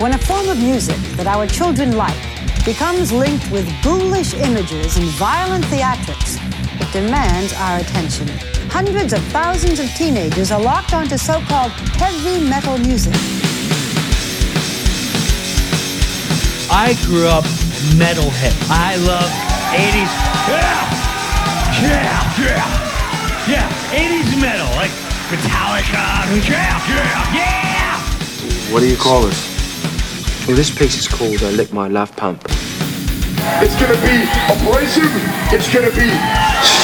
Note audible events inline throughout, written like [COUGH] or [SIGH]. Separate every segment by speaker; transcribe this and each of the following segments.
Speaker 1: When a form of music that our children like becomes linked with ghoulish images and violent theatrics, it demands our attention. Hundreds of thousands of teenagers are locked onto so called heavy metal music.
Speaker 2: I grew up metalhead. I love 80s. Yeah! Yeah! Yeah! Yeah! 80s metal, like Metallica. Yeah! Yeah! Yeah!
Speaker 3: What do you call this? Well, this piece is called I Lick My Love Pump.
Speaker 4: It's gonna be abrasive. It's gonna be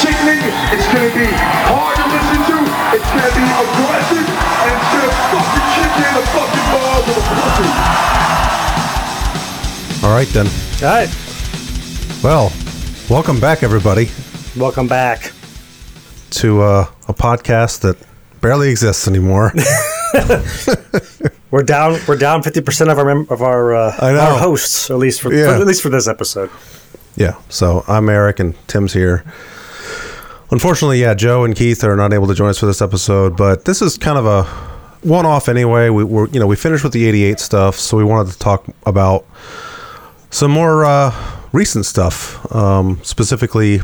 Speaker 4: sickening. It's gonna be hard to listen to. It's gonna be aggressive, and it's gonna fucking kick you in the fucking balls with a pussy.
Speaker 5: All right, then.
Speaker 6: All right.
Speaker 5: Well, welcome back, everybody,
Speaker 6: Welcome back.
Speaker 5: to uh, a podcast that barely exists
Speaker 6: [LAUGHS]
Speaker 5: anymore.
Speaker 6: We're down. We're down fifty percent of our mem- of our uh,
Speaker 5: I know.
Speaker 6: our hosts, at least for,
Speaker 5: Yeah.
Speaker 6: at least for this episode.
Speaker 5: yeah, so I'm Eric and Tim's here. Unfortunately, yeah, Joe and Keith are not able to join us for this episode, but this is kind of a one-off anyway. We were, you know, we finished with the '88 stuff, so we wanted to talk about some more uh, recent stuff, um, specifically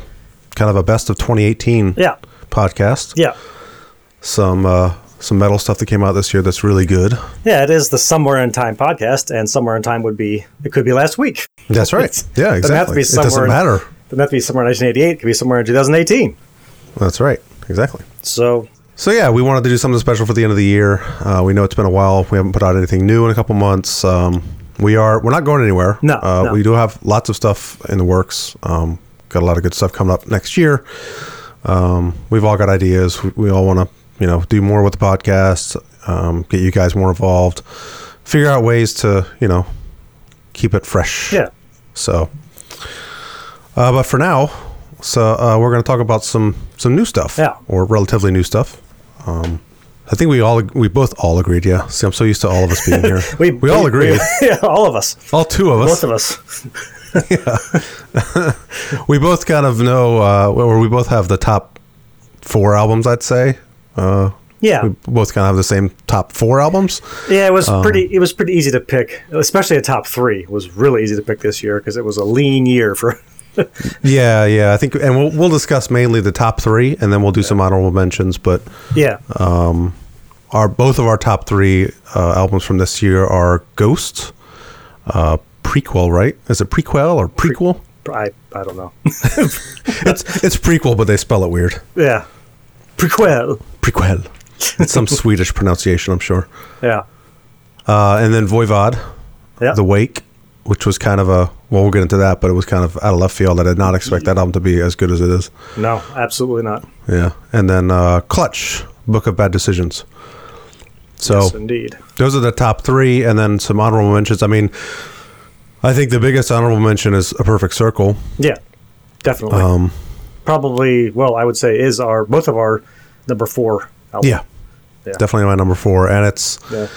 Speaker 5: kind of a best of 2018
Speaker 6: Yeah.
Speaker 5: podcast.
Speaker 6: Yeah,
Speaker 5: Some uh, some metal stuff that came out this year that's really good.
Speaker 6: yeah. It is the somewhere in time podcast, and somewhere in time would be it could be last week.
Speaker 5: That's right.
Speaker 6: It's-
Speaker 5: yeah, exactly.
Speaker 6: doesn't have to be
Speaker 5: it doesn't
Speaker 6: somewhere in-
Speaker 5: matter.
Speaker 6: Doesn't have to be somewhere in 1988. It could be somewhere in 2018.
Speaker 5: That's right. Exactly.
Speaker 6: So
Speaker 5: So yeah, we wanted to do something special for the end of the year. Uh, we know it's been a while. We haven't put out anything new in a couple months. Um, we are we're not going anywhere.
Speaker 6: No,
Speaker 5: uh,
Speaker 6: no.
Speaker 5: we do have lots of stuff in the works. Um, got a lot of good stuff coming up next year. Um, we've all got ideas. We, we all want to you know do more with the podcast. Um, get you guys more involved. Figure out ways to you know keep it fresh.
Speaker 6: yeah,
Speaker 5: So, uh, but for now, so uh, we're going to talk about some some new stuff,
Speaker 6: Yeah.
Speaker 5: or relatively new stuff. Um, I think we all we both all agreed. Yeah, see, I'm so used to all of us being here. [LAUGHS] we, all agreed.
Speaker 6: [LAUGHS] yeah, all of us,
Speaker 5: all two of us.
Speaker 6: both of us.
Speaker 5: We both kind of know, uh, or we both have the top four albums. I'd say uh,
Speaker 6: Yeah,
Speaker 5: we um, both kind of have the same top four albums.
Speaker 6: yeah. It was pretty. It was pretty easy to pick, especially a top three was really easy to pick this year because it was a lean year for. [LAUGHS]
Speaker 5: Yeah, yeah. I think, and we'll we'll discuss mainly the top three, and then we'll do some honorable mentions. But
Speaker 6: Yeah,
Speaker 5: Uh. our both of our top three uh, albums from this year are Ghost, uh, prequel, right? Is it prequel or prequel?
Speaker 6: I I don't know. [LAUGHS]
Speaker 5: it's it's prequel, but they spell it weird.
Speaker 6: yeah, prequel.
Speaker 5: Prequel. It's
Speaker 6: [LAUGHS]
Speaker 5: some Swedish pronunciation, I'm sure.
Speaker 6: Yeah,
Speaker 5: Uh, and then Voivod,
Speaker 6: yeah.
Speaker 5: The Wake, which was kind of a well, we'll get into that, but it was kind of out of left field. I did not expect that album to be as good as it is.
Speaker 6: No, absolutely not.
Speaker 5: Yeah, and then uh, Clutch, Book of Bad Decisions. So
Speaker 6: Yes, indeed.
Speaker 5: those are the top three, and then some honorable mentions. I mean, I think the biggest honorable mention is a perfect circle.
Speaker 6: Yeah, definitely.
Speaker 5: Um,
Speaker 6: Probably, well, I would say is our both of our number four. Album.
Speaker 5: yeah,
Speaker 6: Yeah.
Speaker 5: definitely my number four, and it's
Speaker 6: yeah,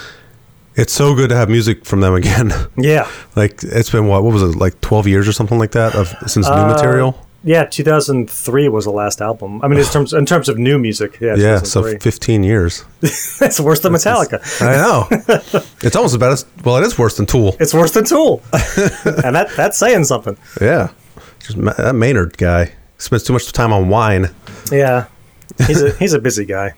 Speaker 5: it's so good to have music from them again. [LAUGHS]
Speaker 6: yeah,
Speaker 5: like it's been what what was it like twelve years or something like that of since new material.
Speaker 6: yeah. Two thousand three was the last album. I
Speaker 5: [SIGHS]
Speaker 6: mean, in terms in terms of new music, yeah,
Speaker 5: Yeah, so
Speaker 6: 2003.
Speaker 5: fifteen years.
Speaker 6: [LAUGHS] it's worse than Metallica.
Speaker 5: I know. it's almost about as well. It is worse than Tool.
Speaker 6: It's worse than
Speaker 5: [LAUGHS]
Speaker 6: Tool, and that that's saying something.
Speaker 5: Yeah, just Ma- that Maynard guy spends too much time on wine.
Speaker 6: Yeah, he's a he's a busy guy.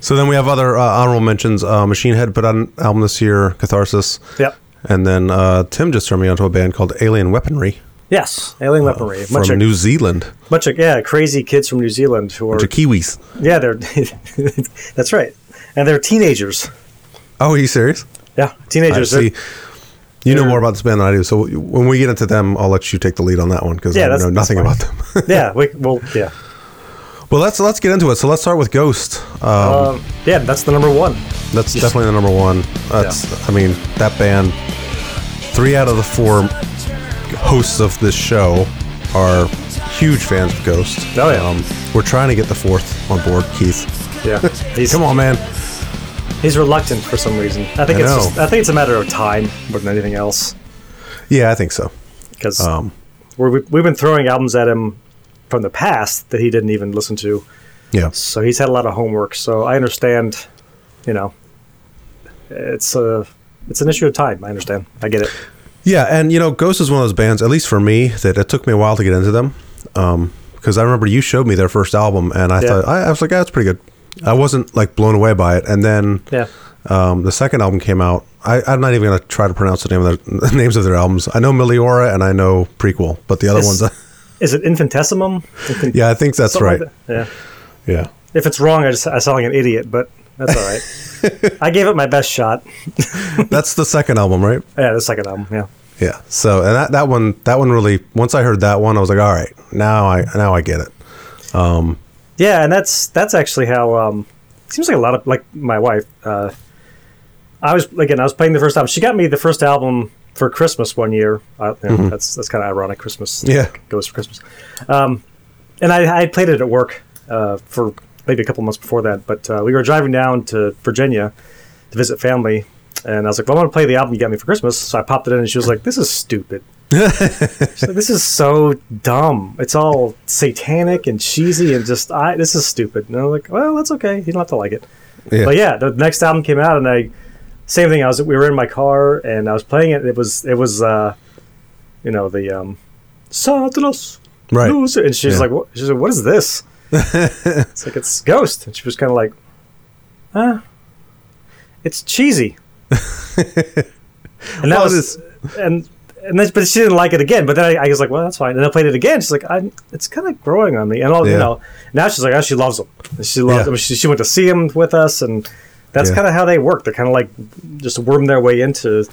Speaker 5: So then we have other uh, honorable mentions. Uh, Machine Head put out an album this year, Catharsis.
Speaker 6: Yep.
Speaker 5: And then uh, Tim just turned me onto a band called Alien Weaponry
Speaker 6: Yes, Alien Weaponry.
Speaker 5: Uh, from
Speaker 6: Much of,
Speaker 5: New Zealand.
Speaker 6: much of, yeah, crazy kids from New Zealand who are
Speaker 5: Bunch of Kiwis.
Speaker 6: yeah, they're [LAUGHS] that's right, and they're teenagers.
Speaker 5: Oh, are you serious?
Speaker 6: Yeah,
Speaker 5: I
Speaker 6: teenagers. They're-
Speaker 5: see. You know
Speaker 6: they're-
Speaker 5: more about this band than I do. So when we get into them, I'll let you take the lead on that one because
Speaker 6: Yeah,
Speaker 5: I
Speaker 6: that's-
Speaker 5: know
Speaker 6: that's
Speaker 5: nothing
Speaker 6: fine.
Speaker 5: about them. [LAUGHS]
Speaker 6: yeah, we, well, yeah.
Speaker 5: well, let's let's get into it. So let's start with Ghost. Um,
Speaker 6: Um, yeah, that's the number one.
Speaker 5: That's definitely the number one. That's I mean that band. Three out of the four hosts of this show are huge fans of Ghost. Um,
Speaker 6: Oh, yeah.
Speaker 5: we're trying to get the fourth on board, Keith.
Speaker 6: Yeah, he's
Speaker 5: Come on, man.
Speaker 6: he's reluctant for some reason. I think
Speaker 5: I
Speaker 6: it's
Speaker 5: know.
Speaker 6: just, I think it's a matter of time more than anything else
Speaker 5: Yeah, I think so.
Speaker 6: because
Speaker 5: Um,
Speaker 6: we've we've been throwing albums at him from the past that he didn't even listen to,
Speaker 5: yeah,
Speaker 6: so he's had a lot of homework. So I understand, you know, it's a It's an issue of time. I understand. I get it.
Speaker 5: Yeah, and you know, Ghost is one of those bands, at least for me, that it took me a while to get into them. Um, because I remember you showed me their first album, and I
Speaker 6: Yeah.
Speaker 5: thought I, I was like, "Ah, that's pretty good." I wasn't like blown away by it, and then
Speaker 6: Yeah.
Speaker 5: um, the second album came out. I, I'm not even gonna try to pronounce the name of their, [LAUGHS] the names of their albums. I know Meliora and I know Prequel, but the other
Speaker 6: It's-
Speaker 5: ones, [LAUGHS]
Speaker 6: Is it infinitesimum? Infin-
Speaker 5: yeah, I think that's
Speaker 6: something
Speaker 5: right.
Speaker 6: like that. yeah.
Speaker 5: yeah,
Speaker 6: [LAUGHS] If it's wrong, I just I sound like an idiot, but that's all right.
Speaker 5: [LAUGHS]
Speaker 6: I gave it my best shot.
Speaker 5: that's the second album, right?
Speaker 6: Yeah, the second album. Yeah.
Speaker 5: Yeah. So and that, that one that one really once I heard that one I was like all right now I now I get it.
Speaker 6: Yeah, and that's that's actually how um it seems like a lot of like my wife uh I was again I was playing the first album. She got me the first album for Christmas one year. Uh, you know, that's that's kind of ironic Christmas.
Speaker 5: Yeah.
Speaker 6: Goes for Christmas. Um and I I had played it at work uh for maybe a couple months before that, but uh, we were driving down to Virginia to visit family and I was like, well, I want to play the album you got me for Christmas. So I popped it in and she was like, this is stupid. She's like, this is so dumb. It's all satanic and cheesy and just I this is stupid. And I'm like, well, that's okay. You don't have to like it.
Speaker 5: Yeah.
Speaker 6: But yeah, the next album came out and I same thing. I was we were in my car and I was playing it. It was it was uh you know the um Santos
Speaker 5: Right.
Speaker 6: Loser. and she was
Speaker 5: Yeah.
Speaker 6: like what she's like, what is
Speaker 5: [LAUGHS]
Speaker 6: this? it's like it's Ghost and she was kind of like, huh? It's
Speaker 5: [LAUGHS]
Speaker 6: cheesy. and that
Speaker 5: Well, it
Speaker 6: was
Speaker 5: is-
Speaker 6: and and that's, but she didn't like it again. But then I, I was like, well, that's fine. And I played it again. She's like, I'm, it's kind of growing on me. And all
Speaker 5: Yeah.
Speaker 6: you know, now she's like, oh, she loves them. And she loves
Speaker 5: Yeah.
Speaker 6: them. She, she went to see them with us, and that's
Speaker 5: Yeah.
Speaker 6: kind of how they work. They kind of like just worm their way into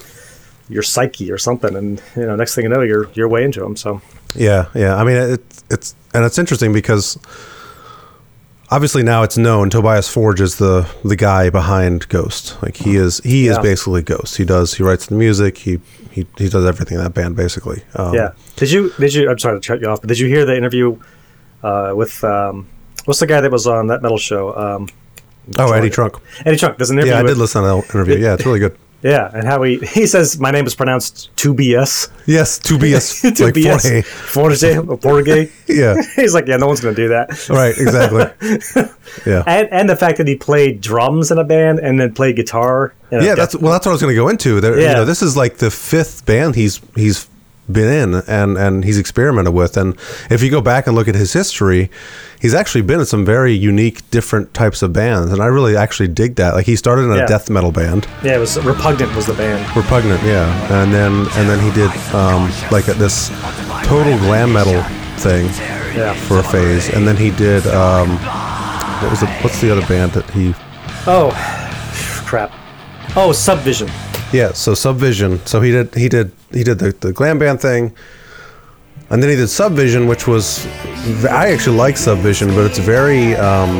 Speaker 6: your psyche or something, and you know, next thing you know, you're you're way into them. So
Speaker 5: Yeah, yeah. I mean, it, it's and it's interesting because obviously now it's known Tobias Forge is the the guy behind Ghost. Like he is he is
Speaker 6: Yeah.
Speaker 5: basically Ghost. He does he writes the music. He he, he does everything in that band basically. Um,
Speaker 6: yeah, did you did you? I'm sorry to cut you off, but did you hear the interview uh, with um, what's the guy that was on that metal show? Um,
Speaker 5: Oh, Eddie Trunk.
Speaker 6: Eddie Trunk. There's an interview.
Speaker 5: Yeah, I
Speaker 6: with-
Speaker 5: did listen to that interview. Yeah, it's really good.
Speaker 6: Yeah, and how he he says my name is pronounced two BS.
Speaker 5: Yes, to
Speaker 6: [LAUGHS]
Speaker 5: be a s-
Speaker 6: to
Speaker 5: like
Speaker 6: BS.
Speaker 5: Forge.
Speaker 6: Forge, or Forge.
Speaker 5: [LAUGHS] Yeah.
Speaker 6: [LAUGHS] He's like, yeah, no one's gonna do that.
Speaker 5: Right. Exactly. Yeah.
Speaker 6: And and the fact that he played drums in a band and then played guitar. in a
Speaker 5: yeah,
Speaker 6: band.
Speaker 5: that's well. That's what I was going to go into. There, you
Speaker 6: Yeah.
Speaker 5: know, this is like the fifth band he's he's been in and and he's experimented with. And if you go back and look at his history, he's actually been in some very unique, different types of bands. And I really actually dig that. Like he started in a
Speaker 6: Yeah.
Speaker 5: death metal band,
Speaker 6: yeah. It was repugnant was the band.
Speaker 5: Repugnant, yeah, and then and then he did um, like a, this total glam metal thing
Speaker 6: Yeah.
Speaker 5: for a phase, and then he did um, what was the, what's the other band that he
Speaker 6: Oh, [SIGHS] crap. Oh, Subvision.
Speaker 5: Yeah, so Subvision. So he did he did he did the, the glam band thing. And then he did Subvision, which was I actually like Subvision, but it's very um,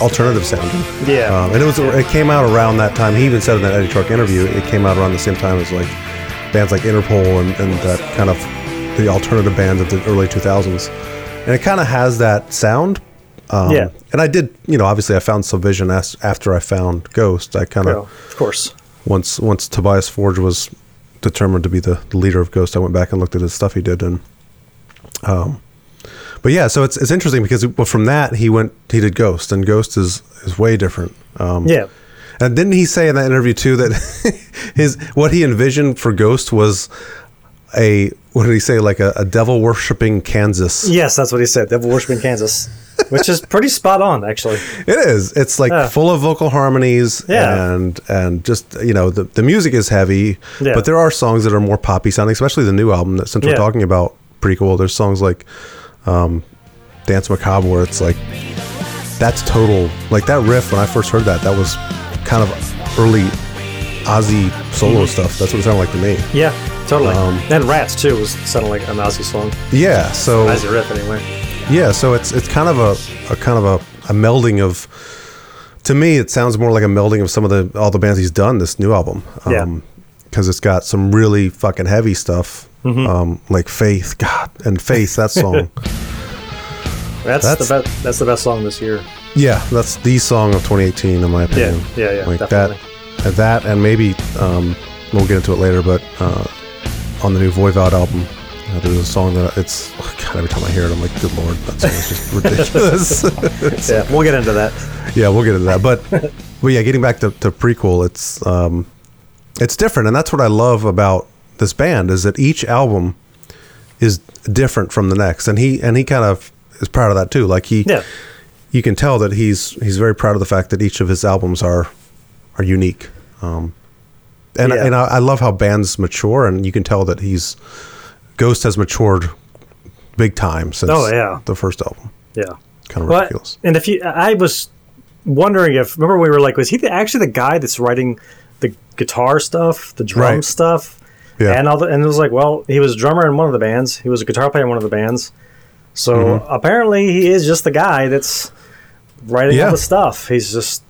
Speaker 5: alternative sounding.
Speaker 6: Yeah.
Speaker 5: Um, and it was it came out around that time. He even said in that Eddie Truck interview, it came out around the same time as like bands like Interpol and, and that kind of the alternative bands of the early 2000s. And it kind of has that sound. Um,
Speaker 6: Yeah.
Speaker 5: And I did, you know, obviously I found Subvision as, after I found Ghost. I kind of
Speaker 6: Well, of course.
Speaker 5: once once Tobias Forge was determined to be the, the leader of Ghost, I went back and looked at his stuff he did, and um, but yeah, so it's it's interesting because well, from that he went he did Ghost, and Ghost is is way different. Um,
Speaker 6: Yeah.
Speaker 5: and didn't he say in that interview too that [LAUGHS] his what he envisioned for Ghost was a what did he say like a, a devil worshipping Kansas?
Speaker 6: Yes, that's what he said. Devil Worship in Kansas, which is pretty spot on, actually.
Speaker 5: It is. It's like
Speaker 6: Yeah.
Speaker 5: full of vocal harmonies
Speaker 6: Yeah.
Speaker 5: and and just you know the, the music is heavy,
Speaker 6: Yeah.
Speaker 5: but there are songs that are more poppy sounding, especially the new album that since we're
Speaker 6: Yeah.
Speaker 5: talking about prequel. There's songs like um, Dance Macabre where it's like that's total like that riff when I first heard that that was kind of early Ozzy solo stuff. That's what it sounded like to me.
Speaker 6: Yeah, totally.
Speaker 5: Um,
Speaker 6: and Rats too was sounding like an Ozzy song,
Speaker 5: Yeah. So
Speaker 6: Ozzy riff anyway.
Speaker 5: Yeah, so it's it's kind of a, a kind of a, a melding of. To me, it sounds more like a melding of some of the all the bands he's done this new album.
Speaker 6: Yeah.
Speaker 5: Because it's got some really fucking heavy stuff,
Speaker 6: Mm-hmm.
Speaker 5: um, like Faith, God, and Faith.
Speaker 6: [LAUGHS]
Speaker 5: That song,
Speaker 6: That's,
Speaker 5: That's-
Speaker 6: the best. That's the best song this year.
Speaker 5: yeah, that's the song of 2018 in my opinion.
Speaker 6: Yeah, yeah, yeah,
Speaker 5: like
Speaker 6: definitely.
Speaker 5: that, that, and maybe um, we'll get into it later. But uh, on the new Voivod album, uh, there's a song that it's oh, God. Every time I hear it, I'm like, good lord, that song is just ridiculous. [LAUGHS]
Speaker 6: [LAUGHS] Yeah, we'll get into that.
Speaker 5: Yeah, we'll get into that. But but yeah, getting back to, to prequel, it's um it's different and that's what i love about this band is that each album is different from the next and he and he kind of is proud of that too like he
Speaker 6: Yeah.
Speaker 5: you can tell that he's he's very proud of the fact that each of his albums are are unique um and
Speaker 6: Yeah.
Speaker 5: and I, I love how bands mature and you can tell that he's ghost has matured big time since
Speaker 6: Oh, yeah.
Speaker 5: the first album
Speaker 6: Yeah.
Speaker 5: kind of
Speaker 6: Well,
Speaker 5: ridiculous
Speaker 6: and if you, I was wondering if remember we were like, was he the, actually the guy that's writing the guitar stuff, the drum
Speaker 5: Right.
Speaker 6: stuff,
Speaker 5: Yeah.
Speaker 6: and all the, and it was like, well, he was a drummer in one of the bands, he was a guitar player in one of the bands, so
Speaker 5: Mm-hmm.
Speaker 6: apparently he is just the guy that's writing
Speaker 5: Yeah.
Speaker 6: all the stuff. He's just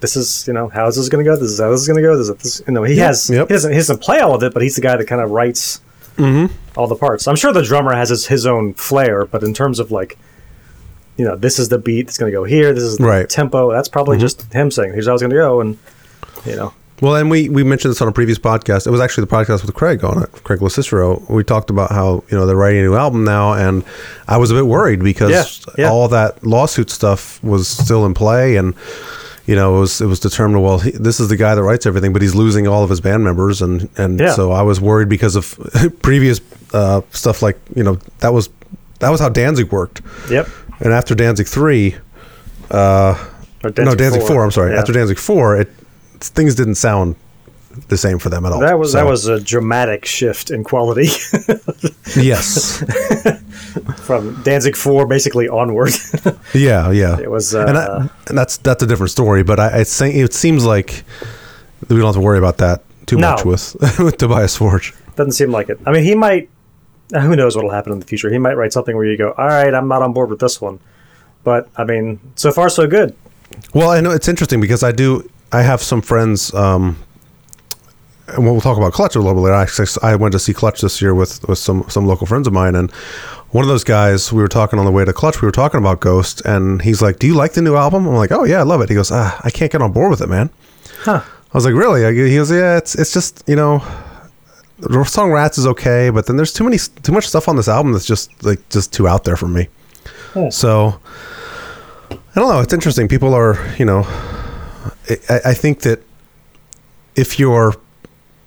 Speaker 6: this is you know how is this going to go? This is how this is going to go. This is this you know he has
Speaker 5: yep.
Speaker 6: he doesn't he doesn't play all of it, but he's the guy that kind of writes.
Speaker 5: Mm-hmm.
Speaker 6: All the parts. I'm sure the drummer has his, his own flair, but in terms of like you know, this is the beat that's going to go here. This is the
Speaker 5: Right. Mm-hmm.
Speaker 6: tempo. That's probably just him saying, "Here's how it's going to go," and you know,
Speaker 5: Well, and we we mentioned this on a previous podcast. It was actually the podcast with Craig on it, Craig Cicero. We talked about how you know they're writing a new album now, and I was a bit worried because
Speaker 6: Yeah, yeah.
Speaker 5: all that lawsuit stuff was still in play, and you know it was it was determined well he, this is the guy that writes everything, but he's losing all of his band members, and and
Speaker 6: Yeah.
Speaker 5: so I was worried because of [LAUGHS] previous uh, stuff like you know that was that was how Danzig worked,
Speaker 6: yep.
Speaker 5: and after Danzig three,
Speaker 6: Or
Speaker 5: no Danzig 4 I'm sorry.
Speaker 6: Yeah.
Speaker 5: After Danzig 4, it things didn't sound the same for them at all.
Speaker 6: that was
Speaker 5: Oh, So,
Speaker 6: that was a dramatic shift in
Speaker 5: [LAUGHS]
Speaker 6: quality [LAUGHS]
Speaker 5: yes.
Speaker 6: from Danzig Four basically onward. [LAUGHS]
Speaker 5: yeah, yeah.
Speaker 6: It was,
Speaker 5: and,
Speaker 6: uh,
Speaker 5: I, and that's that's a different story, but I, I think it seems like we don't have to worry about that too
Speaker 6: No.
Speaker 5: much with [LAUGHS] with Tobias Forge.
Speaker 6: Doesn't seem like it. I mean, he might. uh, Who knows what'll happen in the future? He might write something where you go, "All right, I'm not on board with this one," but I mean, so far so good.
Speaker 5: Well, I know it's interesting because I do. I have some friends, um, and we'll talk about Clutch a little bit later. I, actually- I went to see Clutch this year with with some some local friends of mine, and one of those guys we were talking on the way to Clutch. We were talking about Ghost, and he's like, "Do you like the new album?" I'm like, "Oh yeah, I love it." He goes, ah, "I can't get on board with it, man."
Speaker 6: Huh.
Speaker 5: I was like, "Really?" I- He goes, "Yeah, it's it's just you know." The song "Rats" is okay, but then there's too many, too much stuff on this album that's just like just too out there for me. So I don't know. It's interesting. People are, you know, I, I think that if you're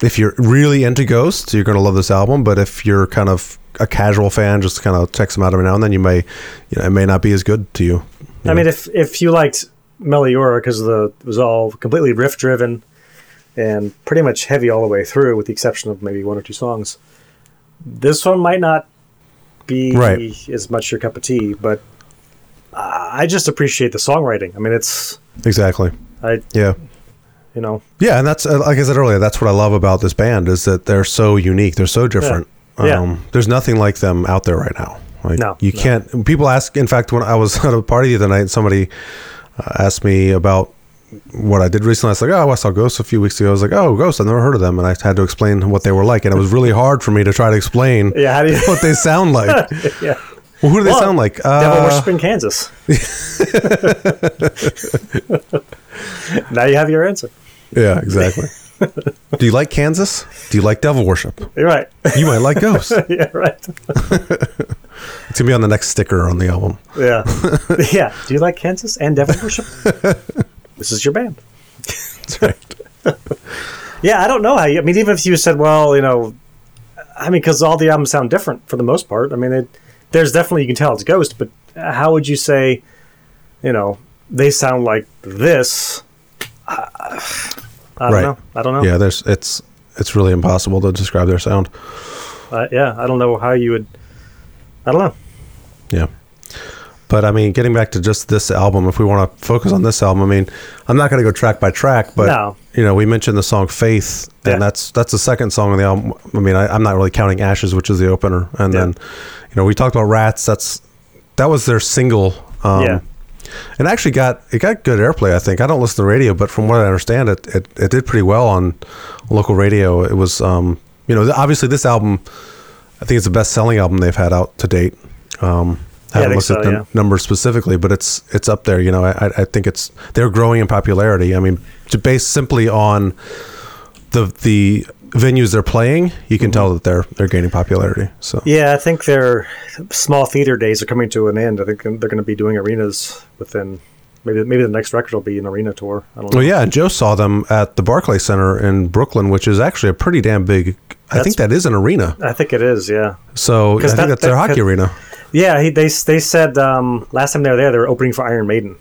Speaker 5: if you're really into Ghost, you're going to love this album. But if you're kind of a casual fan, just kind of checks them out every now and then, you may, you know, it may not be as good to you.
Speaker 6: I mean, if if you liked Meliora because the it was all completely riff driven and pretty much heavy all the way through, with the exception of maybe one or two songs, this one might not be
Speaker 5: Right.
Speaker 6: as much your cup of tea. But I just appreciate the songwriting. I mean, it's
Speaker 5: Exactly.
Speaker 6: I
Speaker 5: Yeah.
Speaker 6: you know
Speaker 5: Yeah, and that's uh, like I said earlier. That's what I love about this band is that they're so unique. They're so different. Um,
Speaker 6: Yeah.
Speaker 5: There's nothing like them out there right now. Like,
Speaker 6: No,
Speaker 5: you
Speaker 6: no.
Speaker 5: can't. People ask. In fact, when I was [LAUGHS] at a party the other night, somebody uh, asked me about what I did recently. I was like, "Oh, I saw Ghost a few weeks ago." I was like, "Oh, Ghost. I've never heard of them," and I had to explain what they were like, and it was really hard for me to try to explain
Speaker 6: Yeah, how do you-
Speaker 5: [LAUGHS]
Speaker 6: [LAUGHS]
Speaker 5: what they sound like.
Speaker 6: yeah.
Speaker 5: well, who do they
Speaker 6: Well,
Speaker 5: sound like?
Speaker 6: Devil
Speaker 5: Uh, [LAUGHS]
Speaker 6: Worshipping Kansas. [LAUGHS] now you have your answer.
Speaker 5: yeah,
Speaker 6: [LAUGHS]
Speaker 5: exactly. do you like Kansas? Do you like devil worship?
Speaker 6: You're right. [LAUGHS]
Speaker 5: You might like Ghost.
Speaker 6: yeah, right.
Speaker 5: It's gonna be on the next sticker on the album. [LAUGHS]
Speaker 6: Yeah. yeah. Do you like Kansas and devil worship? this is your band.
Speaker 5: That's right.
Speaker 6: Yeah, I don't know how you, I mean, even if you said, well, you know, I mean, because all the albums sound different for the most part. I mean, it, there's definitely, you can tell it's Ghost, but how would you say, you know, they sound like this? I, I don't
Speaker 5: Right.
Speaker 6: know. I don't know.
Speaker 5: Yeah, there's it's it's really impossible to describe their sound.
Speaker 6: Uh, yeah, I don't know how you would. I don't know.
Speaker 5: Yeah. But I mean, getting back to just this album, if we want to focus on this album, I mean, I'm not going to go track by track, but
Speaker 6: No.
Speaker 5: you know, we mentioned the song "Faith," and
Speaker 6: Yeah.
Speaker 5: that's that's the second song on the album. I mean, I, I'm not really counting "Ashes," which is the opener, and
Speaker 6: Yeah.
Speaker 5: then you know, we talked about "Rats." That's that was their single. Um,
Speaker 6: yeah.
Speaker 5: and actually got it got good airplay. I think I don't listen to the radio, but from what I understand, it it, it did pretty well on local radio. It was um you know th- obviously this album, I think it's the best selling album they've had out to date. Um, I
Speaker 6: Yeah, I
Speaker 5: haven't
Speaker 6: think
Speaker 5: looked at
Speaker 6: so,
Speaker 5: the
Speaker 6: yeah.
Speaker 5: numbers specifically, but it's it's up there. You know, I, I- I think it's they're growing in popularity. I mean, to base simply on the the venues they're playing, you
Speaker 6: Mm-hmm.
Speaker 5: can tell that they're they're gaining popularity. So
Speaker 6: Yeah, I think their small theater days are coming to an end. I think they're going to be doing arenas within Maybe maybe the next record will be an arena tour. I don't know.
Speaker 5: Well, yeah, Joe saw them at the Barclay Center in Brooklyn, which is actually a pretty damn big. I think
Speaker 6: That's-
Speaker 5: that is an arena.
Speaker 6: I think it is. Yeah.
Speaker 5: So I
Speaker 6: 'Cause
Speaker 5: think
Speaker 6: that-
Speaker 5: that's their
Speaker 6: that
Speaker 5: hockey
Speaker 6: could-
Speaker 5: arena.
Speaker 6: Yeah. He, they they said um, last time they were there, they were opening for Iron Maiden.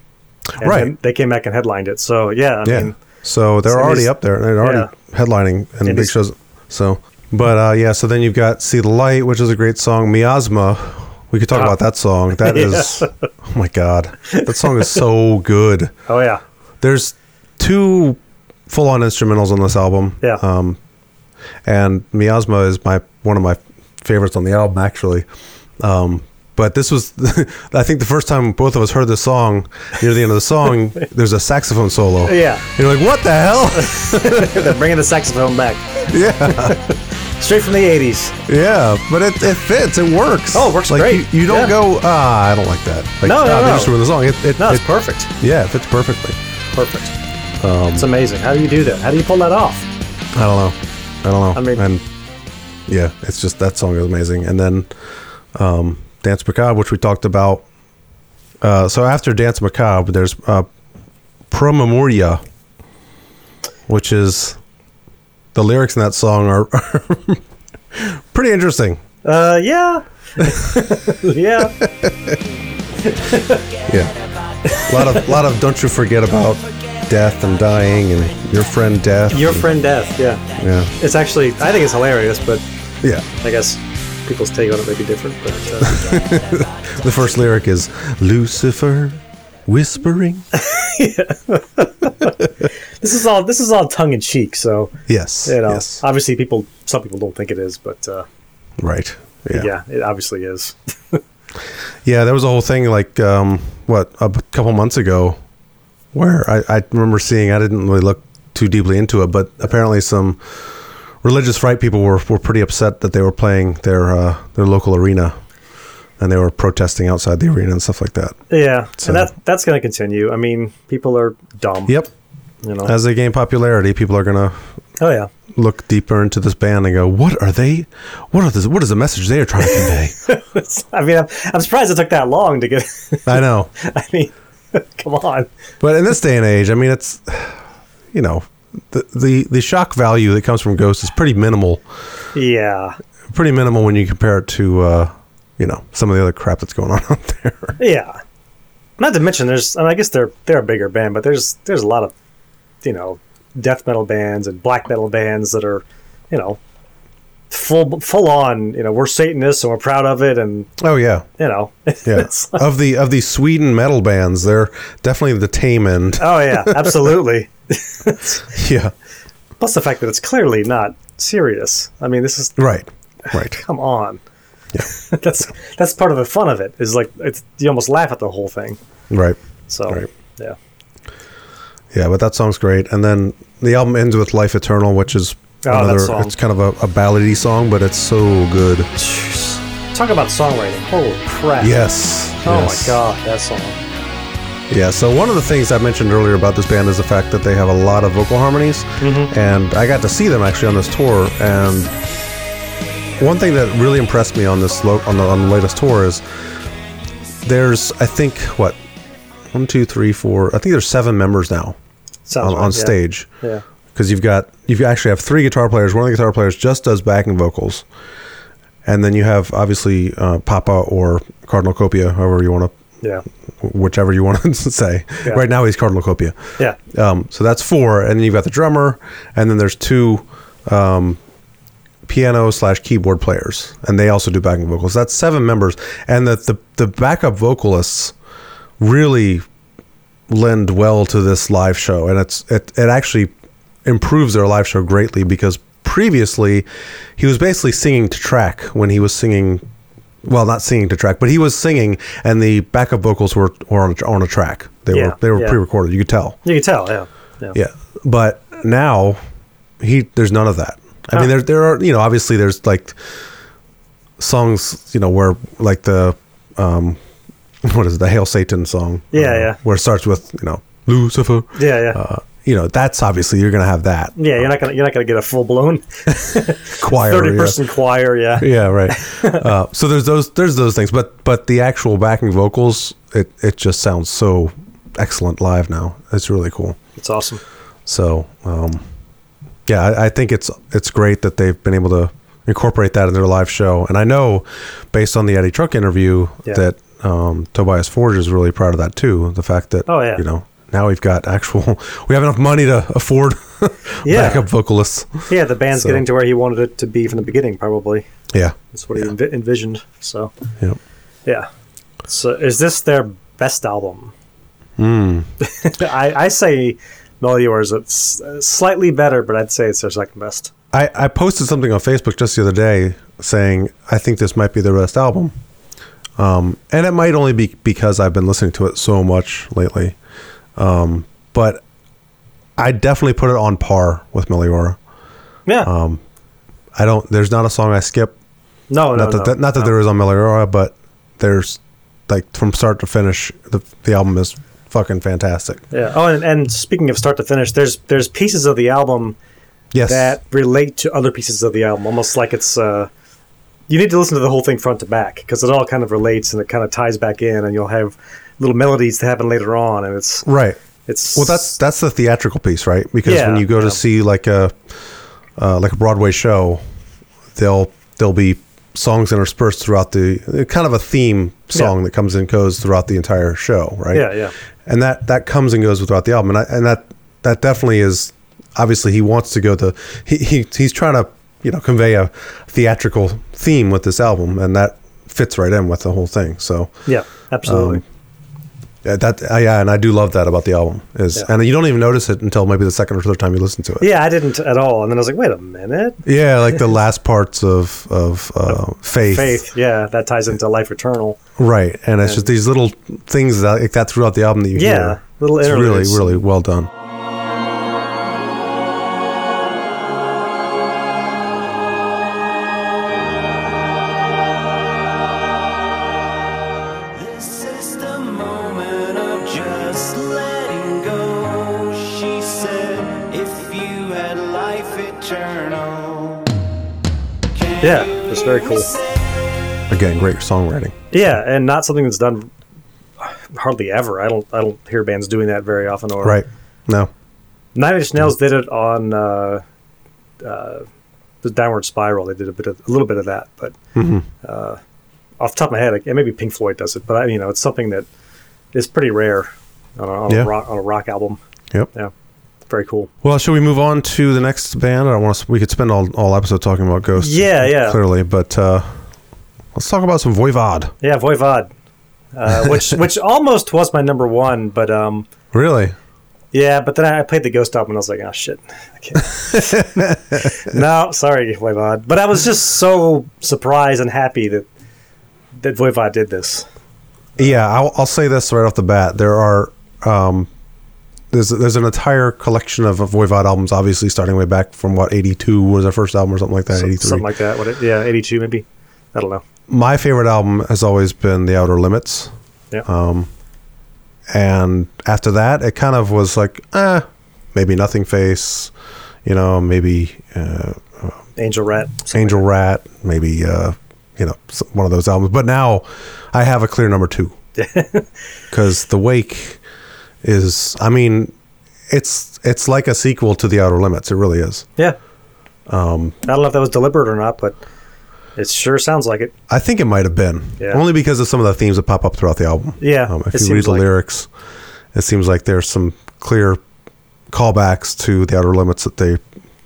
Speaker 6: And
Speaker 5: Right.
Speaker 6: then They came back and headlined it. So yeah. I
Speaker 5: Yeah.
Speaker 6: Mean,
Speaker 5: so they're
Speaker 6: so
Speaker 5: already
Speaker 6: these-
Speaker 5: up there. They're already headlining and,
Speaker 6: And
Speaker 5: big
Speaker 6: these-
Speaker 5: shows. So, but uh, yeah. So then you've got "See the Light," which is a great song. Miasma. We could talk about that song. That
Speaker 6: [LAUGHS] Yeah.
Speaker 5: is, oh my god, that song is so good.
Speaker 6: oh yeah.
Speaker 5: There's two full-on instrumentals on this album.
Speaker 6: Yeah.
Speaker 5: Um, and Miasma is my one of my favorites on the album actually. Um, but this was, [LAUGHS] I think, the first time both of us heard this song. Near the end of the song,
Speaker 6: [LAUGHS]
Speaker 5: there's a saxophone solo.
Speaker 6: Yeah.
Speaker 5: You're like, what the hell? [LAUGHS]
Speaker 6: They're bringing the saxophone back.
Speaker 5: yeah,
Speaker 6: [LAUGHS] Straight from the '80s.
Speaker 5: yeah, but it, it fits. It works.
Speaker 6: Oh, it works
Speaker 5: like,
Speaker 6: great.
Speaker 5: You, you don't
Speaker 6: Yeah.
Speaker 5: go, ah, I don't like that. Like,
Speaker 6: No, no,
Speaker 5: ah, They
Speaker 6: no.
Speaker 5: just ruined the song. It, it,
Speaker 6: No, it's
Speaker 5: it-
Speaker 6: perfect.
Speaker 5: Yeah, it fits perfectly.
Speaker 6: Perfect.
Speaker 5: Um,
Speaker 6: it's amazing. How do you do that? How do you pull that off?
Speaker 5: I don't know. I don't know.
Speaker 6: I mean-
Speaker 5: and yeah, it's just that song is amazing. And then um, Dance Macabre, which we talked about. Uh, so after Dance Macabre, there's uh, Pro Memoria, which is the lyrics in that song are [LAUGHS] pretty interesting.
Speaker 6: Uh,
Speaker 5: [LAUGHS]
Speaker 6: yeah. yeah.
Speaker 5: Yeah. A lot of lot of don't you forget about death and dying and your friend death.
Speaker 6: Your
Speaker 5: and-
Speaker 6: friend death. Yeah.
Speaker 5: Yeah.
Speaker 6: It's actually, I think it's hilarious, but
Speaker 5: Yeah.
Speaker 6: I guess people's take on it may be different. But uh,
Speaker 5: The first lyric is Lucifer whispering.
Speaker 6: [LAUGHS] this is all this is all tongue in cheek. So
Speaker 5: Yes.
Speaker 6: you know,
Speaker 5: Yes.
Speaker 6: obviously people, some people don't think it is, but uh,
Speaker 5: Right. Yeah.
Speaker 6: yeah.
Speaker 5: yeah.
Speaker 6: it obviously is. [LAUGHS]
Speaker 5: There was a whole thing like um, what a b- couple months ago, where I, I remember seeing. I didn't really look too deeply into it, but apparently some religious right people were, were pretty upset that they were playing their uh, their local arena, and they were protesting outside the arena and stuff like that.
Speaker 6: Yeah,
Speaker 5: So-
Speaker 6: and that that's going to continue. I mean, people are dumb.
Speaker 5: Yep.
Speaker 6: You know.
Speaker 5: As they gain popularity, people are gonna
Speaker 6: oh yeah.
Speaker 5: look deeper into this band and go, "What are they? What are this? What is the message they are trying to convey?"
Speaker 6: [LAUGHS] I mean, I'm, I'm surprised it took that long to get. [LAUGHS]
Speaker 5: I know.
Speaker 6: I mean, [LAUGHS] come on.
Speaker 5: But in this day and age, I mean, it's you know, the the, the shock value that comes from Ghost is pretty minimal,
Speaker 6: Yeah.
Speaker 5: pretty minimal when you compare it to uh, you know some of the other crap that's going on [LAUGHS] out there.
Speaker 6: Yeah. Not to mention, there's. I, mean, I guess they're they're a bigger band, but there's there's a lot of, you know, death metal bands and black metal bands that are, you know, full full on. You know, we're Satanists and we're proud of it, and
Speaker 5: Oh yeah,
Speaker 6: you know, [LAUGHS]
Speaker 5: yeah.
Speaker 6: it's
Speaker 5: [LAUGHS]
Speaker 6: like-
Speaker 5: of the of the Sweden metal bands, they're definitely the tame
Speaker 6: [LAUGHS]
Speaker 5: end.
Speaker 6: oh yeah, absolutely.
Speaker 5: Yeah,
Speaker 6: Plus the fact that it's clearly not serious. I mean, this is
Speaker 5: right, right.
Speaker 6: come on.
Speaker 5: Yeah.
Speaker 6: [LAUGHS] that's that's part of the fun of it. Is like it's you almost laugh at the whole thing.
Speaker 5: Right.
Speaker 6: So
Speaker 5: Right.
Speaker 6: yeah,
Speaker 5: Yeah, but that song's great. And then the album ends with Life Eternal, which is
Speaker 6: Oh, that song.
Speaker 5: it's kind of a, a ballady song, but it's so good.
Speaker 6: talk about songwriting. Holy crap!
Speaker 5: Yes.
Speaker 6: Oh
Speaker 5: yes.
Speaker 6: my god, that song.
Speaker 5: Yeah, so one of the things I mentioned earlier about this band is the fact that they have a lot of vocal harmonies,
Speaker 6: Mm-hmm.
Speaker 5: and I got to see them actually on this tour. And one thing that really impressed me on this lo- on, the, on the latest tour is there's I think what one two three four I think there's seven members now
Speaker 6: Sounds
Speaker 5: on,
Speaker 6: right,
Speaker 5: on
Speaker 6: yeah.
Speaker 5: stage
Speaker 6: Yeah.
Speaker 5: because you've got you actually have three guitar players. One of the guitar players just does backing vocals, and then you have obviously uh, Papa or Cardinal Copia, however you want to
Speaker 6: Yeah.
Speaker 5: whichever you want to [LAUGHS] say.
Speaker 6: Yeah.
Speaker 5: Right now he's Cardinal Copia.
Speaker 6: Yeah.
Speaker 5: Um, so that's four, and then you've got the drummer, and then there's two um, piano slash keyboard players, and they also do backing vocals. That's seven members, and the the, the backup vocalists really lend well to this live show, and it's it it actually improves their live show greatly because previously he was basically singing to track when he was singing well not singing to track but he was singing and the backup vocals were, were on, a, on a track they
Speaker 6: Yeah,
Speaker 5: were they were
Speaker 6: yeah.
Speaker 5: pre-recorded you could tell
Speaker 6: You can tell, yeah. Yeah.
Speaker 5: yeah, but now he there's none of that. I mean,
Speaker 6: Huh.
Speaker 5: there there are you know obviously there's like songs you know where like the um [LAUGHS] what is it, the Hail Satan song?
Speaker 6: Yeah,
Speaker 5: uh,
Speaker 6: yeah.
Speaker 5: Where it starts with you know Lucifer.
Speaker 6: Yeah, yeah.
Speaker 5: Uh, you know that's obviously you're gonna have
Speaker 6: [LAUGHS]
Speaker 5: that
Speaker 6: yeah, you're not gonna you're not gonna get a full [LAUGHS] blown
Speaker 5: choir.
Speaker 6: thirty
Speaker 5: yeah.
Speaker 6: person
Speaker 5: [LAUGHS]
Speaker 6: choir, yeah.
Speaker 5: Yeah,
Speaker 6: [LAUGHS]
Speaker 5: right. uh, so there's those there's those things, but but the actual backing vocals, it it just sounds so excellent live now. It's really cool.
Speaker 6: It's awesome.
Speaker 5: So, um, yeah, I, I think it's it's great that they've been able to incorporate that in their live show. And I know, based on the Eddie Truck interview,
Speaker 6: Yeah.
Speaker 5: that um, Tobias Forge is really proud of that too. The fact that
Speaker 6: Oh, yeah.
Speaker 5: you know now we've got actual [LAUGHS] we have enough money to afford [LAUGHS]
Speaker 6: Yeah.
Speaker 5: backup vocalists.
Speaker 6: Yeah, the band's
Speaker 5: So-
Speaker 6: getting to where he wanted it to be from the beginning, probably.
Speaker 5: Yeah,
Speaker 6: That's what he envi- envisioned. So,
Speaker 5: yeah.
Speaker 6: yeah. So, is this their best album?
Speaker 5: Hmm.
Speaker 6: [LAUGHS] I, I say Melody Yours. It's uh, slightly better, but I'd say it's their second best.
Speaker 5: I, I posted something on Facebook just the other day saying I think this might be their best album, um, and it might only be because I've been listening to it so much lately, um, but I definitely put it on par with Meliora.
Speaker 6: Yeah.
Speaker 5: Um, I don't. There's not a song I skip.
Speaker 6: no, no,
Speaker 5: not that,
Speaker 6: no,
Speaker 5: that not that
Speaker 6: no.
Speaker 5: there is on Meliora, but there's like from start to finish, the the album is fucking fantastic.
Speaker 6: Yeah. Oh, and, and speaking of start to finish, there's there's pieces of the album
Speaker 5: Yes,
Speaker 6: that relate to other pieces of the album, almost like it's. Uh, you need to listen to the whole thing front to back because it all kind of relates and it kind of ties back in, and you'll have little melodies that happen later on, and it's
Speaker 5: right.
Speaker 6: it's
Speaker 5: Well, that's that's the theatrical piece, right? Because
Speaker 6: Yeah,
Speaker 5: when you go
Speaker 6: yeah.
Speaker 5: to see like a uh, like a Broadway show, they'll there'll be songs interspersed throughout the kind of a theme song
Speaker 6: Yeah.
Speaker 5: that comes and goes throughout the entire show, right?
Speaker 6: Yeah, yeah.
Speaker 5: And that that comes and goes throughout the album, and I, and that that definitely is obviously he wants to go to he, he he's trying to you know convey a theatrical theme with this album, and that fits right in with the whole thing. So
Speaker 6: yeah, absolutely.
Speaker 5: um, yeah, that uh, yeah, and I do love that about the album is,
Speaker 6: Yeah.
Speaker 5: and you don't even notice it until maybe the second or third time you listen to it.
Speaker 6: yeah, I didn't at all, and then I was like, wait
Speaker 5: [LAUGHS]
Speaker 6: a minute,
Speaker 5: Yeah, like the last parts of of uh, faith.
Speaker 6: faith. Yeah, that ties into life eternal.
Speaker 5: right? And it's just these little things that like that throughout the album that you
Speaker 6: Yeah,
Speaker 5: hear.
Speaker 6: little
Speaker 5: it's really
Speaker 6: interludes.
Speaker 5: really well done.
Speaker 7: This is the moment of just letting go. She said, if you had life eternal. Can
Speaker 6: Yeah,
Speaker 7: you
Speaker 6: it's very cool.
Speaker 5: Again, great songwriting.
Speaker 6: Yeah, and not something that's done hardly ever. I don't I don't hear bands doing that very often. Or
Speaker 5: Right? No,
Speaker 6: Nine Inch Nails did it on uh, uh, the Downward Spiral. They did a bit of, a little bit of that, but
Speaker 5: Mm-hmm.
Speaker 6: uh, off the top of my head, like, and maybe Pink Floyd does it, but I, you know, it's something that is pretty rare on a, on
Speaker 5: Yeah.
Speaker 6: a rock on a rock album.
Speaker 5: yep.
Speaker 6: Yeah, very cool.
Speaker 5: Well, should we move on to the next band? I don't want to. We could spend all all episode talking about Ghosts.
Speaker 6: Yeah, yeah.
Speaker 5: Clearly, but uh, let's talk about some Voivod.
Speaker 6: Yeah, Voivod, uh, which [LAUGHS] which almost was my number one, but um,
Speaker 5: Really?
Speaker 6: yeah, but then I played the Ghost album and I was like, oh shit, I
Speaker 5: [LAUGHS]
Speaker 6: can't. no, sorry, Voivod, but I was just so surprised and happy that that Voivod did this.
Speaker 5: Yeah, I'll, I'll say this right off the bat. There are um, there's there's an entire collection of Voivod albums, obviously starting way back from what eighty two was their first album or something like that. Eighty three.
Speaker 6: something like that. What? It, yeah, eighty-two maybe. I don't know.
Speaker 5: My favorite album has always been The Outer Limits,
Speaker 6: Yeah,
Speaker 5: Um, and after that, it kind of was like, eh, maybe Nothing Face, you know, maybe uh,
Speaker 6: Angel Rat. something
Speaker 5: Angel Rat, maybe uh, you know s- one of those albums. But now I have a clear number
Speaker 6: [LAUGHS]
Speaker 5: two because The Wake is. I mean, it's it's like a sequel to The Outer Limits. It really is.
Speaker 6: like that.
Speaker 5: um,
Speaker 6: Yeah. I don't know if that was deliberate or not, but it sure sounds like it.
Speaker 5: I think it might have been
Speaker 6: Yeah.
Speaker 5: only because of some of the themes that pop up throughout the album.
Speaker 6: Yeah,
Speaker 5: um, if
Speaker 6: it
Speaker 5: you
Speaker 6: seems
Speaker 5: read the
Speaker 6: like-
Speaker 5: lyrics, it seems like there's some clear callbacks to The Outer Limits that they.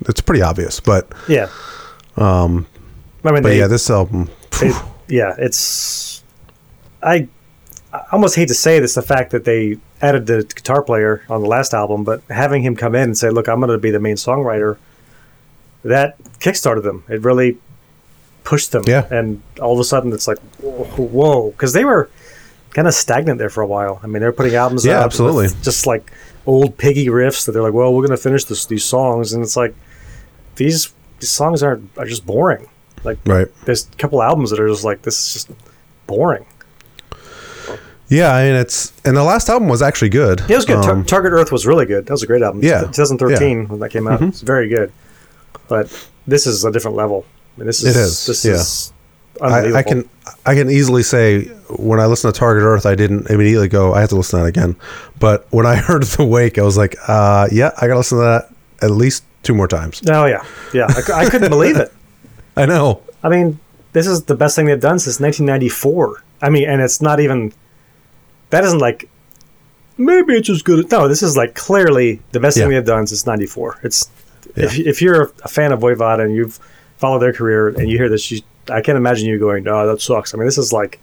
Speaker 5: It's pretty obvious, but
Speaker 6: Yeah. Um. I mean,
Speaker 5: but
Speaker 6: they,
Speaker 5: yeah, this album. phew,
Speaker 6: it- yeah, it's. I, I almost hate to say this, the fact that they added the guitar player on the last album, but having him come in and say, "Look, I'm going to be the main songwriter," that kickstarted them. It really pushed them.
Speaker 5: Yeah.
Speaker 6: And all of a sudden, it's like, whoa, because they were kind of stagnant there for a while. I mean, they're putting albums.
Speaker 5: Yeah,
Speaker 6: out with
Speaker 5: absolutely.
Speaker 6: Just like old piggy riffs that they're like, well, we're going to finish this, these songs, and it's like these, these songs aren't are just boring. Like
Speaker 5: right.
Speaker 6: there's a couple albums that are just like this is just boring.
Speaker 5: Yeah, I mean it's and the last album was actually good.
Speaker 6: Yeah, it was good. Tar-
Speaker 5: Um,
Speaker 6: Target Earth was really good. That was a great album.
Speaker 5: Yeah, Mm-hmm.
Speaker 6: 2013 when that came out. It's very good. But this is a different level. I mean, this is
Speaker 5: It is,
Speaker 6: This
Speaker 5: yeah.
Speaker 6: is
Speaker 5: I,
Speaker 6: unbelievable.
Speaker 5: I can I can easily say when I listened to Target Earth, I didn't immediately go. I have to listen to that again. But when I [LAUGHS] heard The Wake, I was like, uh, yeah, I gotta listen to that at least two more times.
Speaker 6: Oh yeah, yeah. I, cou- I couldn't believe it.
Speaker 5: I know.
Speaker 6: I mean, this is the best thing they've done since 1994. I mean, and it's not even. That isn't like. Maybe it's as good. No, this is like clearly the best thing
Speaker 5: Yeah.
Speaker 6: they've done since '94. It's if,
Speaker 5: Yeah.
Speaker 6: if you're a fan of Voivod and you've followed their career and you hear this, you, I can't imagine you going, "No, that sucks." I mean, this is like,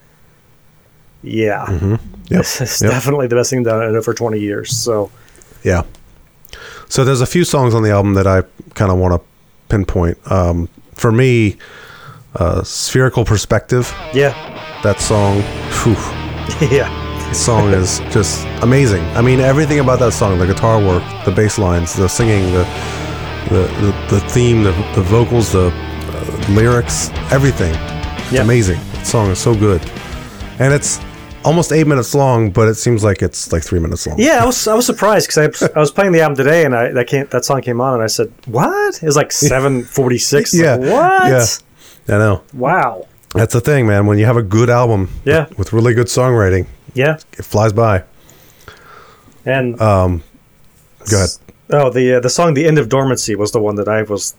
Speaker 6: yeah,
Speaker 5: [LAUGHS] Yep.
Speaker 6: [LAUGHS] this is
Speaker 5: Mm-hmm. Yep.
Speaker 6: definitely the best thing done in for 20 years. So
Speaker 5: Yeah. So there's a few songs on the album that I kind of want to pinpoint. Um, for me, uh, Spherical Perspective,
Speaker 6: yeah, [LAUGHS]
Speaker 5: that song, phew,
Speaker 6: yeah,
Speaker 5: that song is just amazing. I mean, everything about that song, the guitar work, the bass lines, the singing, the the, the, the theme, the, the vocals, the uh, lyrics, everything. It's
Speaker 6: Yeah.
Speaker 5: amazing. That song is so good. And it's almost eight minutes long, but it seems like it's like three minutes long.
Speaker 6: yeah. I was I was surprised because I, I was playing the album today and I that came that song came on and I said, "What?" It was like 7:46.
Speaker 5: Yeah.
Speaker 6: Like, what?
Speaker 5: Yeah. I know.
Speaker 6: Wow.
Speaker 5: That's the thing, man. When you have a good album,
Speaker 6: Yeah.
Speaker 5: with, with really good songwriting,
Speaker 6: Yeah.
Speaker 5: it flies by.
Speaker 6: And
Speaker 5: Go ahead.
Speaker 6: oh, the uh, the song "The End of Dormancy" was the one that I was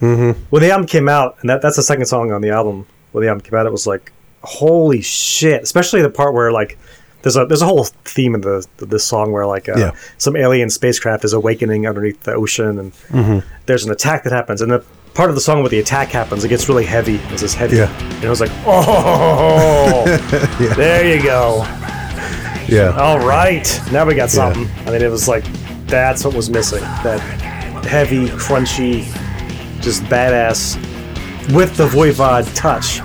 Speaker 5: Mm-hmm.
Speaker 6: when the album came out, and that, that's the second song on the album. When the album came out, it was like, holy shit! Especially the part where like. There's a, there's a whole theme in the this song where like uh,
Speaker 5: Yeah.
Speaker 6: some alien spacecraft is awakening underneath the ocean and
Speaker 5: Mm-hmm.
Speaker 6: there's an attack that happens and the part of the song where the attack happens it gets really heavy it's this heavy
Speaker 5: Yeah.
Speaker 6: and I was like oh
Speaker 5: [LAUGHS]
Speaker 6: there you go
Speaker 5: Yeah,
Speaker 6: all right, now we got something. I mean, it was like that's what was missing. That heavy, crunchy, just badass with the Voivod touch.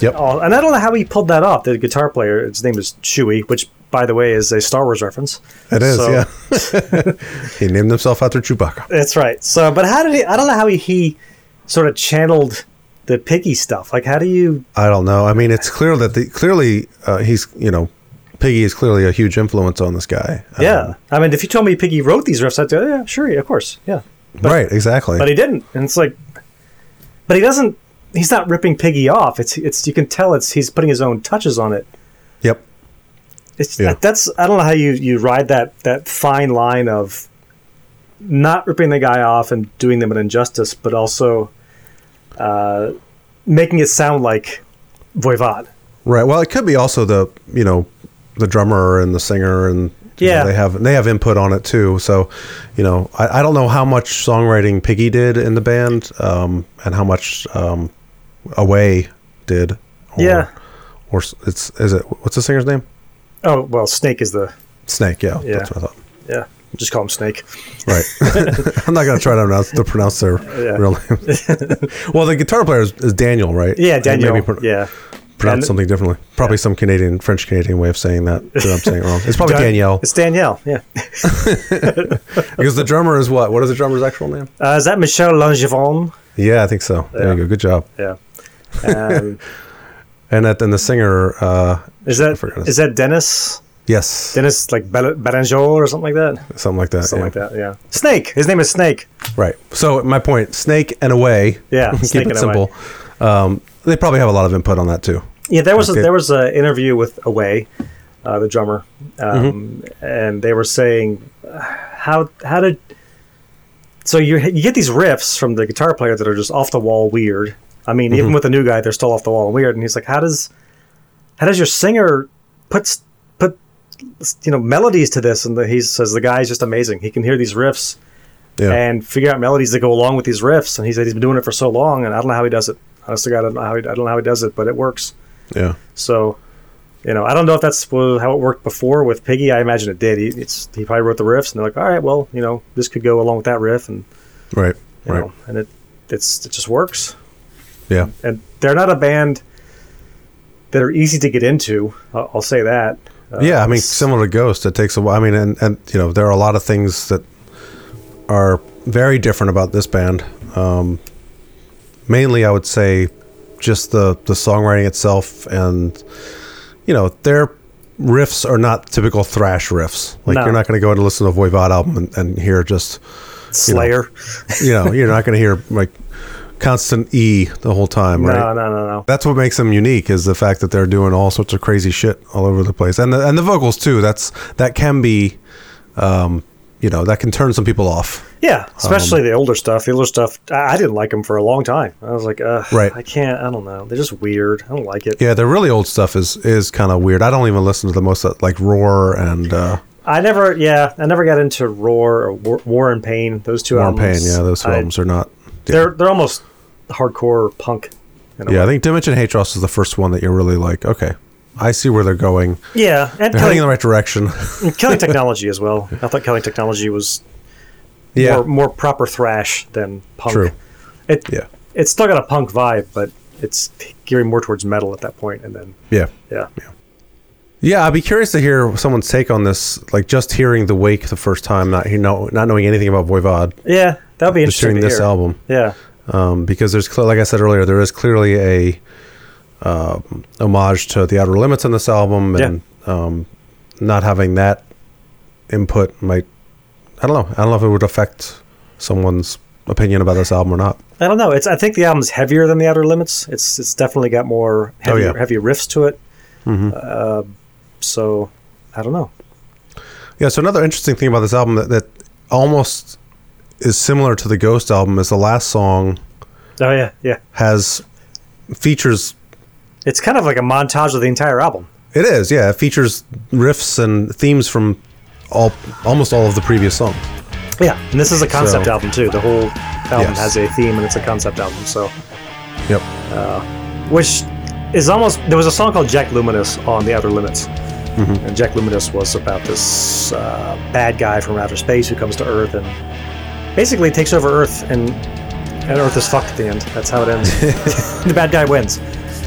Speaker 5: Yep.
Speaker 6: Oh, and I don't know how he pulled that off. The guitar player, his name is Chewie, which, by the way, is a Star Wars reference.
Speaker 5: it is.
Speaker 6: So-
Speaker 5: Yeah, [LAUGHS] he named himself after Chewbacca.
Speaker 6: That's right. So, but how did he? I don't know how he, he sort of channeled the piggy stuff. Like, how do you?
Speaker 5: I don't know. I mean, it's clear that the clearly uh, he's you know, Piggy is clearly a huge influence on this guy. Um,
Speaker 6: Yeah. I mean, if you told me Piggy wrote these riffs, I'd say, "Oh, yeah, sure, yeah, of course, yeah.
Speaker 5: right. Exactly.
Speaker 6: but he didn't and it's like but he doesn't he's not ripping piggy off it's it's you can tell it's he's putting his own touches on it
Speaker 5: yep.
Speaker 6: it's
Speaker 5: Yeah.
Speaker 6: that's i don't know how you you ride that that fine line of not ripping the guy off and doing them an injustice but also uh making it sound like voivod
Speaker 5: Right. Well, it could be also the you know, the drummer and the singer and you know,
Speaker 6: Yeah.
Speaker 5: they have they have input on it too. So, you know, I, I don't know how much songwriting Piggy did in the band, um, and how much um, Away did. Or,
Speaker 6: Yeah.
Speaker 5: Or s- it's is it what's the singer's name?
Speaker 6: oh well snake is the
Speaker 5: Snake. Yeah.
Speaker 6: Yeah.
Speaker 5: That's what I thought.
Speaker 6: yeah just call him snake
Speaker 5: Right. [LAUGHS] I'm not gonna try to pronounce to pronounce their
Speaker 6: Yeah.
Speaker 5: real names.
Speaker 6: [LAUGHS]
Speaker 5: well, the guitar player is, is Daniel, right?
Speaker 6: yeah
Speaker 5: Maybe
Speaker 6: daniel
Speaker 5: pro-
Speaker 6: yeah
Speaker 5: pronounce
Speaker 6: And-
Speaker 5: something differently. Probably some Canadian, French Canadian way of saying that. that I'm saying it wrong. It's
Speaker 6: [LAUGHS]
Speaker 5: probably
Speaker 6: Dan-
Speaker 5: Danielle.
Speaker 6: Oh, It's Danielle, yeah. [LAUGHS]
Speaker 5: Because the drummer is what? What is the drummer's actual name?
Speaker 6: Uh, is that Michel Langevin?
Speaker 5: Yeah, I think so. There
Speaker 6: Yeah.
Speaker 5: you go. Good job.
Speaker 6: Yeah. Um,
Speaker 5: And that, and the singer, uh,
Speaker 6: Is that
Speaker 5: forgot his-
Speaker 6: is that Dennis?
Speaker 5: yes,
Speaker 6: Dennis like Bel- Berenjo or something like that.
Speaker 5: something like that.
Speaker 6: Something
Speaker 5: yeah.
Speaker 6: like that. Yeah. Snake. His name is Snake.
Speaker 5: Right. So my point: Snake and Away.
Speaker 6: Yeah,
Speaker 5: [LAUGHS] keep
Speaker 6: Snake
Speaker 5: it
Speaker 6: and Away.
Speaker 5: simple. Um, they probably have a lot of input on that too.
Speaker 6: Yeah. There was a,
Speaker 5: Okay.
Speaker 6: there was an interview with Away, uh, the drummer, um,
Speaker 5: Mm-hmm.
Speaker 6: and they were saying uh, how how did so you you get these riffs from the guitar player that are just off the wall weird. I mean, even
Speaker 5: Mm-hmm.
Speaker 6: with the new guy, they're still off the wall and weird. And he's like, how does how does your singer put put you know melodies to this? And the, he says the guy's just amazing. He can hear these riffs.
Speaker 5: Yeah.
Speaker 6: and figure out melodies that go along with these riffs. And he said he's been doing it for so long, and I don't know how he does it. Honestly, God, I don't know how he, I don't know how he does it, but it works.
Speaker 5: yeah.
Speaker 6: So, you know, I don't know if that's wha- how it worked before with Piggy. I imagine it did. He, it's, he probably wrote the riffs, and they're like, all right, well, you know, this could go along with that riff, and
Speaker 5: Right.
Speaker 6: you
Speaker 5: Right.
Speaker 6: know, and it it's it just works.
Speaker 5: Yeah.
Speaker 6: And they're not a band that are easy to get into. I'll, I'll say that. Uh,
Speaker 5: yeah. I mean,
Speaker 6: it's-
Speaker 5: similar to Ghost, it takes a while. I mean, and and you know, there are a lot of things that are very different about this band. Um, mainly, I would say, just the the songwriting itself, and you know, their riffs are not typical thrash riffs. Like
Speaker 6: No.
Speaker 5: you're not going to go and listen to a Voivod album and, and hear just
Speaker 6: Slayer.
Speaker 5: you know, you're not going to hear like constant E the whole time,
Speaker 6: No,
Speaker 5: right?
Speaker 6: no, no, no.
Speaker 5: That's what makes them unique is the fact that they're doing all sorts of crazy shit all over the place, and the, and the vocals too. That's that can be, um, you know, that can turn some people off.
Speaker 6: Yeah, especially the older stuff. The older stuff, I, I didn't like them for a long time. I was like, Ugh,
Speaker 5: Right.
Speaker 6: I can't. I don't know. They're just weird. I don't like it.
Speaker 5: Yeah, the really old stuff is is kind of weird. I don't even listen to the most of, like Roar and uh,
Speaker 6: I never, yeah, I never got into Roar or War, War and Pain. Those two
Speaker 5: War and
Speaker 6: albums.
Speaker 5: Pain. Yeah, those two
Speaker 6: I-
Speaker 5: albums are not.
Speaker 6: They're they're almost hardcore punk. In a
Speaker 5: Yeah, I
Speaker 6: way.
Speaker 5: think Dimension Hatros is the first one that you're really like, okay, I see where they're going.
Speaker 6: yeah, and
Speaker 5: They're heading in the
Speaker 6: killing,
Speaker 5: right direction. [LAUGHS]
Speaker 6: killing technology as well. I thought killing technology was
Speaker 5: yeah,
Speaker 6: more, more proper thrash than punk.
Speaker 5: True.
Speaker 6: It
Speaker 5: yeah,
Speaker 6: it's still got a punk vibe, but it's gearing more towards metal at that point, and then
Speaker 5: yeah,
Speaker 6: yeah,
Speaker 5: yeah. I'd be curious to hear someone's take on this. Like just hearing the Wake the first time, not you know, not knowing anything about Voivod,
Speaker 6: yeah, that would be
Speaker 5: just hearing
Speaker 6: interesting. to
Speaker 5: this
Speaker 6: hear.
Speaker 5: album.
Speaker 6: yeah,
Speaker 5: um, because there's cle- like I said earlier, there is clearly a uh, homage to the Outer Limits on this album, and um, not having that input might I don't know I don't know if it would affect someone's opinion about this album or not.
Speaker 6: I don't know. It's I think the album's heavier than the Outer Limits. It's it's definitely got more
Speaker 5: Oh,
Speaker 6: heavy,
Speaker 5: yeah. Mm-hmm.
Speaker 6: heavy riffs to it. Uh, so I don't know.
Speaker 5: Yeah, so another interesting thing about this album that, that almost is similar to the Ghost album is the last song
Speaker 6: Oh yeah, yeah.
Speaker 5: has features
Speaker 6: It's kind of like a montage of the entire album.
Speaker 5: it is yeah it features riffs and themes from all almost all of the previous songs.
Speaker 6: Yeah, and this is a concept
Speaker 5: So-
Speaker 6: album too. The whole album
Speaker 5: Yes.
Speaker 6: has a theme, and it's a concept album. So
Speaker 5: Yep.
Speaker 6: which is almost there was a song called Jack Luminous on the Outer Limits,
Speaker 5: Mm-hmm.
Speaker 6: and Jack Luminous was about this uh, bad guy from outer space who comes to Earth and basically takes over Earth and and Earth is fucked at the end. That's how it ends.
Speaker 5: [LAUGHS]
Speaker 6: the bad guy wins,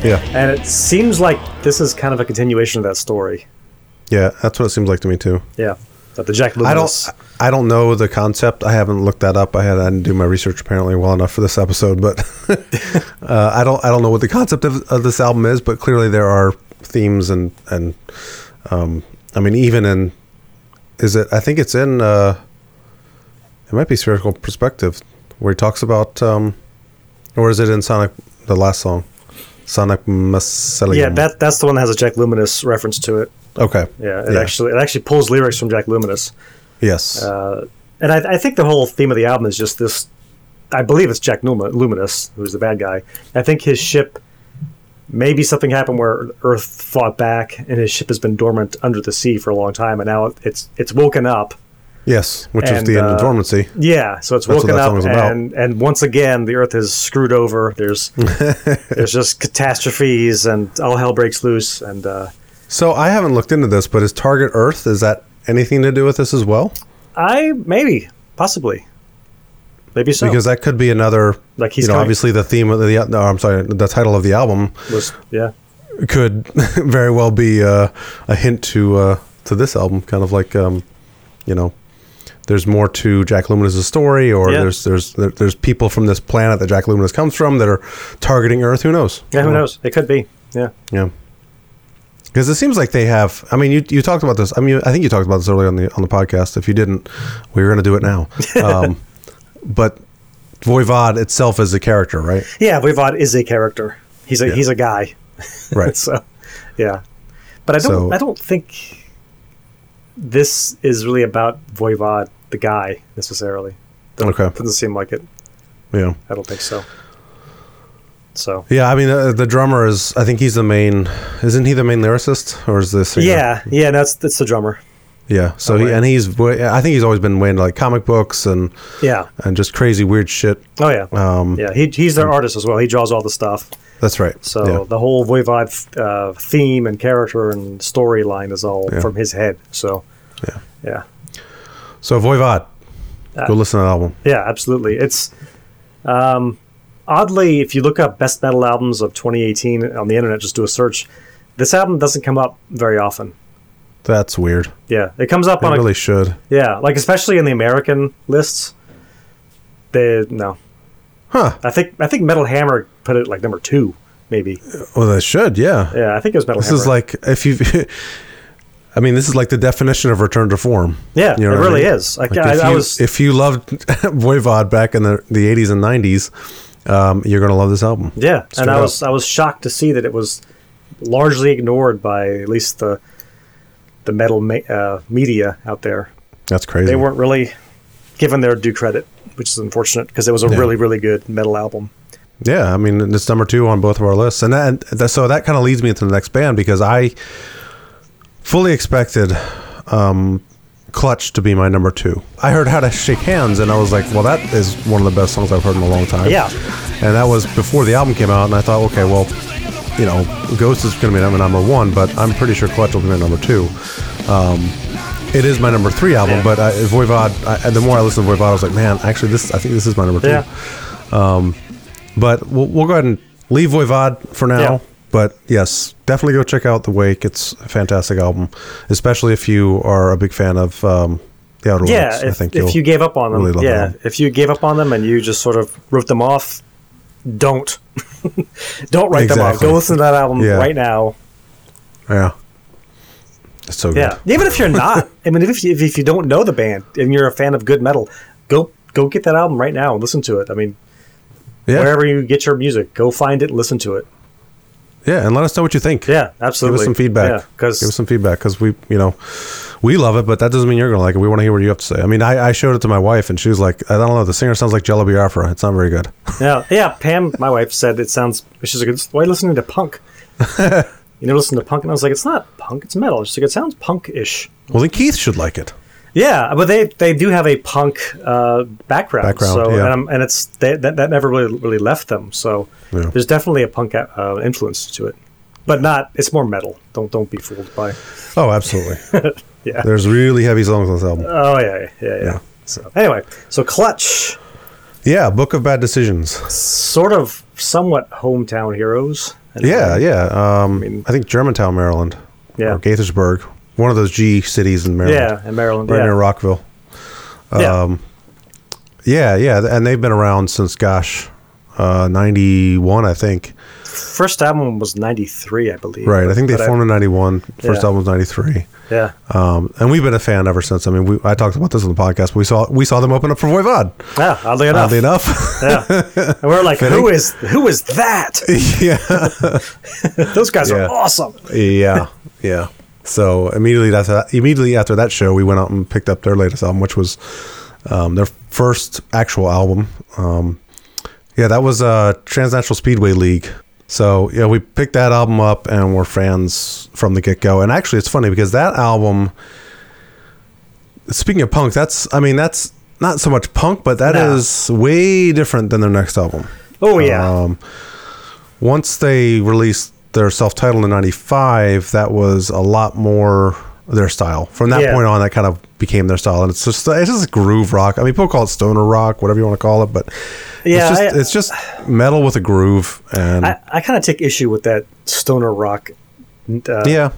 Speaker 5: Yeah.
Speaker 6: and it seems like this is kind of a continuation of that story.
Speaker 5: Yeah, that's what it seems like to me too.
Speaker 6: Yeah, that the Jack
Speaker 5: I
Speaker 6: Luminous.
Speaker 5: don't I don't know the concept. I haven't looked that up. I had I didn't do my research apparently well enough for this episode, but [LAUGHS] uh, I don't I don't know what the concept of, of this album is, but clearly there are themes and and um, I mean even in is it I think it's in uh, it might be spherical perspective where he talks about um, or is it in Sonic the last song Sonic Masellium.
Speaker 6: yeah, that that's the one that has a Jack Luminous reference to it.
Speaker 5: okay
Speaker 6: Yeah, it actually it actually pulls lyrics from Jack Luminous.
Speaker 5: yes
Speaker 6: Uh, and I, I think the whole theme of the album is just this. I believe it's Jack Numa, Luminous, who's the bad guy. I think his ship, maybe something happened where Earth fought back, and his ship has been dormant under the sea for a long time, and now it's it's woken up.
Speaker 5: yes which is
Speaker 6: and,
Speaker 5: the end
Speaker 6: uh,
Speaker 5: of dormancy
Speaker 6: Yeah, so it's
Speaker 5: That's what
Speaker 6: woken
Speaker 5: that
Speaker 6: up,
Speaker 5: song is about.
Speaker 6: and and once again the Earth is screwed over.
Speaker 5: [LAUGHS]
Speaker 6: There's there's just catastrophes, and all hell breaks loose, and uh,
Speaker 5: So I haven't looked into this, but is Target Earth is that anything to do with this as well?
Speaker 6: I maybe possibly maybe so
Speaker 5: Because that could be another.
Speaker 6: Like he's
Speaker 5: you know,
Speaker 6: coming-
Speaker 5: obviously the theme of the uh, no, I'm sorry, the title of the album
Speaker 6: was yeah.
Speaker 5: could [LAUGHS] very well be uh, a hint to uh, to this album, kind of like um, you know, there's more to Jack Luminous' story, or
Speaker 6: Yeah.
Speaker 5: there's there's there, there's people from this planet that Jack Luminous comes from that are targeting Earth. Who knows?
Speaker 6: Yeah, who knows? It could be. Yeah.
Speaker 5: Yeah. Because it seems like they have. I mean, you, you talked about this. I mean, I think you talked about this earlier on the on the podcast. If you didn't, we were going to do it
Speaker 6: [LAUGHS]
Speaker 5: now. Um, but Voivod itself is a character, right?
Speaker 6: Yeah, Voivod is a character. He's a he's a guy. [LAUGHS]
Speaker 5: Right.
Speaker 6: So yeah. But I don't
Speaker 5: So-
Speaker 6: I don't think this is really about Voivod the guy necessarily.
Speaker 5: okay.
Speaker 6: Doesn't seem like it.
Speaker 5: Yeah.
Speaker 6: I don't think so. So
Speaker 5: Yeah. I mean, uh, the drummer is. I think he's the main. Isn't he the main lyricist, or is this?
Speaker 6: yeah, yeah, that's that's the drummer.
Speaker 5: Yeah. So he,
Speaker 6: right.
Speaker 5: and he's. way- I think he's always been way into like comic books and
Speaker 6: Yeah.
Speaker 5: and just crazy weird shit.
Speaker 6: Oh yeah.
Speaker 5: Um,
Speaker 6: yeah, he, he's their artist as well. He draws all the stuff.
Speaker 5: That's right.
Speaker 6: So
Speaker 5: Yeah.
Speaker 6: the whole Voivod uh, theme and character and storyline is all
Speaker 5: Yeah.
Speaker 6: from his head. So
Speaker 5: Yeah.
Speaker 6: yeah.
Speaker 5: So Voivod.
Speaker 6: Uh,
Speaker 5: Go listen to that album.
Speaker 6: Yeah, absolutely. It's um, oddly, if you look up best metal albums of 2018 on the internet, just do a search. This album doesn't come up very often.
Speaker 5: That's weird.
Speaker 6: Yeah, it comes up
Speaker 5: It
Speaker 6: on
Speaker 5: really
Speaker 6: a,
Speaker 5: should.
Speaker 6: yeah, like especially in the American lists. They no,
Speaker 5: Huh.
Speaker 6: I think I think Metal Hammer put it like number two, maybe.
Speaker 5: Well, they should. Yeah.
Speaker 6: Yeah, I think it was Metal
Speaker 5: This
Speaker 6: Hammer.
Speaker 5: is like if you. [LAUGHS] I mean, this is like the definition of return to form.
Speaker 6: yeah,
Speaker 5: You know
Speaker 6: it
Speaker 5: what I
Speaker 6: really
Speaker 5: mean?
Speaker 6: is. Like,
Speaker 5: Like, [LAUGHS]
Speaker 6: I,
Speaker 5: if,
Speaker 6: I
Speaker 5: you,
Speaker 6: was
Speaker 5: if you loved Voivod back in the, the 80s and 90s, Um, you're gonna love this album.
Speaker 6: Yeah,
Speaker 5: Straight
Speaker 6: and I
Speaker 5: up.
Speaker 6: was I was shocked to see that it was largely ignored by at least the the metal ma- uh, media out there.
Speaker 5: That's crazy.
Speaker 6: They weren't really given their due credit, which is unfortunate because it was a really really good metal album.
Speaker 5: Yeah, I mean it's number two on both of our lists, and that, that so that kind of leads me into the next band because I fully expected um, Clutch to be my number two. I heard How to Shake Hands, and I was like, well, that is one of the best songs I've heard in a long time.
Speaker 6: Yeah.
Speaker 5: and that was before the album came out, and I thought, okay, well, you know, Ghost is going to be number number one, but I'm pretty sure Clutch will be my number two. Um, it is my number three album, but I, Voivod. I, the more I listened to Voivod, I was like, man, actually, this I think this is my number two.
Speaker 6: Yeah.
Speaker 5: But we'll, we'll go ahead and leave Voivod for now.
Speaker 6: Yeah.
Speaker 5: But yes, definitely go check out The Wake. It's a fantastic album, especially if you are a big fan of um, The Outer
Speaker 6: Yeah,
Speaker 5: Worlds.
Speaker 6: if,
Speaker 5: I think
Speaker 6: if
Speaker 5: you'll-
Speaker 6: you gave up on them,
Speaker 5: really love
Speaker 6: yeah,
Speaker 5: that.
Speaker 6: if you gave up on them and you just sort of wrote them off, don't [LAUGHS] don't write them off.
Speaker 5: Exactly.
Speaker 6: Go listen to that album
Speaker 5: Yeah.
Speaker 6: right now.
Speaker 5: Yeah. It's so good.
Speaker 6: Yeah, even if you're not, I mean, if you, if, if you don't know the band and you're a fan of good metal, go go get that album right now and listen to it. I mean,
Speaker 5: Yeah.
Speaker 6: wherever you get your music, go find it, listen to it.
Speaker 5: Yeah, and let us know what you think.
Speaker 6: Yeah,
Speaker 5: Give
Speaker 6: absolutely.
Speaker 5: us some feedback.
Speaker 6: Yeah, because
Speaker 5: give us some feedback because we, you know, we love it, but that doesn't mean you're gonna like it. We want to hear what you have to say. I mean, I, I showed it to my wife, and she was like, "I don't know, the singer sounds like Jello Biafra. It's not very good." [LAUGHS]
Speaker 6: yeah, yeah, Pam, my wife said it sounds. She's like, "Why are you listening
Speaker 5: [LAUGHS]
Speaker 6: to punk? you know, listen to punk, and I was like, it's not punk, it's metal. She's like, it sounds punk-ish.
Speaker 5: Well, then Keith should like it.
Speaker 6: Yeah, but they they do have a punk uh, background,
Speaker 5: Background,
Speaker 6: so
Speaker 5: yeah.
Speaker 6: and, i and it's they, that that never really really left them. So
Speaker 5: Yeah.
Speaker 6: there's definitely a punk a- uh, influence to it, but not it's more metal. Don't don't be fooled by.
Speaker 5: Oh, absolutely.
Speaker 6: [LAUGHS] Yeah.
Speaker 5: There's really heavy songs on this album.
Speaker 6: Oh yeah yeah yeah.
Speaker 5: Yeah.
Speaker 6: yeah. So anyway, so Clutch,
Speaker 5: Yeah, Book of Bad Decisions.
Speaker 6: sort of somewhat hometown heroes.
Speaker 5: Yeah, yeah. Um, I,
Speaker 6: mean-
Speaker 5: think Germantown, Maryland.
Speaker 6: Yeah.
Speaker 5: Or Gaithersburg. One of those G cities in Maryland.
Speaker 6: yeah, and Maryland,
Speaker 5: Right
Speaker 6: yeah.
Speaker 5: near Rockville.
Speaker 6: yeah.
Speaker 5: um, Yeah, yeah. And they've been around since, gosh, uh, 91, I think.
Speaker 6: First album was '93, I believe.
Speaker 5: Right. I think they
Speaker 6: But
Speaker 5: formed in 91. First
Speaker 6: Yeah.
Speaker 5: album was 93.
Speaker 6: yeah,
Speaker 5: Um, and we've been a fan ever since. I mean, we, I talked about this on the podcast. But we saw we saw them open up for Voivod.
Speaker 6: yeah. Ah, Oddly enough,
Speaker 5: Oddly
Speaker 6: [LAUGHS]
Speaker 5: enough, [LAUGHS]
Speaker 6: yeah. And we're like,
Speaker 5: Fitting.
Speaker 6: who is who is
Speaker 5: [LAUGHS]
Speaker 6: that?
Speaker 5: yeah,
Speaker 6: Those guys
Speaker 5: Yeah.
Speaker 6: are awesome.
Speaker 5: yeah, yeah. So immediately after that, immediately after that show, we went out and picked up their latest album, which was um, their first actual album. Um, yeah, that was uh, Transnational Speedway League. So yeah, we picked that album up and we're fans from the get go. And actually, it's funny because that album. Speaking of punk, that's I mean that's not so much punk, but that
Speaker 6: No.
Speaker 5: is way different than their next album.
Speaker 6: Oh yeah,
Speaker 5: Um, once they released their self-titled in '95, that was a lot more their style. From that
Speaker 6: Yeah.
Speaker 5: point on, that kind of became their style, and it's just it's just groove rock. I mean, people call it stoner rock, whatever you want to call it, but it's
Speaker 6: Yeah,
Speaker 5: just,
Speaker 6: I-
Speaker 5: it's just metal with a groove, and
Speaker 6: I, I kind of take issue with that stoner rock uh,
Speaker 5: yeah,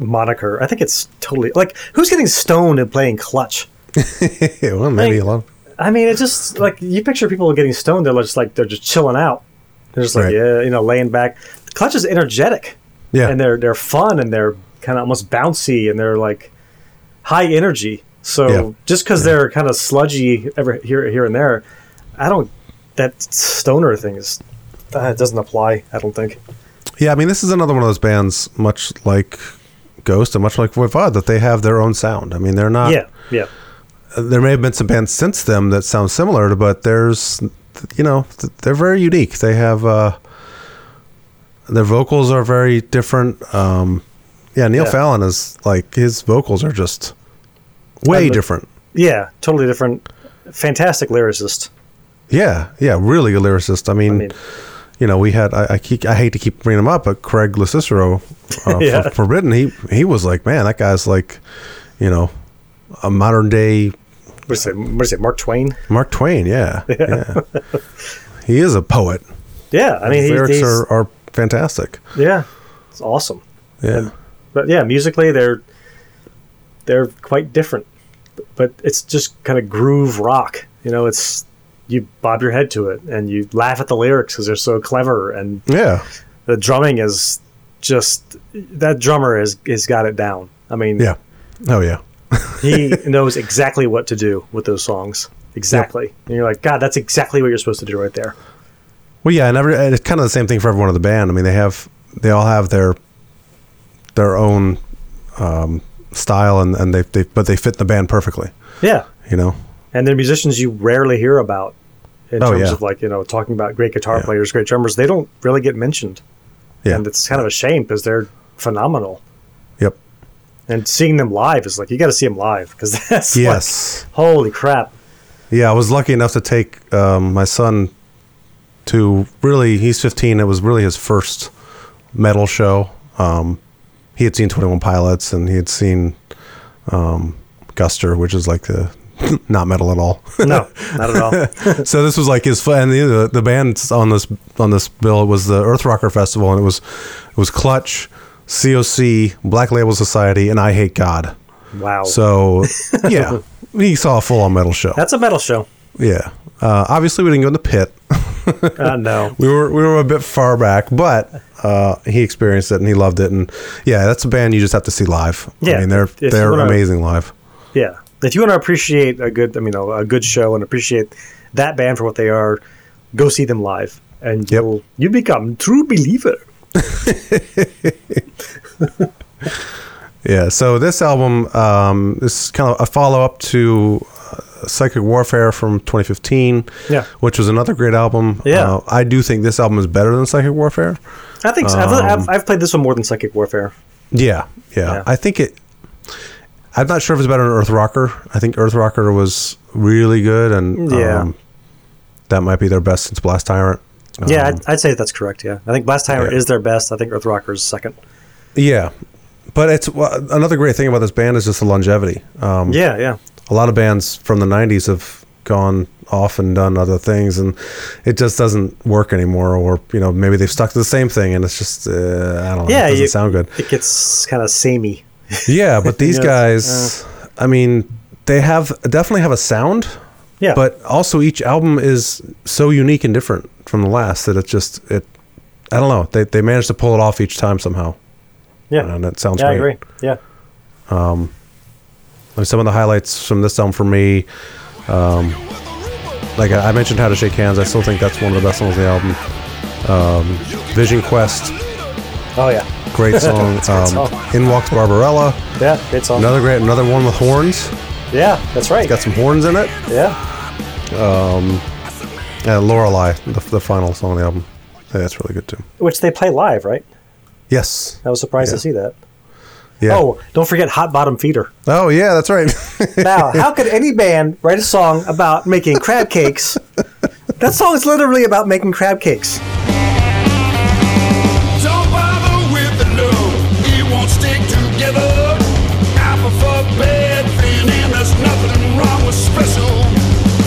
Speaker 6: moniker. I think it's totally like who's getting stoned and playing clutch.
Speaker 5: yeah, well, maybe a lot.
Speaker 6: I mean, it's just like you picture people getting stoned. They're just like they're just chilling out. They're just like
Speaker 5: Right.
Speaker 6: yeah, you know, laying back. Clutch is energetic.
Speaker 5: Yeah.
Speaker 6: and they're they're fun and they're kind of almost bouncy and they're like high energy. So
Speaker 5: Yeah.
Speaker 6: just because they're kind of sludgy ever here here and there, I don't that stoner thing is uh, it doesn't apply. I don't think.
Speaker 5: Yeah, I mean, this is another one of those bands, much like Ghost and much like Voivod, that they have their own sound. I mean, they're not.
Speaker 6: yeah, yeah.
Speaker 5: there may have been some bands since them that sound similar, but there's, you know, th- they're very unique. They have uh, their vocals are very different. Um, yeah, Neil
Speaker 6: Yeah.
Speaker 5: Fallon is like his vocals are just way
Speaker 6: And the-
Speaker 5: different.
Speaker 6: Yeah, totally different. Fantastic lyricist.
Speaker 5: Yeah, yeah, really good lyricist. I mean,
Speaker 6: mean-
Speaker 5: you know, we had I, I keep I hate to keep bringing him up, but Craig LeCicero
Speaker 6: [LAUGHS]
Speaker 5: uh,
Speaker 6: Yeah.
Speaker 5: for Forbidden, he he was like, man, that guy's like, you know, a modern day
Speaker 6: What is it? What is it? Mark Twain.
Speaker 5: Mark Twain.
Speaker 6: [LAUGHS]
Speaker 5: Yeah, yeah. he is a poet.
Speaker 6: Yeah, I mean, he,
Speaker 5: lyrics
Speaker 6: he's
Speaker 5: are, are fantastic.
Speaker 6: yeah, it's awesome.
Speaker 5: Yeah.
Speaker 6: But yeah, musically they're they're quite different. But it's just kind of groove rock. You know, it's you bob your head to it and you laugh at the lyrics because they're so clever and
Speaker 5: Yeah.
Speaker 6: the drumming is just that drummer has has got it down. I mean,
Speaker 5: Yeah. Oh yeah.
Speaker 6: he knows exactly what to do with those songs. Exactly. And you're like, God, that's exactly what you're supposed to do right there.
Speaker 5: Well, yeah, and every and it's kind of the same thing for everyone in the band. I mean, they have they all have their their own um, style, and and they they but they fit the band perfectly.
Speaker 6: Yeah.
Speaker 5: You know,
Speaker 6: and they're musicians you rarely hear about in
Speaker 5: Oh,
Speaker 6: terms
Speaker 5: yeah.
Speaker 6: of like you know talking about great guitar
Speaker 5: Yeah.
Speaker 6: players great drummers they don't really get mentioned
Speaker 5: yeah,
Speaker 6: and it's kind of a shame because they're phenomenal
Speaker 5: yep,
Speaker 6: and seeing them live is like you got to see them live because [LAUGHS] that's like,
Speaker 5: yes.
Speaker 6: holy crap
Speaker 5: Yeah, I was lucky enough to take um, my son to really, he's 15. It was really his first metal show. Um, he had seen 21 Pilots and he had seen um, Guster, which is like the [LAUGHS] not metal at all. [LAUGHS]
Speaker 6: no not at all
Speaker 5: so this was like his fun. And the, the bands on this on this bill was the Earth Rocker Festival, and it was it was Clutch, COC, Black Label Society, and I Hate God.
Speaker 6: wow
Speaker 5: So yeah, he saw a full on metal show.
Speaker 6: that's a metal show
Speaker 5: Yeah. Uh, obviously, we didn't go in the pit.
Speaker 6: uh, no
Speaker 5: We were we were a bit far back, but uh, he experienced it and he loved it. And yeah, that's a band you just have to see live.
Speaker 6: Yeah,
Speaker 5: I mean, they're
Speaker 6: if you
Speaker 5: they're
Speaker 6: wanna-
Speaker 5: amazing live.
Speaker 6: yeah if you want to appreciate a good i mean a, a good show and appreciate that band for what they are go see them live
Speaker 5: Yep.
Speaker 6: and you'll you become true believer
Speaker 5: Yeah. So this album um, is kind of a follow up to uh, Psychic Warfare from 2015.
Speaker 6: Yeah.
Speaker 5: Which was another great album.
Speaker 6: Yeah.
Speaker 5: Uh, I do think this album is better than Psychic Warfare.
Speaker 6: i think so.
Speaker 5: Um,
Speaker 6: I've, I've, I've played this one more than psychic warfare
Speaker 5: Yeah, yeah.
Speaker 6: Yeah.
Speaker 5: I think it. I'm not sure if it's better than Earth Rocker. I think Earth Rocker was really good, and um,
Speaker 6: Yeah.
Speaker 5: that might be their best since Blast Tyrant.
Speaker 6: Yeah,
Speaker 5: Um,
Speaker 6: I'd, I'd say that's correct. Yeah, I think Blast Tyrant
Speaker 5: Yeah.
Speaker 6: is their best. I think Earth Rocker is second.
Speaker 5: yeah. But it's wha- another great thing about this band is just the longevity. Um,
Speaker 6: Yeah, yeah,
Speaker 5: a lot of bands from the '90s have gone off and done other things, and it just doesn't work anymore. Or you know, maybe they've stuck to the same thing, and it's just uh, I don't know.
Speaker 6: yeah.
Speaker 5: it doesn't
Speaker 6: you-
Speaker 5: sound good.
Speaker 6: It gets kind of samey.
Speaker 5: Yeah, but these
Speaker 6: [LAUGHS] Yeah.
Speaker 5: guys, I mean, they have definitely have a sound,
Speaker 6: Yeah,
Speaker 5: but also each album is so unique and different from the last that it just it. I don't know. They they managed to pull it off each time somehow,
Speaker 6: yeah,
Speaker 5: and it sounds
Speaker 6: yeah, I
Speaker 5: great.
Speaker 6: agree. Yeah,
Speaker 5: Like, Some of the highlights from this album for me, um, like I I mentioned, "How to Shake Hands." I still think that's one of the best songs on the album. Um, Vision Quest,
Speaker 6: oh yeah, [LAUGHS]
Speaker 5: great song. um,
Speaker 6: song.
Speaker 5: In walks Barbarella,
Speaker 6: yeah. Great song.
Speaker 5: another great, another one with horns.
Speaker 6: yeah, that's right.
Speaker 5: Got some horns in it.
Speaker 6: yeah,
Speaker 5: Uh, Lorelei, the, the final song on the album. Yeah, that's really good too.
Speaker 6: which they play live, right?
Speaker 5: Yes.
Speaker 6: I was surprised
Speaker 5: Yeah.
Speaker 6: to see that.
Speaker 5: Yeah.
Speaker 6: Oh, don't forget Hot Bottom Feeder.
Speaker 5: Oh, yeah, that's right. [LAUGHS]
Speaker 6: Now, how could any band write a song about making crab cakes? That song is literally about making crab cakes.
Speaker 8: Don't bother with the love, it won't stick together. I prefer bad thin, and there's nothing wrong with special.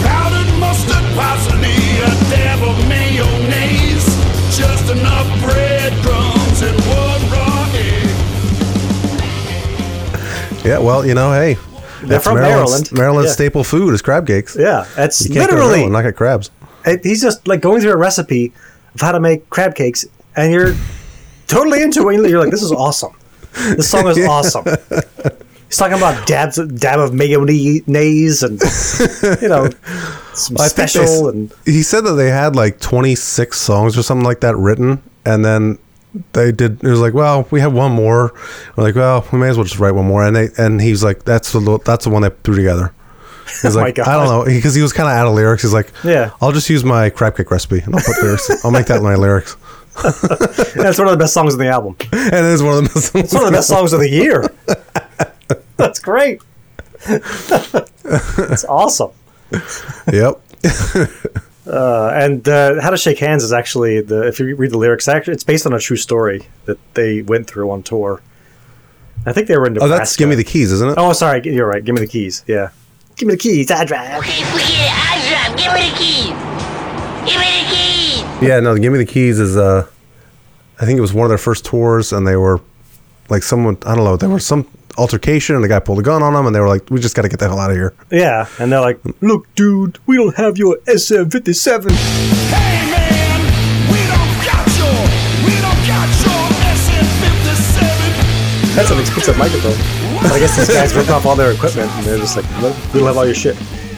Speaker 8: Powdered mustard, parsley, a dab of mayonnaise, just enough breadcrumbs and one raw egg.
Speaker 5: yeah, well, you know, hey.
Speaker 6: They're
Speaker 5: that's
Speaker 6: from
Speaker 5: Maryland's,
Speaker 6: Maryland.
Speaker 5: Maryland's
Speaker 6: Yeah.
Speaker 5: staple food is crab cakes.
Speaker 6: Yeah, that's
Speaker 5: You can't go to
Speaker 6: literally
Speaker 5: Maryland and not get crabs.
Speaker 6: It- he's just like going through a recipe of how to make crab cakes, and you're totally into it. You're like, this is awesome. This
Speaker 5: [LAUGHS]
Speaker 6: song is awesome. He's talking about dabs, dab of mayonnaise, and you know, some
Speaker 5: I think they s-
Speaker 6: special, and
Speaker 5: He said that they had like 26 songs or something like that written, and then they did. It was like, well, we have one more. We're like, well, we may as well just write one more. And they and he's like, that's the lo- that's the one they threw
Speaker 6: [LAUGHS]
Speaker 5: together. He's
Speaker 6: Oh my
Speaker 5: like,
Speaker 6: God.
Speaker 5: I don't know, because he was kind of out of lyrics. He's like,
Speaker 6: Yeah.
Speaker 5: I'll just use my crab cake recipe and I'll put lyrics. I'll make that my lyrics. [LAUGHS]
Speaker 6: that's one of the best songs on the album.
Speaker 5: And it is one of the best.
Speaker 6: It's one of the best songs of the year. [LAUGHS] That's great. [LAUGHS] it's awesome.
Speaker 5: [LAUGHS] yep.
Speaker 6: and uh, how to shake hands is actually the if you read the lyrics actually it's based on a true story that they went through on tour i think they were in
Speaker 5: Oh,
Speaker 6: Nebraska.
Speaker 5: that's give me the keys, isn't it?
Speaker 6: oh sorry you're right give me the keys yeah give me the keys i drive
Speaker 9: Okay, forget it. I drive. Give me the keys. Give me the keys.
Speaker 5: Yeah, no, Give Me the Keys is uh I think it was one of their first tours and they were like someone I don't know, there was some altercation and the guy pulled a gun on them and they were like, We just gotta get the hell out of here.
Speaker 6: yeah and they're like look dude we don't have your sm57
Speaker 8: Hey man, we don't got your, we don't got your SN57.
Speaker 6: that's an expensive microphone but i guess these guys ripped off all their equipment and they're just like "Look, we don't have all your shit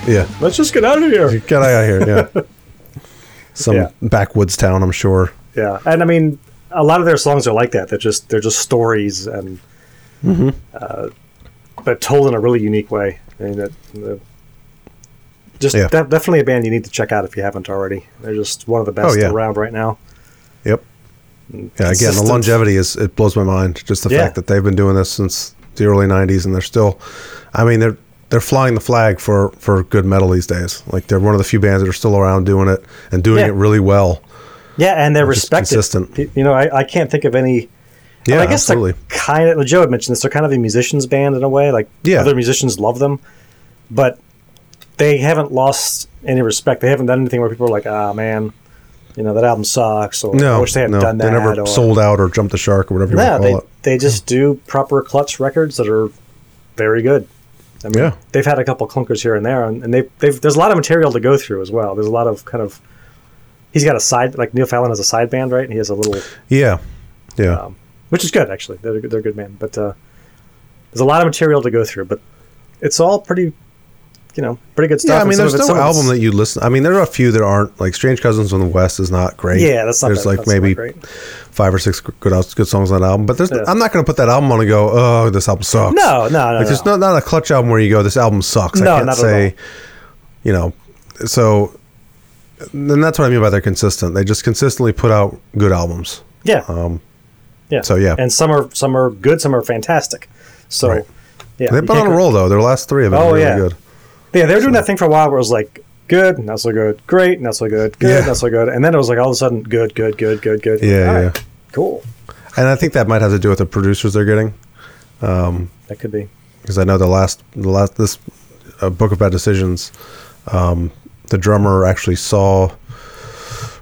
Speaker 5: Yeah.
Speaker 6: let's just get out of here [LAUGHS]
Speaker 5: Get out of here, yeah. some
Speaker 6: Yeah.
Speaker 5: backwoods town, I'm sure.
Speaker 6: Yeah, and I mean, a lot of their songs are like that. They're just they're just stories and,
Speaker 5: Mm-hmm.
Speaker 6: uh, but told in a really unique way. I mean, that, uh, just
Speaker 5: Yeah.
Speaker 6: de- definitely a band you need to check out if you haven't already. They're just one of the best
Speaker 5: Oh, yeah.
Speaker 6: around right now.
Speaker 5: Yep. Yeah, again, the
Speaker 6: Consistent.
Speaker 5: longevity is it blows my mind. Just the
Speaker 6: Yeah.
Speaker 5: fact that they've been doing this since the early '90s, and they're still, I mean, they're they're flying the flag for for good metal these days. Like they're one of the few bands that are still around doing it and doing
Speaker 6: Yeah.
Speaker 5: it really well.
Speaker 6: Yeah, and they're
Speaker 5: Just
Speaker 6: respected.
Speaker 5: consistent.
Speaker 6: Y- You know, I, I can't think of any.
Speaker 5: Yeah,
Speaker 6: I guess
Speaker 5: absolutely.
Speaker 6: they're kind of. Joe had mentioned this. They're kind of a musicians band in a way. Like
Speaker 5: Yeah.
Speaker 6: other musicians love them, but they haven't lost any respect. They haven't done anything where people are like, "Ah, man, you know that album sucks," or
Speaker 5: no,
Speaker 6: "I wish they hadn't
Speaker 5: no,
Speaker 6: done that."
Speaker 5: they never
Speaker 6: or,
Speaker 5: sold out or jumped the shark or whatever you
Speaker 6: Yeah,
Speaker 5: want to
Speaker 6: they
Speaker 5: call
Speaker 6: they just do proper clutch records that are very good. I mean,
Speaker 5: Yeah.
Speaker 6: they've had a couple clunkers here and there, and, and they they've there's a lot of material to go through as well. There's a lot of kind of. He's got a side like Neil Fallon has a side band, right? And he has a little
Speaker 5: it. Yeah, yeah,
Speaker 6: which is good actually. They're a good- they're a good man, but uh, there's a lot of material to go through, but it's all pretty, you know, pretty good stuff.
Speaker 5: yeah. I
Speaker 6: and
Speaker 5: mean,
Speaker 6: some
Speaker 5: there's
Speaker 6: of it's-
Speaker 5: no
Speaker 6: some of it's-
Speaker 5: album that you listen. I mean, there are a few that aren't like "Strange Cousins from the West" is not great.
Speaker 6: yeah, that's not
Speaker 5: there's
Speaker 6: bad.
Speaker 5: like
Speaker 6: That's not
Speaker 5: maybe
Speaker 6: great.
Speaker 5: five or six good al- good songs on that album. But there's
Speaker 6: Yeah.
Speaker 5: I'm not going to put that album on and go, oh, this album sucks.
Speaker 6: No, no, no,
Speaker 5: like, there's
Speaker 6: no.
Speaker 5: not not a clutch album where you go, this album sucks.
Speaker 6: No,
Speaker 5: I can't
Speaker 6: not at
Speaker 5: say,
Speaker 6: all.
Speaker 5: you know, so. And that's what I mean by they're consistent. They just consistently put out good albums.
Speaker 6: yeah, yeah.
Speaker 5: um, so, yeah.
Speaker 6: and some are some are good, some are fantastic. So
Speaker 5: Right.
Speaker 6: yeah,
Speaker 5: They've been
Speaker 6: you can't
Speaker 5: on a
Speaker 6: go-
Speaker 5: roll though. Their last three have been
Speaker 6: Oh,
Speaker 5: really
Speaker 6: yeah.
Speaker 5: good.
Speaker 6: Yeah, they were doing that thing for a while where it was like good, not so good, great, not so good, good,
Speaker 5: Yeah.
Speaker 6: not so good, and then it was like all of a sudden good, good, good, good, good.
Speaker 5: Yeah,
Speaker 6: All
Speaker 5: yeah.
Speaker 6: cool.
Speaker 5: And I think that might have to do with the producers they're getting.
Speaker 6: That could be.
Speaker 5: because I know the last the last this uh, book of bad decisions, um, the drummer actually saw,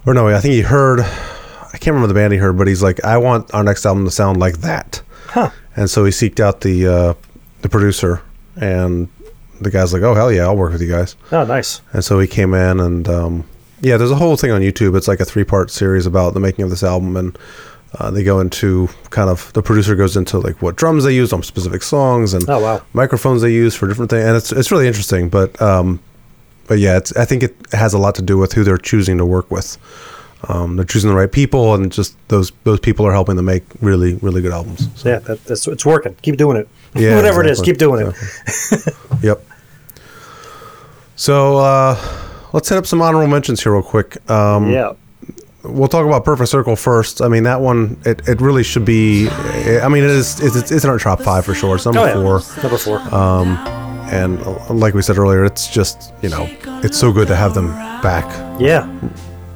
Speaker 5: or no, I think he heard. I can't remember the band he heard, but he's like, I want our next album to sound like that,
Speaker 6: Huh.
Speaker 5: and so he seeked out the uh, the producer, and the guy's like, Oh hell yeah, I'll work with you guys,
Speaker 6: Oh, nice.
Speaker 5: and so he came in and. Um, yeah, there's a whole thing on YouTube. It's like a three-part series about the making of this album, and uh, they go into kind of the producer goes into like what drums they used on specific songs, and
Speaker 6: Oh, wow.
Speaker 5: microphones they use for different things, and it's it's really interesting. But um, but yeah, it's I think it has a lot to do with who they're choosing to work with. Um, they're choosing the right people, and just those those people are helping them make really really good albums. So,
Speaker 6: Yeah, that, that's it's working. Keep doing it. [LAUGHS]
Speaker 5: Yeah,
Speaker 6: Whatever it is,
Speaker 5: exactly.
Speaker 6: keep doing it.
Speaker 5: yep. So uh, let's hit up some honorable mentions here real quick. Um,
Speaker 6: yeah.
Speaker 5: We'll talk about Perfect Circle first. I mean that one, it, it really should be. I mean it is it's, it's in our top five for sure. It's number
Speaker 6: Oh, yeah.
Speaker 5: four.
Speaker 6: Number four.
Speaker 5: Um, and uh, like we said earlier it's just you know it's so good to have them back
Speaker 6: yeah.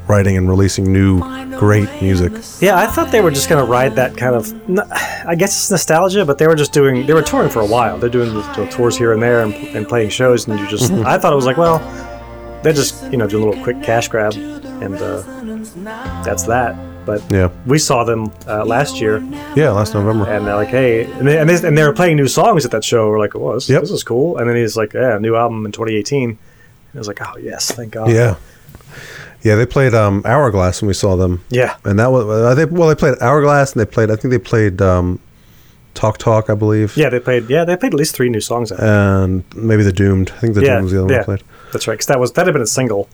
Speaker 5: writing and releasing new great music
Speaker 6: Yeah, I thought they were just going to ride that kind of. n- [SIGHS] I guess it's nostalgia, but they were just doing. They were touring for a while. They're doing little tours here and there and, and playing shows, and you just.
Speaker 5: Mm-hmm.
Speaker 6: I thought it was like, well, they're just, you know, do a little quick cash grab, and uh, that's that. But
Speaker 5: yeah
Speaker 6: we saw them uh, last year, and
Speaker 5: yeah last november
Speaker 6: they're like, hey. And they, and, they, and they were playing new songs at that show. We're like, whoa, this,
Speaker 5: Yep.
Speaker 6: this is cool. And then he's like, yeah, new album in 2018. And I was like, oh, yes, thank God.
Speaker 5: yeah yeah they played um hourglass when we saw them
Speaker 6: Yeah.
Speaker 5: and that was uh, they well they played hourglass and they played i think they played um talk talk i believe
Speaker 6: Yeah, they played. Yeah, they played at least three new songs. I think.
Speaker 5: and maybe the doomed i think the
Speaker 6: yeah,
Speaker 5: doomed was the other
Speaker 6: yeah,
Speaker 5: one they played
Speaker 6: that's right. Because that was that had been a single.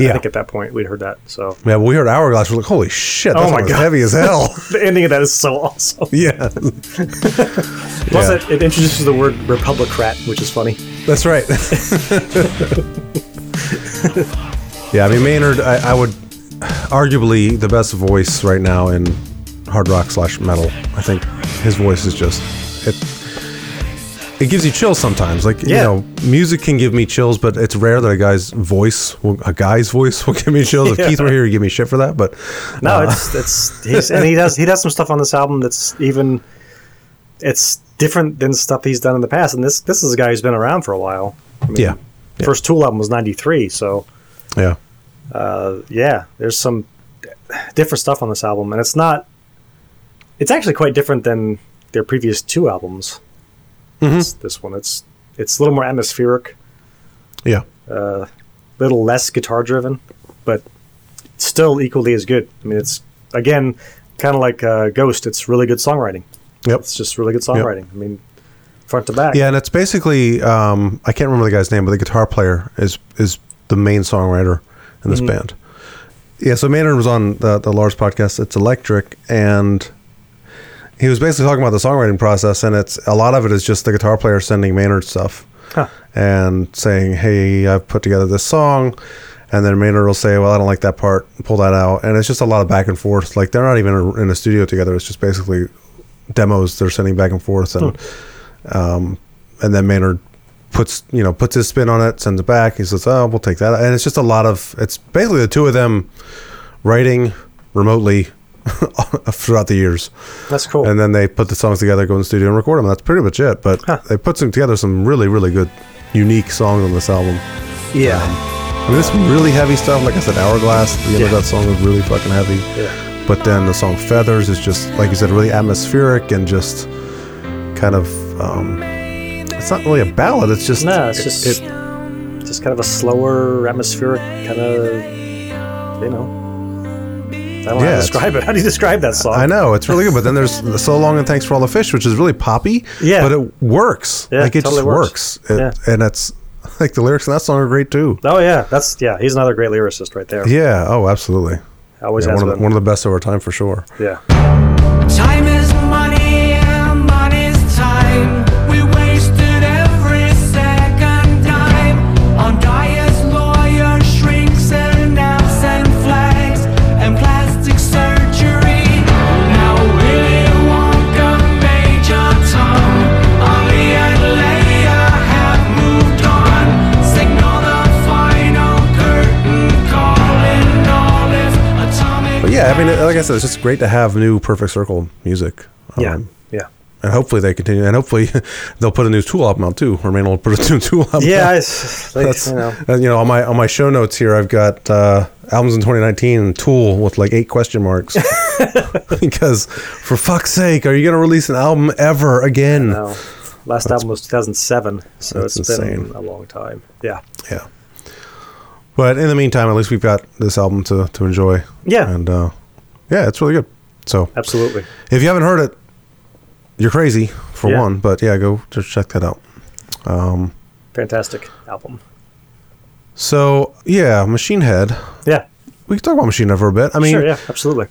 Speaker 5: Yeah.
Speaker 6: I think at that point we'd heard that. So
Speaker 5: yeah, but we heard Hourglass. We're like, holy shit, that
Speaker 6: Oh
Speaker 5: song
Speaker 6: my
Speaker 5: is
Speaker 6: God.
Speaker 5: heavy as
Speaker 6: [LAUGHS]
Speaker 5: hell. [LAUGHS]
Speaker 6: the ending of that is so [LAUGHS] awesome.
Speaker 5: yeah,
Speaker 6: Plus,
Speaker 5: Yeah.
Speaker 6: it, it introduces the word "republicrat," which is funny.
Speaker 5: That's right. [LAUGHS] yeah, I mean Maynard, I, I would arguably the best voice right now in hard rock slash metal. I think his voice is just it. It gives you chills sometimes. Like
Speaker 6: Yeah.
Speaker 5: you know, music can give me chills, but it's rare that a guy's voice, will, a guy's voice, will [LAUGHS] give me chills.
Speaker 6: Yeah.
Speaker 5: If Keith were here, he'd give me shit for that. But Uh,
Speaker 6: No, it's it's he's, and he does he does some stuff on this album that's even it's different than stuff he's done in the past. And this this is a guy who's been around for a while. I mean,
Speaker 5: yeah, yeah,
Speaker 6: First Tool album was '93, so
Speaker 5: yeah,
Speaker 6: yeah, there's some different stuff on this album, and it's not. It's actually quite different than their previous two albums.
Speaker 5: Mm-hmm.
Speaker 6: This, this one, it's it's a little more atmospheric,
Speaker 5: yeah.
Speaker 6: a little less guitar driven, but still equally as good. I mean, it's again kind of like uh, Ghost. It's really good songwriting.
Speaker 5: Yep.
Speaker 6: It's just really good songwriting. I mean, front to back.
Speaker 5: Yeah, and it's basically um, I can't remember the guy's name, but the guitar player is is the main songwriter in this band, yeah, so Maynard was on the, the Lars podcast. It's electric, and he was basically talking about the songwriting process, and it's a lot of it is just the guitar player sending Maynard stuff
Speaker 6: Huh.
Speaker 5: and saying, "Hey, I've put together this song," and then Maynard will say, "Well, I don't like that part. Pull that out." And it's just a lot of back and forth. Like they're not even in a- in a studio together. It's just basically demos they're sending back and forth, and um, and then Maynard puts you know puts his spin on it, sends it back. He says, "Oh, we'll take that," and it's just a lot of it's basically the two of them writing remotely [LAUGHS] throughout the years.
Speaker 6: That's cool.
Speaker 5: And then they put the songs together, go in the studio and record them. That's pretty much it. But
Speaker 6: Huh.
Speaker 5: they put some together some really, really good, unique songs on this album.
Speaker 6: yeah.
Speaker 5: I mean, there's some really heavy stuff. Like I said, Hourglass, the end of
Speaker 6: Yeah.
Speaker 5: that song was really fucking heavy.
Speaker 6: yeah.
Speaker 5: But then the song Feathers is just, like you said, really atmospheric and just kind of. Um, it's not really a ballad. It's just.
Speaker 6: No, it's
Speaker 5: it-
Speaker 6: just
Speaker 5: it-
Speaker 6: just kind of a slower atmospheric kind of you know. I don't know how
Speaker 5: Yeah,
Speaker 6: to
Speaker 5: it's-
Speaker 6: describe it. How do you describe that song?
Speaker 5: I know it's really good, but then there's so long and thanks for all the fish, which is really poppy.
Speaker 6: Yeah.
Speaker 5: but it works.
Speaker 6: Yeah,
Speaker 5: like it
Speaker 6: totally
Speaker 5: just
Speaker 6: works.
Speaker 5: works. It-
Speaker 6: Yeah.
Speaker 5: and it's [LAUGHS] like the lyrics in that song are great too.
Speaker 6: Oh yeah, that's yeah. He's another great lyricist right there.
Speaker 5: Yeah. Oh, absolutely.
Speaker 6: Always
Speaker 5: Yeah, one,
Speaker 6: has
Speaker 5: of the,
Speaker 6: been.
Speaker 5: one of the best of our time for sure.
Speaker 6: yeah.
Speaker 7: Time is money and money's time. We wasted every second dime on dyers, lawyers, shrinks and naps and flags and plastic surgery. Now Willy Wonka, Major Tom, Ollie and Leia have moved on. Signal the final curtain call in olive atomic.
Speaker 5: But yeah, I mean, uh, like I said, it's just great to have new Perfect Circle music.
Speaker 6: Yeah.
Speaker 5: Um,
Speaker 6: yeah.
Speaker 5: and hopefully they continue, and hopefully [LAUGHS] they'll put a new Tool album out too. Remain will put a new Tool album.
Speaker 6: Yeah.
Speaker 5: out. [LAUGHS]
Speaker 6: It's, like,
Speaker 5: that's
Speaker 6: you know.
Speaker 5: and, you know on my on my show notes here I've got uh, albums in 2019 and Tool with like eight question
Speaker 6: [LAUGHS]
Speaker 5: marks because for fuck's sake, are you gonna release an album ever again?
Speaker 6: No. Last album was 2007, so
Speaker 5: that's
Speaker 6: it's been
Speaker 5: insane.
Speaker 6: a long time. Yeah.
Speaker 5: Yeah. But in the meantime, at least we've got this album to to enjoy.
Speaker 6: Yeah.
Speaker 5: and uh, yeah, it's really good. So
Speaker 6: Absolutely.
Speaker 5: If you haven't heard it, you're crazy for
Speaker 6: Yeah.
Speaker 5: one. But yeah, go just check that out.
Speaker 6: Fantastic album.
Speaker 5: So yeah, Machine Head.
Speaker 6: Yeah.
Speaker 5: We can talk about Machine Head for a bit. I mean,
Speaker 6: sure. Yeah. Absolutely.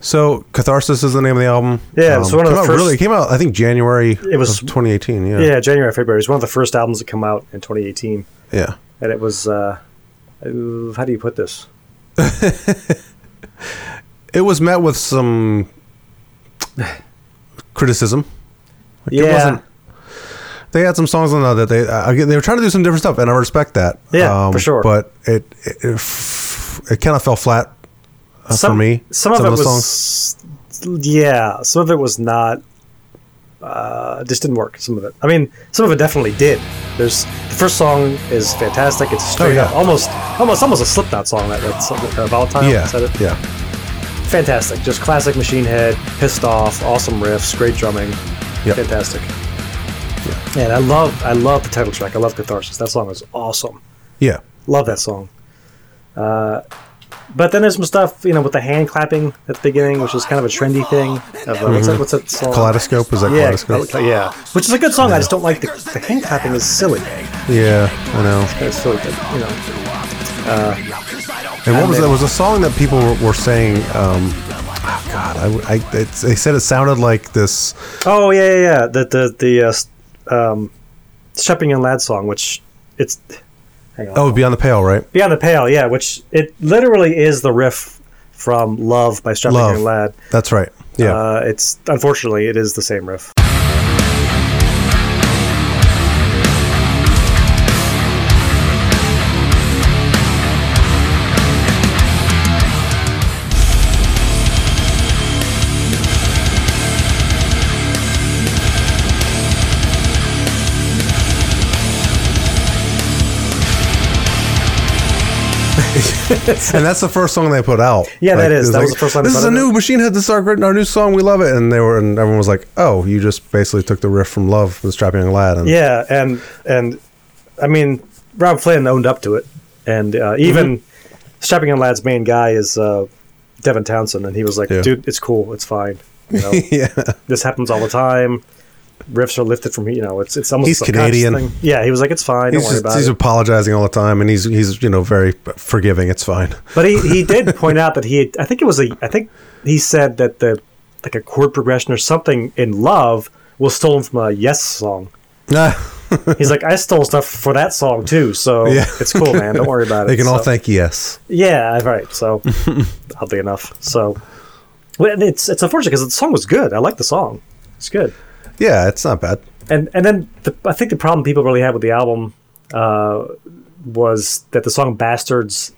Speaker 5: so Catharsis is the name of the album. Um,
Speaker 6: Yeah, it was one of
Speaker 5: came
Speaker 6: the
Speaker 5: out
Speaker 6: first-
Speaker 5: Really, it came out I think January.
Speaker 6: It was-
Speaker 5: of 2018. Yeah,
Speaker 6: Yeah. January, February is one of the first albums that come out in 2018,
Speaker 5: yeah.
Speaker 6: and it was uh, ooh, how do you put this?
Speaker 5: It was met with some criticism. Like,
Speaker 6: yeah.
Speaker 5: It wasn't, they had some songs on there that they uh, again, they were trying to do some different stuff, and I respect that. Um,
Speaker 6: Yeah, for sure.
Speaker 5: But it it, it, f- it kind of fell flat uh, for me.
Speaker 6: Some, of it
Speaker 5: the
Speaker 6: was, yeah. Some of it was not. Uh, just didn't work. Some of it. I mean, some of it definitely did. There's the first song is fantastic. It's straight
Speaker 5: Oh, yeah.
Speaker 6: up almost, almost, almost a Slipknot song. That that's uh, volatile.
Speaker 5: yeah,
Speaker 6: said it.
Speaker 5: yeah.
Speaker 6: Fantastic. Just classic Machine Head. Pissed off. Awesome riffs. Great drumming.
Speaker 5: Yep.
Speaker 6: Fantastic. And I love, I love the title track. I love Catharsis. That song is awesome.
Speaker 5: Yeah.
Speaker 6: Love that song. Uh, but then there's some stuff, you know, with the hand clapping at the beginning, which is kind of a trendy thing. Of, uh, what's, that, what's that song?
Speaker 5: Mm-hmm. Kaleidoscope is that
Speaker 6: Yeah,
Speaker 5: kaleidoscope?
Speaker 6: Kale- yeah. Which is a good song. I just don't like the, the hand clapping is silly.
Speaker 5: Yeah, I know.
Speaker 6: It's silly, but, you know.
Speaker 5: And what was
Speaker 6: then-
Speaker 5: there was a song that people were, were saying. Um, oh God, I, I it's, they said it sounded like this.
Speaker 6: Oh yeah, yeah, yeah. The the the uh, s- um, Stepping in Lad song, which it's hang on.
Speaker 5: Oh, Beyond the Pale, right?
Speaker 6: Beyond the Pale, yeah. Which it literally is the riff from Love by Stepping
Speaker 5: Love.
Speaker 6: in Lad.
Speaker 5: That's right. Yeah,
Speaker 6: Uh, it's unfortunately it is the same riff.
Speaker 5: and that's the first song they put out.
Speaker 6: Yeah, that is.
Speaker 5: it
Speaker 6: That was the first time they
Speaker 5: This is
Speaker 6: put
Speaker 5: a
Speaker 6: it
Speaker 5: new
Speaker 6: out."
Speaker 5: Machine Head. This is our great, our new song. We love it. And they were, and everyone was like, "Oh, you just basically took the riff from Love, the Strapping Young Lad." And
Speaker 6: Yeah, and and I mean Rob Flynn owned up to it, and uh,
Speaker 5: Mm-hmm.
Speaker 6: even Strapping in Lad's main guy is uh, Devin Townsend, and he was like,
Speaker 5: Yeah. [LAUGHS]
Speaker 6: "Dude, it's cool, it's fine. You know,
Speaker 5: [LAUGHS] yeah,
Speaker 6: this happens all the time. riffs are lifted from you know it's it's almost
Speaker 5: He's
Speaker 6: a subconscious
Speaker 5: Canadian.
Speaker 6: thing. Yeah, he was like, it's fine.
Speaker 5: He's,
Speaker 6: don't worry
Speaker 5: just,
Speaker 6: about
Speaker 5: he's
Speaker 6: it.
Speaker 5: apologizing all the time, and he's he's you know very forgiving. It's fine. [LAUGHS]
Speaker 6: but he, he did point out that he had, I think it was a I think he said that the like a chord progression or something in love was stolen from a Yes song. He's like, I stole stuff for that song too,
Speaker 5: [LAUGHS]
Speaker 6: so
Speaker 5: Yeah.
Speaker 6: it's cool, man. Don't worry about it.
Speaker 5: [LAUGHS] they can all
Speaker 6: So-
Speaker 5: thank yes.
Speaker 6: Yeah, right.
Speaker 5: [LAUGHS]
Speaker 6: So oddly enough, so well, and it's it's unfortunate because the song was good. I like the song. It's good.
Speaker 5: Yeah, it's not bad.
Speaker 6: and and then the, I think the problem people really had with the album uh, was that the song "Bastards"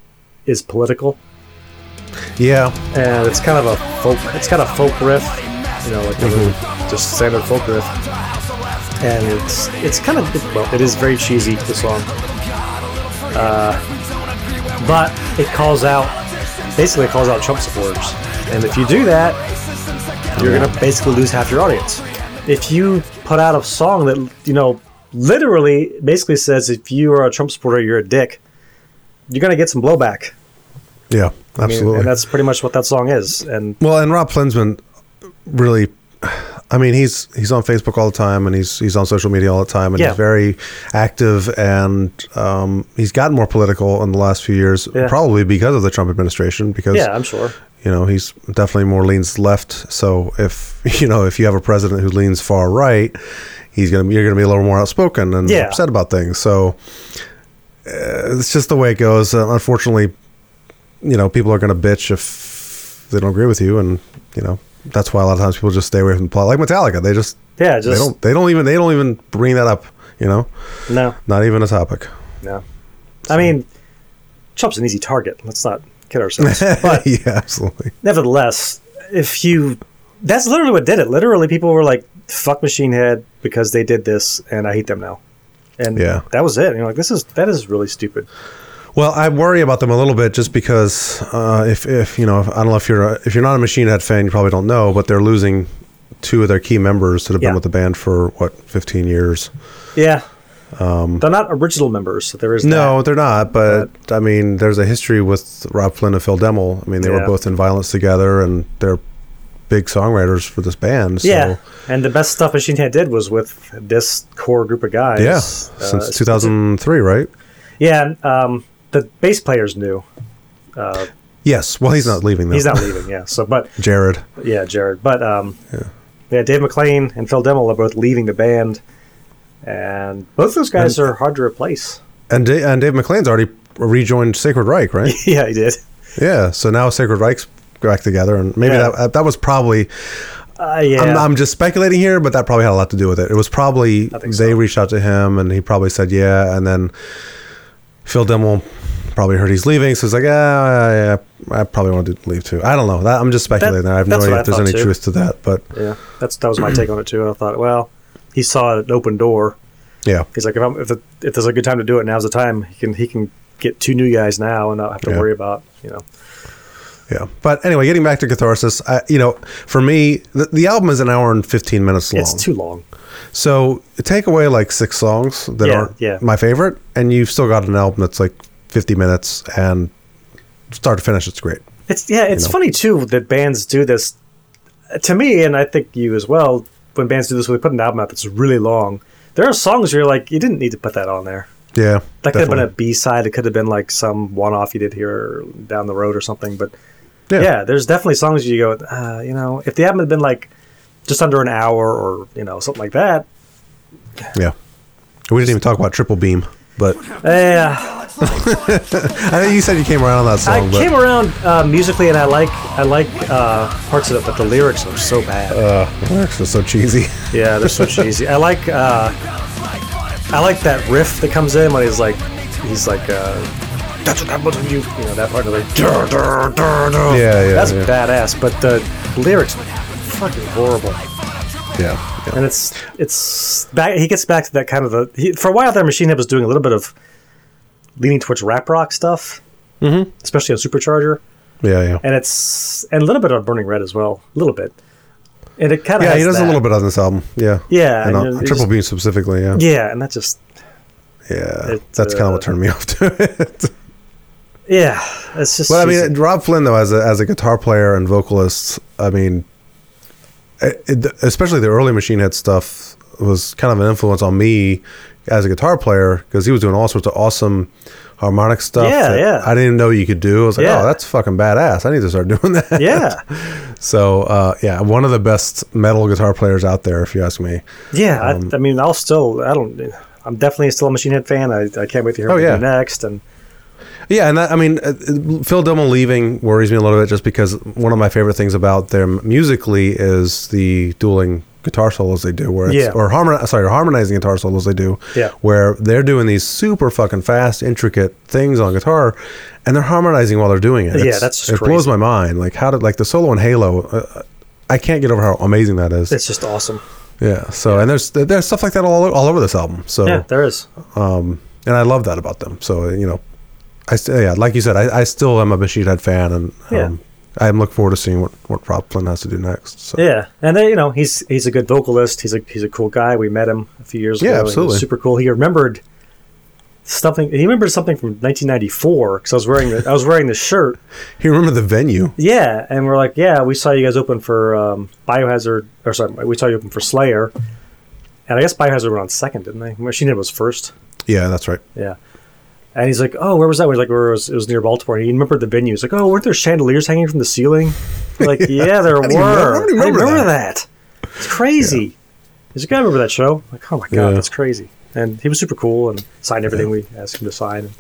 Speaker 6: is political,
Speaker 5: Yeah,
Speaker 6: and it's kind of a folk. It's kind of folk riff, you know, like a just standard folk riff. And it's it's kind of well, it is very cheesy the song, uh, but it calls out basically it calls out Trump supporters, and if you do that, you're gonna basically lose half your audience. If you put out a song that you know literally basically says if you are a Trump supporter, you're a dick, you're gonna get some blowback.
Speaker 5: yeah,
Speaker 6: I mean,
Speaker 5: absolutely.
Speaker 6: and that's pretty much what that song is. And
Speaker 5: Well, and Rob Klinsman really I mean, he's he's on Facebook all the time and he's he's on social media all the time and
Speaker 6: Yeah.
Speaker 5: he's very active and um, he's gotten more political in the last few years
Speaker 6: Yeah.
Speaker 5: probably because of the Trump administration because
Speaker 6: yeah, I'm sure.
Speaker 5: you know, he's definitely more leans left. So if [LAUGHS] you know, if you have a president who leans far right, he's gonna be, you're gonna be a little more outspoken and
Speaker 6: Yeah.
Speaker 5: upset about things. So uh, it's just the way it goes. Uh, unfortunately, you know, people are gonna bitch if they don't agree with you, and you know that's why a lot of times people just stay away from the plot. Like Metallica, they just
Speaker 6: Yeah,
Speaker 5: they
Speaker 6: just
Speaker 5: don't they don't even they don't even bring that up. You know,
Speaker 6: no,
Speaker 5: not even a topic.
Speaker 6: no. I mean, Trump's an easy target. Let's not
Speaker 5: [LAUGHS]
Speaker 6: kid ourselves. But
Speaker 5: yeah, absolutely.
Speaker 6: nevertheless, if you that's literally what did it. Literally, people were like, "Fuck Machine Head" because they did this, and I hate them now. And
Speaker 5: Yeah.
Speaker 6: that was it. And you're like, "This is that is really stupid."
Speaker 5: Well, I worry about them a little bit just because uh, if, if you know, if, I don't know if you're a, if you're not a Machine Head fan, you probably don't know, but they're losing two of their key members that have
Speaker 6: Yeah.
Speaker 5: been with the band for what 15 years.
Speaker 6: Yeah, they're not original members. So there is
Speaker 5: Um, No, they're not. But I mean, there's a history with Rob Flynn and Phil Demmel. I mean, they
Speaker 6: Yeah.
Speaker 5: were both in Violence together, and they're big songwriters for this band.
Speaker 6: that.
Speaker 5: So.
Speaker 6: Yeah, and the best stuff Machine Head did was with this core group of guys.
Speaker 5: Yeah,
Speaker 6: Uh,
Speaker 5: since 2003, right?
Speaker 6: Yeah, um, the bass player's new.
Speaker 5: Yes. Well, he's not leaving. Though.
Speaker 6: He's not leaving. Yeah. So, but
Speaker 5: Jared.
Speaker 6: yeah, Jared. But um, yeah. Dave McLean and Phil Demmel are both leaving the band, and both those guys are hard
Speaker 5: [LAUGHS]
Speaker 6: to replace.
Speaker 5: And da- and Dave McLean's already rejoined Sacred Reich,
Speaker 6: [LAUGHS]
Speaker 5: right?
Speaker 6: yeah, he did.
Speaker 5: Yeah, so now Sacred Reich's back together, and maybe
Speaker 6: Yeah.
Speaker 5: that that was probably.
Speaker 6: Uh, yeah.
Speaker 5: I'm, I'm just speculating here, but that probably had a lot to do with it. It was probably they
Speaker 6: think so.
Speaker 5: reached out to him, and he probably said yeah, and then Phil Demmel probably heard he's leaving, so he's like, ah, yeah, I probably want to leave too. I don't know. That, I'm just speculating there. I have no
Speaker 6: that's
Speaker 5: idea
Speaker 6: what
Speaker 5: if
Speaker 6: I
Speaker 5: there's any
Speaker 6: thought, too.
Speaker 5: truth to that, but
Speaker 6: yeah. That's that was my take on it too. I thought, well, he saw an open door.
Speaker 5: yeah,
Speaker 6: He's like, if I'm, if, it, if there's a good time to do it, now's the time. He can he can get two new guys now and not have to
Speaker 5: Yeah.
Speaker 6: worry about you know.
Speaker 5: yeah. But anyway, getting back to Catharsis, I, you know, for me, the, the album is an hour and 15 minutes long.
Speaker 6: It's too long.
Speaker 5: So take away like six songs that
Speaker 6: Yeah,
Speaker 5: aren't
Speaker 6: yeah.
Speaker 5: my favorite, and you've still got an album that's like 50 minutes and start to finish, it's great.
Speaker 6: It's yeah, it's
Speaker 5: know?
Speaker 6: funny too that bands do this. To me, and I think you as well. When bands do this, when they put an album out that's really long, there are songs where you're like, you didn't need to put that on there.
Speaker 5: Yeah.
Speaker 6: That could have been a
Speaker 5: definitely.
Speaker 6: B side. It could have been like some one off you did here or down the road or something. But yeah,
Speaker 5: Yeah.
Speaker 6: there's definitely songs you go, uh, you know, if the album had been like just under an hour or you know something like that,
Speaker 5: Yeah. We didn't even talk about Triple Beam, but
Speaker 6: yeah,
Speaker 5: I know you said you came around on that
Speaker 6: I
Speaker 5: song, but
Speaker 6: came around uh, musically and I like I like uh, parts of it, but the lyrics are so bad.
Speaker 5: [LAUGHS] the lyrics are so cheesy. [LAUGHS]
Speaker 6: Yeah, they're so cheesy. I like uh, I like that riff that comes in when he's like he's like uh, that's what happens when you you know that part of like "Dur, dur, dur, dur."
Speaker 5: Yeah, yeah,
Speaker 6: that's
Speaker 5: yeah.
Speaker 6: badass. But the lyrics are fucking horrible,
Speaker 5: yeah. yeah.
Speaker 6: and it's it's back, he gets back to that kind of the he, for a while there Machine Head was doing a little bit of leaning towards rap rock stuff, mm-hmm. especially on Supercharger,
Speaker 5: Yeah, yeah.
Speaker 6: and it's and a little bit on Burning Red as well, a little bit, and it kind of
Speaker 5: yeah, he does a little bit on this album. Yeah.
Speaker 6: Yeah,
Speaker 5: And
Speaker 6: and
Speaker 5: on
Speaker 6: it- it
Speaker 5: Triple
Speaker 6: just-
Speaker 5: Beam specifically, yeah.
Speaker 6: Yeah, and that just
Speaker 5: Yeah.
Speaker 6: it,
Speaker 5: That's kind of
Speaker 6: uh,
Speaker 5: what turned me [LAUGHS] off to it.
Speaker 6: Yeah, it's just.
Speaker 5: Well, I
Speaker 6: she's-
Speaker 5: mean, Rob Flynn though, as a, as a guitar player and vocalist, I mean, it, it- especially the early Machine Head stuff. was kind of an influence on me as a guitar player because he was doing all sorts of awesome harmonic stuff.
Speaker 6: Yeah,
Speaker 5: that
Speaker 6: yeah.
Speaker 5: I didn't know you could do. I was like,
Speaker 6: Yeah.
Speaker 5: oh, that's fucking badass. I need to start [LAUGHS] doing that.
Speaker 6: Yeah.
Speaker 5: So uh, yeah, one of the best metal guitar players out there, if you ask me.
Speaker 6: Yeah,
Speaker 5: Um,
Speaker 6: I, I mean, I'll still, I don't, I'm definitely still a Machine Head fan. I, I can't wait to hear
Speaker 5: Oh,
Speaker 6: what
Speaker 5: yeah.
Speaker 6: they do next. And
Speaker 5: Yeah, and I, I mean, uh, uh, Phil Dillman leaving worries me a little bit just because one of my favorite things about them musically is the dueling guitar solos they do, where it's,
Speaker 6: Yeah.
Speaker 5: or harmon sorry, or harmonizing guitar solos they do,
Speaker 6: Yeah.
Speaker 5: where they're doing these super fucking fast, intricate things on guitar, and they're harmonizing while they're doing it.
Speaker 6: Yeah,
Speaker 5: It's-
Speaker 6: that's just
Speaker 5: it blows
Speaker 6: crazy.
Speaker 5: my mind. Like how did like the solo in Halo. Uh, I can't get over how amazing that is.
Speaker 6: it's just awesome.
Speaker 5: yeah. So and there's there's stuff like that all all over this album. So
Speaker 6: Yeah, there is.
Speaker 5: and I love that about them. So you know, I st- yeah, like you said, I, I still am a Bashir Head fan, and um,
Speaker 6: Yeah.
Speaker 5: I'm looking forward to seeing what what Rob Flynn has to do next. So
Speaker 6: Yeah, and uh, you know he's he's a good vocalist. He's a he's a cool guy. We met him a few years
Speaker 5: Yeah,
Speaker 6: ago. and He
Speaker 5: absolutely.
Speaker 6: was super cool. He remembered something. He remembered something from 1994 because I was wearing the, I was wearing this shirt.
Speaker 5: he remembered the venue.
Speaker 6: Yeah, and we're like, yeah, we saw you guys open for um, Biohazard, or sorry, we saw you open for Slayer, and I guess Biohazard went on second, didn't they? Machine Head was first.
Speaker 5: Yeah, that's right.
Speaker 6: Yeah. And he's like, "Oh, where was that?" We're like, "Where was it? Was near Baltimore." And he remembered the venue. He's like, "Oh, weren't there chandeliers hanging from the ceiling?"
Speaker 5: [LAUGHS]
Speaker 6: We're like, yeah, there
Speaker 5: I
Speaker 6: were.
Speaker 5: don't even remember- I don't even
Speaker 6: I
Speaker 5: remember
Speaker 6: remember that. It's crazy. He's like, "I remember that show." I'm like, oh my god,
Speaker 5: Yeah.
Speaker 6: that's crazy. And he was super cool and signed everything we asked him to sign.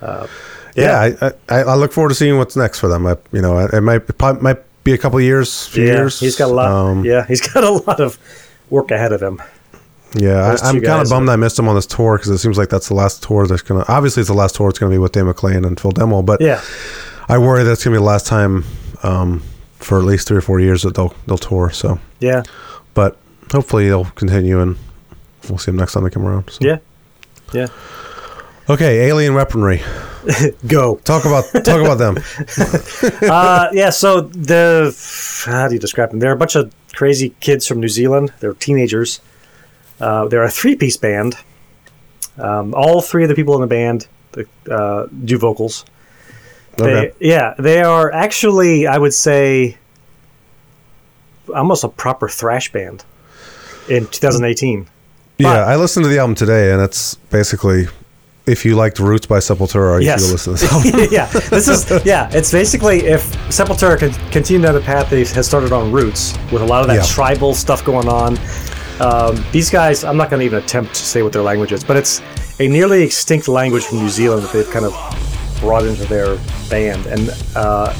Speaker 6: And,
Speaker 5: Yeah, I, I I look forward to seeing what's next for them. I you know it might it prob- might be a couple of years, few
Speaker 6: yeah,
Speaker 5: years.
Speaker 6: he's got a lot.
Speaker 5: Um,
Speaker 6: yeah, he's [LAUGHS] got a lot of work ahead of him.
Speaker 5: Yeah,
Speaker 6: Those
Speaker 5: I, I'm
Speaker 6: two
Speaker 5: kind
Speaker 6: guys
Speaker 5: of bummed I missed him on this tour because it seems like that's the last tour that's gonna. Obviously, it's the last tour. It's gonna be with Dan McLean and Phil Demmel. But
Speaker 6: Yeah.
Speaker 5: I worry that's gonna be the last time um, for at least three or four years that they'll they'll tour. So
Speaker 6: Yeah.
Speaker 5: but hopefully they'll continue and we'll see them next time they come around. So.
Speaker 6: Yeah. Yeah.
Speaker 5: Okay, alien weaponry.
Speaker 6: [LAUGHS] Go.
Speaker 5: Talk about talk about
Speaker 6: [LAUGHS]
Speaker 5: them.
Speaker 6: uh, yeah, so the how do you describe them? They're a bunch of crazy kids from New Zealand. They're teenagers. Uh, they're a three-piece band. Um, all three of the people in the band uh, do vocals.
Speaker 5: Okay.
Speaker 6: They, yeah, they are actually, I would say, almost a proper thrash band in 2018.
Speaker 5: yeah, I listened to the album today, and it's basically if you liked Roots by Sepultura,
Speaker 6: Yes.
Speaker 5: you should listen to this album.
Speaker 6: [LAUGHS] yeah, this is yeah. It's basically if Sepultura could continue down the path they has started on Roots with a lot of that
Speaker 5: Yeah.
Speaker 6: tribal stuff going on. Um, these guys, I'm not going to even attempt to say what their language is, but it's a nearly extinct language from New Zealand that they've kind of brought into their band, and uh,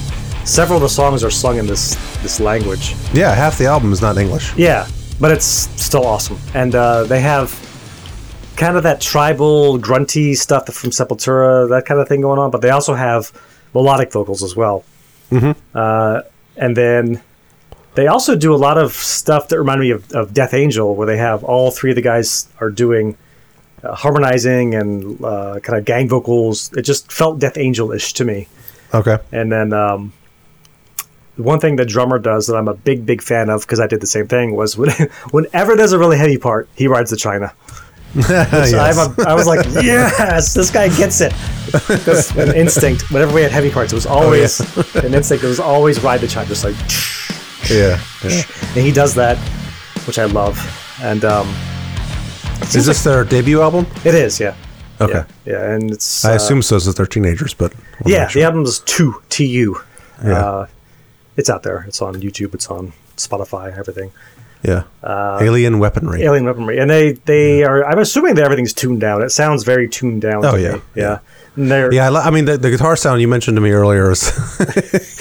Speaker 6: several of the songs are sung in this this language.
Speaker 5: yeah, half the album is not in English.
Speaker 6: Yeah, but it's still awesome. And uh, they have kind of that tribal, grunty stuff from Sepultura, that kind of thing going on, but they also have melodic vocals as well. Mm-hmm. Uh, and then they also do a lot of stuff that remind me of, of Death Angel, where they have all three of the guys are doing uh, harmonizing and uh, kind of gang vocals. It just felt Death Angel ish to me.
Speaker 5: Okay.
Speaker 6: And then um, one thing the drummer does that I'm a big, big fan of because I did the same thing was when, [LAUGHS] whenever there's a really heavy part, he rides the China. So
Speaker 5: [LAUGHS] Yes.
Speaker 6: I'm a, I was like, yes, this guy gets it. That's
Speaker 5: [LAUGHS]
Speaker 6: an instinct. Whenever we had heavy parts, it was always
Speaker 5: Oh,
Speaker 6: [LAUGHS] an instinct. It was always ride the China, just like, [LAUGHS]
Speaker 5: yeah. yeah.
Speaker 6: and he does that, which I love. And um,
Speaker 5: Is this their debut album?
Speaker 6: it is, yeah,
Speaker 5: Okay.
Speaker 6: yeah, yeah. And it's
Speaker 5: I
Speaker 6: uh,
Speaker 5: assume so since they're teenagers, but I'm
Speaker 6: yeah,
Speaker 5: not sure.
Speaker 6: the album's two T U.
Speaker 5: Yeah.
Speaker 6: Uh, it's out there. It's on YouTube. It's on Spotify. Everything.
Speaker 5: yeah.
Speaker 6: uh,
Speaker 5: alien weaponry.
Speaker 6: Alien weaponry, and they they are. I'm assuming that everything's tuned down. It sounds very tuned down.
Speaker 5: Oh,
Speaker 6: to
Speaker 5: yeah.
Speaker 6: me. yeah. And they're,
Speaker 5: Yeah, I, li- I mean the, the guitar sound you mentioned to me earlier is [LAUGHS]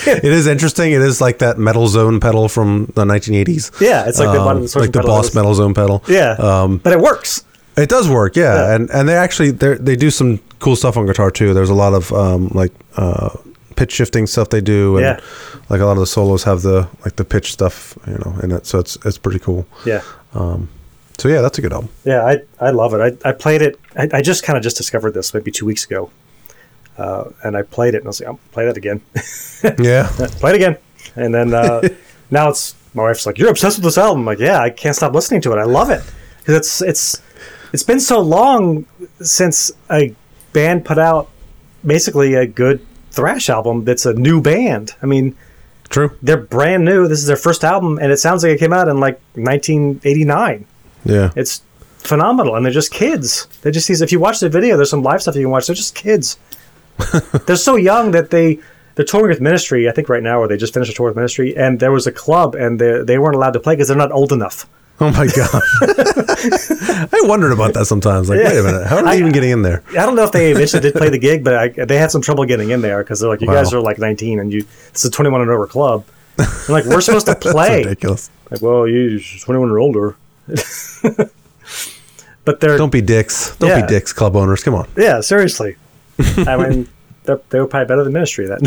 Speaker 5: it is interesting. It is like that metal zone pedal from the 1980s.
Speaker 6: Yeah, it's like the bottom of the
Speaker 5: um, like the
Speaker 6: pedal
Speaker 5: boss
Speaker 6: is-
Speaker 5: metal zone pedal.
Speaker 6: yeah.
Speaker 5: um,
Speaker 6: but it works.
Speaker 5: it does work. Yeah,
Speaker 6: Yeah.
Speaker 5: and and they actually they they do some cool stuff on guitar too. There's a lot of um, like uh, pitch shifting stuff they do, and
Speaker 6: Yeah.
Speaker 5: like a lot of the solos have the like the pitch stuff you know in it. So it's it's pretty cool.
Speaker 6: Yeah,
Speaker 5: So yeah, that's a good album.
Speaker 6: yeah. I I love it. I, I played it. I, I just kind of just discovered this maybe two weeks ago, uh, and I played it and I was like, I'll play that again. [LAUGHS]
Speaker 5: Yeah,
Speaker 6: play it again. And then uh, now it's my wife's like, "You're obsessed with this album." I'm like, yeah, I can't stop listening to it. I love it because it's it's it's been so long since a band put out basically a good thrash album that's a new band. I mean,
Speaker 5: true.
Speaker 6: they're brand new. This is their first album, and it sounds like it came out in like 1989.
Speaker 5: Yeah.
Speaker 6: It's phenomenal, and they're just kids. They just these. If you watch the video, there's some live stuff you can watch. They're
Speaker 5: [LAUGHS]
Speaker 6: just kids. they're so young that they they're touring with Ministry. I think right now, or they just finished a tour with Ministry, and there was a club, and they they weren't allowed to play because they're not old enough.
Speaker 5: Oh my god. [LAUGHS] I wondered about that sometimes. Like, wait a minute, how are
Speaker 6: I-
Speaker 5: they even getting in there?
Speaker 6: I don't know if
Speaker 5: [LAUGHS]
Speaker 6: they eventually did play the gig, but I, they had some trouble getting in there because they're like, you
Speaker 5: Wow.
Speaker 6: guys are like 19 and you, it's a 21 and over club. I'm like,
Speaker 5: [LAUGHS]
Speaker 6: we're supposed to play.
Speaker 5: Ridiculous.
Speaker 6: Like, well, you 21 or older. [LAUGHS] but they're,
Speaker 5: Don't be dicks. Don't
Speaker 6: Yeah.
Speaker 5: be dicks, club owners. Come
Speaker 6: [LAUGHS]
Speaker 5: on.
Speaker 6: yeah, seriously. I
Speaker 5: [LAUGHS]
Speaker 6: mean, they're, they were probably better than ministry that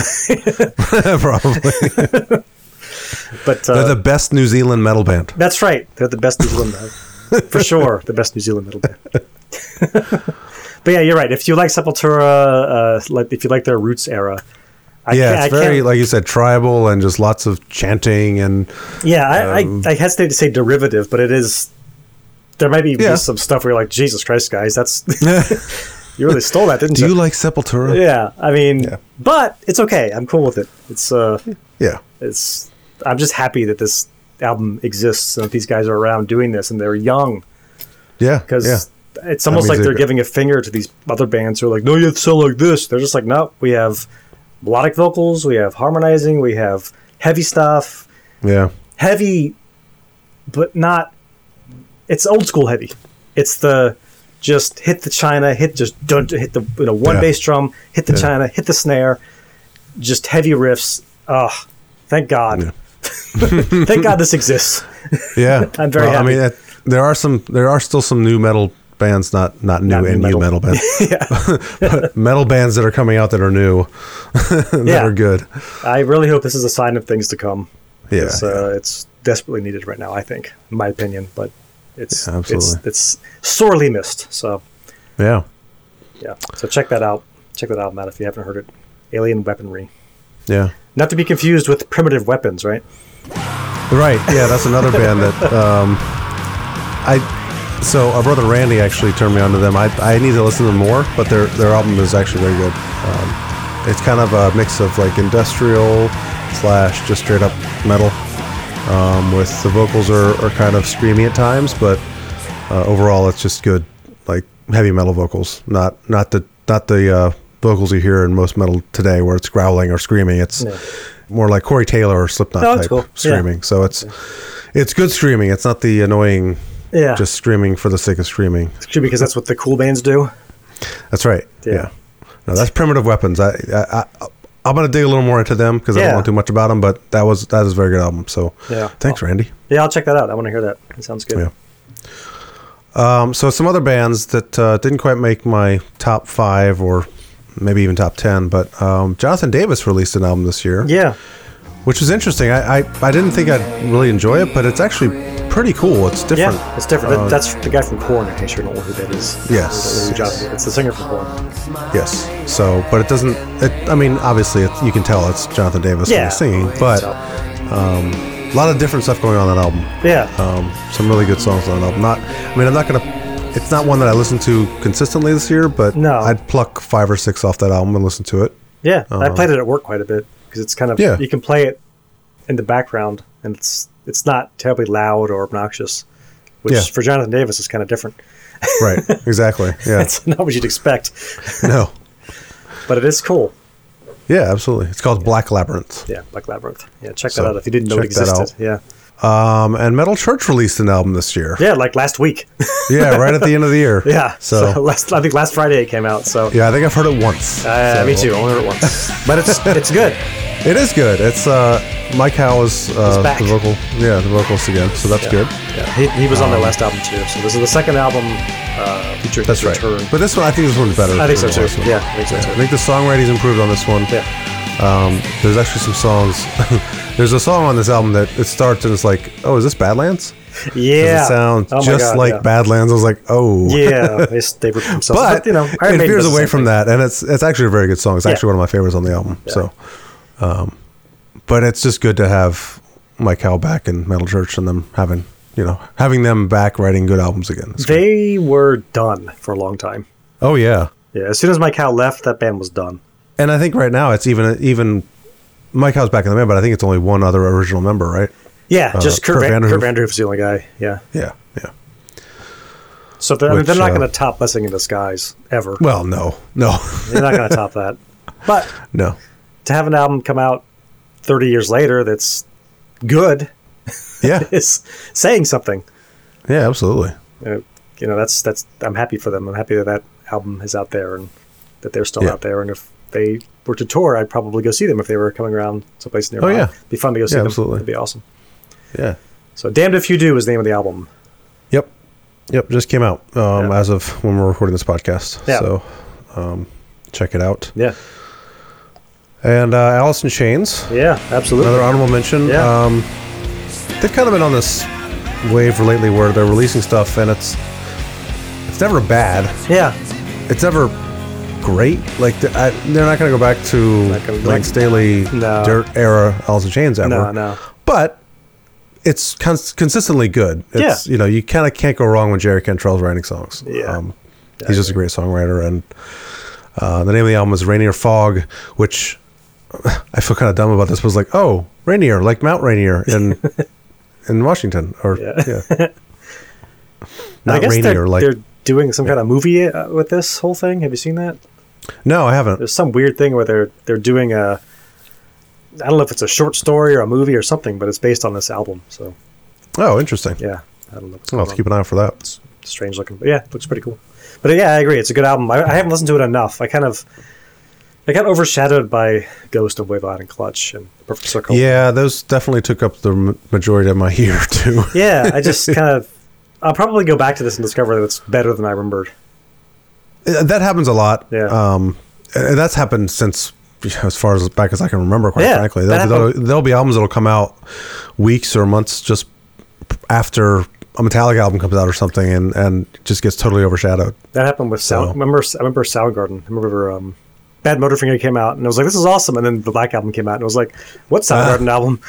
Speaker 6: night.
Speaker 5: Probably.
Speaker 6: [LAUGHS] But uh,
Speaker 5: They're the best New Zealand metal band.
Speaker 6: that's right. They're the best New Zealand
Speaker 5: [LAUGHS]
Speaker 6: band. For sure, the best New Zealand metal band. [LAUGHS] but yeah, you're right. If you like Sepultura, uh, like, if you like their roots era, I
Speaker 5: yeah,
Speaker 6: can't-
Speaker 5: it's
Speaker 6: I can't-
Speaker 5: very like you said, tribal and just lots of chanting
Speaker 6: [LAUGHS]
Speaker 5: and
Speaker 6: Yeah, I,
Speaker 5: um,
Speaker 6: I, I hesitate to say derivative, but it is. There might be
Speaker 5: Yeah.
Speaker 6: just some stuff where you're like, Jesus Christ, guys, that's [LAUGHS] you really stole that, didn't
Speaker 5: Do
Speaker 6: you?
Speaker 5: you like Sepultura?
Speaker 6: yeah, I mean, but it's okay. I'm cool with it. It's uh,
Speaker 5: Yeah.
Speaker 6: it's. I'm just happy that this album exists and that these guys are around doing this and they're young
Speaker 5: Yeah.
Speaker 6: because
Speaker 5: yeah.
Speaker 6: it's almost like
Speaker 5: music-
Speaker 6: they're giving a finger to these other bands who are like, no, you have to sound like this. They're just like, no, we have melodic vocals, we have harmonizing, we have heavy stuff,
Speaker 5: Yeah.
Speaker 6: heavy, but not. It's old school heavy. It's the just hit the china, hit just don't hit the you know one
Speaker 5: Yeah.
Speaker 6: bass drum, hit the
Speaker 5: Yeah.
Speaker 6: china, hit the snare, just heavy riffs. Ugh, thank God. [LAUGHS] thank God
Speaker 5: [LAUGHS]
Speaker 6: this exists.
Speaker 5: Yeah.
Speaker 6: [LAUGHS] I'm very
Speaker 5: I
Speaker 6: happy.
Speaker 5: mean that, there are some there are still some new metal bands, not not new
Speaker 6: Not new
Speaker 5: and new metal
Speaker 6: metal. [LAUGHS]
Speaker 5: bands. [LAUGHS] but metal bands that are coming out that are new that
Speaker 6: Yeah.
Speaker 5: are good.
Speaker 6: I really hope this is a sign of things to come.
Speaker 5: Yeah.
Speaker 6: It's, uh, it's desperately needed right now. I think, in my opinion, but it's
Speaker 5: Yeah,
Speaker 6: it's
Speaker 5: absolutely.
Speaker 6: it's sorely missed. So
Speaker 5: yeah.
Speaker 6: yeah, so check that out. Check that album out if you haven't heard it. Alien Weaponry.
Speaker 5: Yeah.
Speaker 6: Not to be confused with primitive weapons, right?
Speaker 5: Right. Yeah, that's another band that um, I. So our brother Randy actually turned me on to them. I, I need to listen to them more, but their their album is actually very good. Um, it's kind of a mix of like industrial slash just straight up metal. Um, with the vocals are, are kind of screamy at times, but uh, overall it's just good like heavy metal vocals. Not not the not the uh, vocals you hear in most metal today where it's growling or screaming. It's
Speaker 6: Yeah.
Speaker 5: more like Corey Taylor or Slipknot
Speaker 6: Oh,
Speaker 5: type
Speaker 6: that's cool. Yeah.
Speaker 5: screaming. So it's it's good screaming. It's not the annoying
Speaker 6: Yeah,
Speaker 5: just screaming for the sake of screaming.
Speaker 6: because that's what the cool bands do.
Speaker 5: That's right.
Speaker 6: Yeah.
Speaker 5: Yeah. No, that's primitive weapons. I, I, I I'm gonna dig a little more into them because I
Speaker 6: Yeah.
Speaker 5: don't know too much about them. But that was that is a very good album. So
Speaker 6: Yeah.
Speaker 5: thanks, Randy.
Speaker 6: Yeah, I'll check that out. I want to hear that. It sounds good.
Speaker 5: Yeah. Um, so some other bands that uh, didn't quite make my top five or maybe even top ten, but um, Jonathan Davis released an album this year.
Speaker 6: Yeah,
Speaker 5: which was interesting. I, I I didn't think I'd really enjoy it, but it's actually pretty cool. It's different.
Speaker 6: yeah, it's different. That-
Speaker 5: Uh,
Speaker 6: that's the guy from Korn. In case you don't know who that is.
Speaker 5: Yes,
Speaker 6: Who John-
Speaker 5: yes.
Speaker 6: it's the singer from Korn.
Speaker 5: Yes. So, but it doesn't. It, I mean, obviously, it's you can tell it's Jonathan Davis when
Speaker 6: Yeah.
Speaker 5: he's singing, but
Speaker 6: So,
Speaker 5: um, a lot of different stuff going on on that album.
Speaker 6: yeah,
Speaker 5: Um, some really good songs on that album. Not, I mean, I'm not gonna. It's not one that I listen to consistently this year, but
Speaker 6: No.
Speaker 5: I'd pluck five or six off that album and listen to it.
Speaker 6: yeah. I played it at work quite a bit because it's kind of
Speaker 5: uh, Yeah.
Speaker 6: you can play it in the background and it's it's not terribly loud or obnoxious, which
Speaker 5: Yeah.
Speaker 6: for Jonathan Davis is kind of different.
Speaker 5: Right.
Speaker 6: [LAUGHS]
Speaker 5: exactly. Yeah.
Speaker 6: That's not what you'd expect,
Speaker 5: no.
Speaker 6: but it is cool.
Speaker 5: Yeah. Absolutely. It's called Black Labyrinth.
Speaker 6: Yeah, Black Labyrinth. Yeah, check
Speaker 5: So,
Speaker 6: that out if you didn't know it
Speaker 5: check that out.
Speaker 6: existed. Yeah,
Speaker 5: Um, and Metal Church released an album this year.
Speaker 6: yeah, like last
Speaker 5: [LAUGHS]
Speaker 6: week.
Speaker 5: Yeah. Right at the end of the year.
Speaker 6: [LAUGHS] Yeah. So,
Speaker 5: [LAUGHS] So.
Speaker 6: last, I think last Friday it came out. So
Speaker 5: yeah, I think I've heard it once.
Speaker 6: uh,
Speaker 5: So-
Speaker 6: me too. I only
Speaker 5: [LAUGHS]
Speaker 6: heard it once, but it's it's good.
Speaker 5: It is good. It's uh, Mike Howe is uh,
Speaker 6: He's back.
Speaker 5: the vocal. Yeah, the vocalist again. So that's good. Um,
Speaker 6: Yeah, he, he was on their last album too. So this is the second album uh, featuring
Speaker 5: That's
Speaker 6: his
Speaker 5: right.
Speaker 6: return.
Speaker 5: But this one, I think this one's better.
Speaker 6: I think so
Speaker 5: than the
Speaker 6: too.
Speaker 5: last one.
Speaker 6: Yeah, I think so
Speaker 5: I
Speaker 6: too.
Speaker 5: think the songwriting's improved on this one.
Speaker 6: Yeah,
Speaker 5: There's actually some songs. [LAUGHS] There's a song on this album that it starts and it's like, oh, is this Badlands? 'Cause
Speaker 6: yeah.
Speaker 5: It sounds
Speaker 6: Oh my
Speaker 5: just
Speaker 6: God,
Speaker 5: like
Speaker 6: yeah.
Speaker 5: Badlands. I was like, oh. [LAUGHS]
Speaker 6: Yeah, they, s- they ripped themselves.
Speaker 5: But,
Speaker 6: you know,
Speaker 5: it
Speaker 6: Iron Maiden
Speaker 5: veers
Speaker 6: does the
Speaker 5: away
Speaker 6: same
Speaker 5: from
Speaker 6: thing.
Speaker 5: that, and it's it's actually a very good song. It's
Speaker 6: Yeah.
Speaker 5: actually one of my favorites on the album. So, um, but it's just good to have Mike Howe back in Metal Church and them having you know having them back writing good albums again. It's great.
Speaker 6: They were done for a long time.
Speaker 5: oh yeah,
Speaker 6: Yeah, as soon as Mike Howe left, that band was done.
Speaker 5: and I think right now it's even even Mike Howe's back in the band, but I think it's only one other original member, right?
Speaker 6: Yeah, just Kurt,
Speaker 5: Uh, Kurt
Speaker 6: Van,
Speaker 5: Vanderhoof.
Speaker 6: Kurt Vanderhoof's the only guy. Yeah,
Speaker 5: Yeah, yeah.
Speaker 6: So they're, I mean,
Speaker 5: Which,
Speaker 6: they're not
Speaker 5: uh,
Speaker 6: going to top Blessing in Disguise ever.
Speaker 5: Well, no, no, [LAUGHS]
Speaker 6: they're not going to top that. But
Speaker 5: no.
Speaker 6: to have an album come out 30 years later that's good
Speaker 5: Yeah,
Speaker 6: is saying something.
Speaker 5: yeah, absolutely.
Speaker 6: Uh, you know, that's that's. I'm happy for them. I'm happy that that album is out there and that they're still
Speaker 5: Yeah.
Speaker 6: out there. And if they were to tour, I'd probably go see them if they were coming around someplace nearby.
Speaker 5: Oh, yeah.
Speaker 6: It'd be fun to go see
Speaker 5: Yeah,
Speaker 6: them.
Speaker 5: absolutely.
Speaker 6: It'd be awesome.
Speaker 5: Yeah.
Speaker 6: So, Damned If You Do is the name of the album.
Speaker 5: Yep. Yep. Just came out um,
Speaker 6: Yeah.
Speaker 5: as of when we're recording this podcast.
Speaker 6: Yeah.
Speaker 5: So um, check it out.
Speaker 6: Yeah.
Speaker 5: And uh, Alice in Chains,
Speaker 6: Yeah, absolutely.
Speaker 5: another honorable mention.
Speaker 6: Yeah.
Speaker 5: Um, they've kind of been on this wave lately where they're releasing stuff and it's it's never bad.
Speaker 6: yeah.
Speaker 5: It's never great. Like th- I, they're not going to go back to
Speaker 6: Like a-
Speaker 5: Link
Speaker 6: like-
Speaker 5: Staley
Speaker 6: No.
Speaker 5: Dirt era Alice in Chains ever.
Speaker 6: No, no.
Speaker 5: But it's cons- consistently good. It's,
Speaker 6: Yeah.
Speaker 5: You know, you kind of can't go wrong when Jerry Cantrell's writing songs. Um,
Speaker 6: Yeah.
Speaker 5: he's just a great songwriter. And uh, the name of the album is Rainier Fog, which [LAUGHS] I feel kind of dumb about this. was like, oh, Rainier, like Mount Rainier in,
Speaker 6: [LAUGHS]
Speaker 5: in Washington. Or,
Speaker 6: Yeah. [LAUGHS]
Speaker 5: yeah.
Speaker 6: I
Speaker 5: Not
Speaker 6: guess
Speaker 5: Rainier,
Speaker 6: they're,
Speaker 5: like.
Speaker 6: they're doing some kind of movie uh, with this whole thing. Have you seen that?
Speaker 5: no, I haven't.
Speaker 6: There's some weird thing where they're they're doing a. I don't know if it's a short story or a movie or something, but it's based on this album. So
Speaker 5: Oh, interesting.
Speaker 6: yeah, I don't know. What's
Speaker 5: I'll
Speaker 6: going
Speaker 5: have to
Speaker 6: on.
Speaker 5: keep an eye out for that.
Speaker 6: strange looking. But yeah, it looks pretty cool. But yeah, I agree. It's a good album. I, I haven't listened to it enough. I kind of I got overshadowed by Ghost and Wave Out and Clutch and Perfect Circle.
Speaker 5: Yeah, those definitely took up the m- majority of my [LAUGHS] year, too.
Speaker 6: Yeah, I just [LAUGHS] kind of I'll probably go back to this and discover that it's better than I remembered.
Speaker 5: Uh, That happens a lot.
Speaker 6: Yeah.
Speaker 5: Um, and that's happened since as far as back as I can remember. Quite
Speaker 6: Yeah,
Speaker 5: frankly,
Speaker 6: that
Speaker 5: there'll, there'll,
Speaker 6: happened-
Speaker 5: there'll be albums that'll come out weeks or months just after a Metallica album comes out or something, and and just gets totally overshadowed.
Speaker 6: That happened with Sound.
Speaker 5: So-
Speaker 6: Remember, I remember Soundgarden. I remember um, Bad Motorfinger came out, and I was like, "This is awesome!" And then the Black Album came out, and I was like, "What
Speaker 5: Uh.
Speaker 6: Soundgarden
Speaker 5: [LAUGHS]
Speaker 6: album?"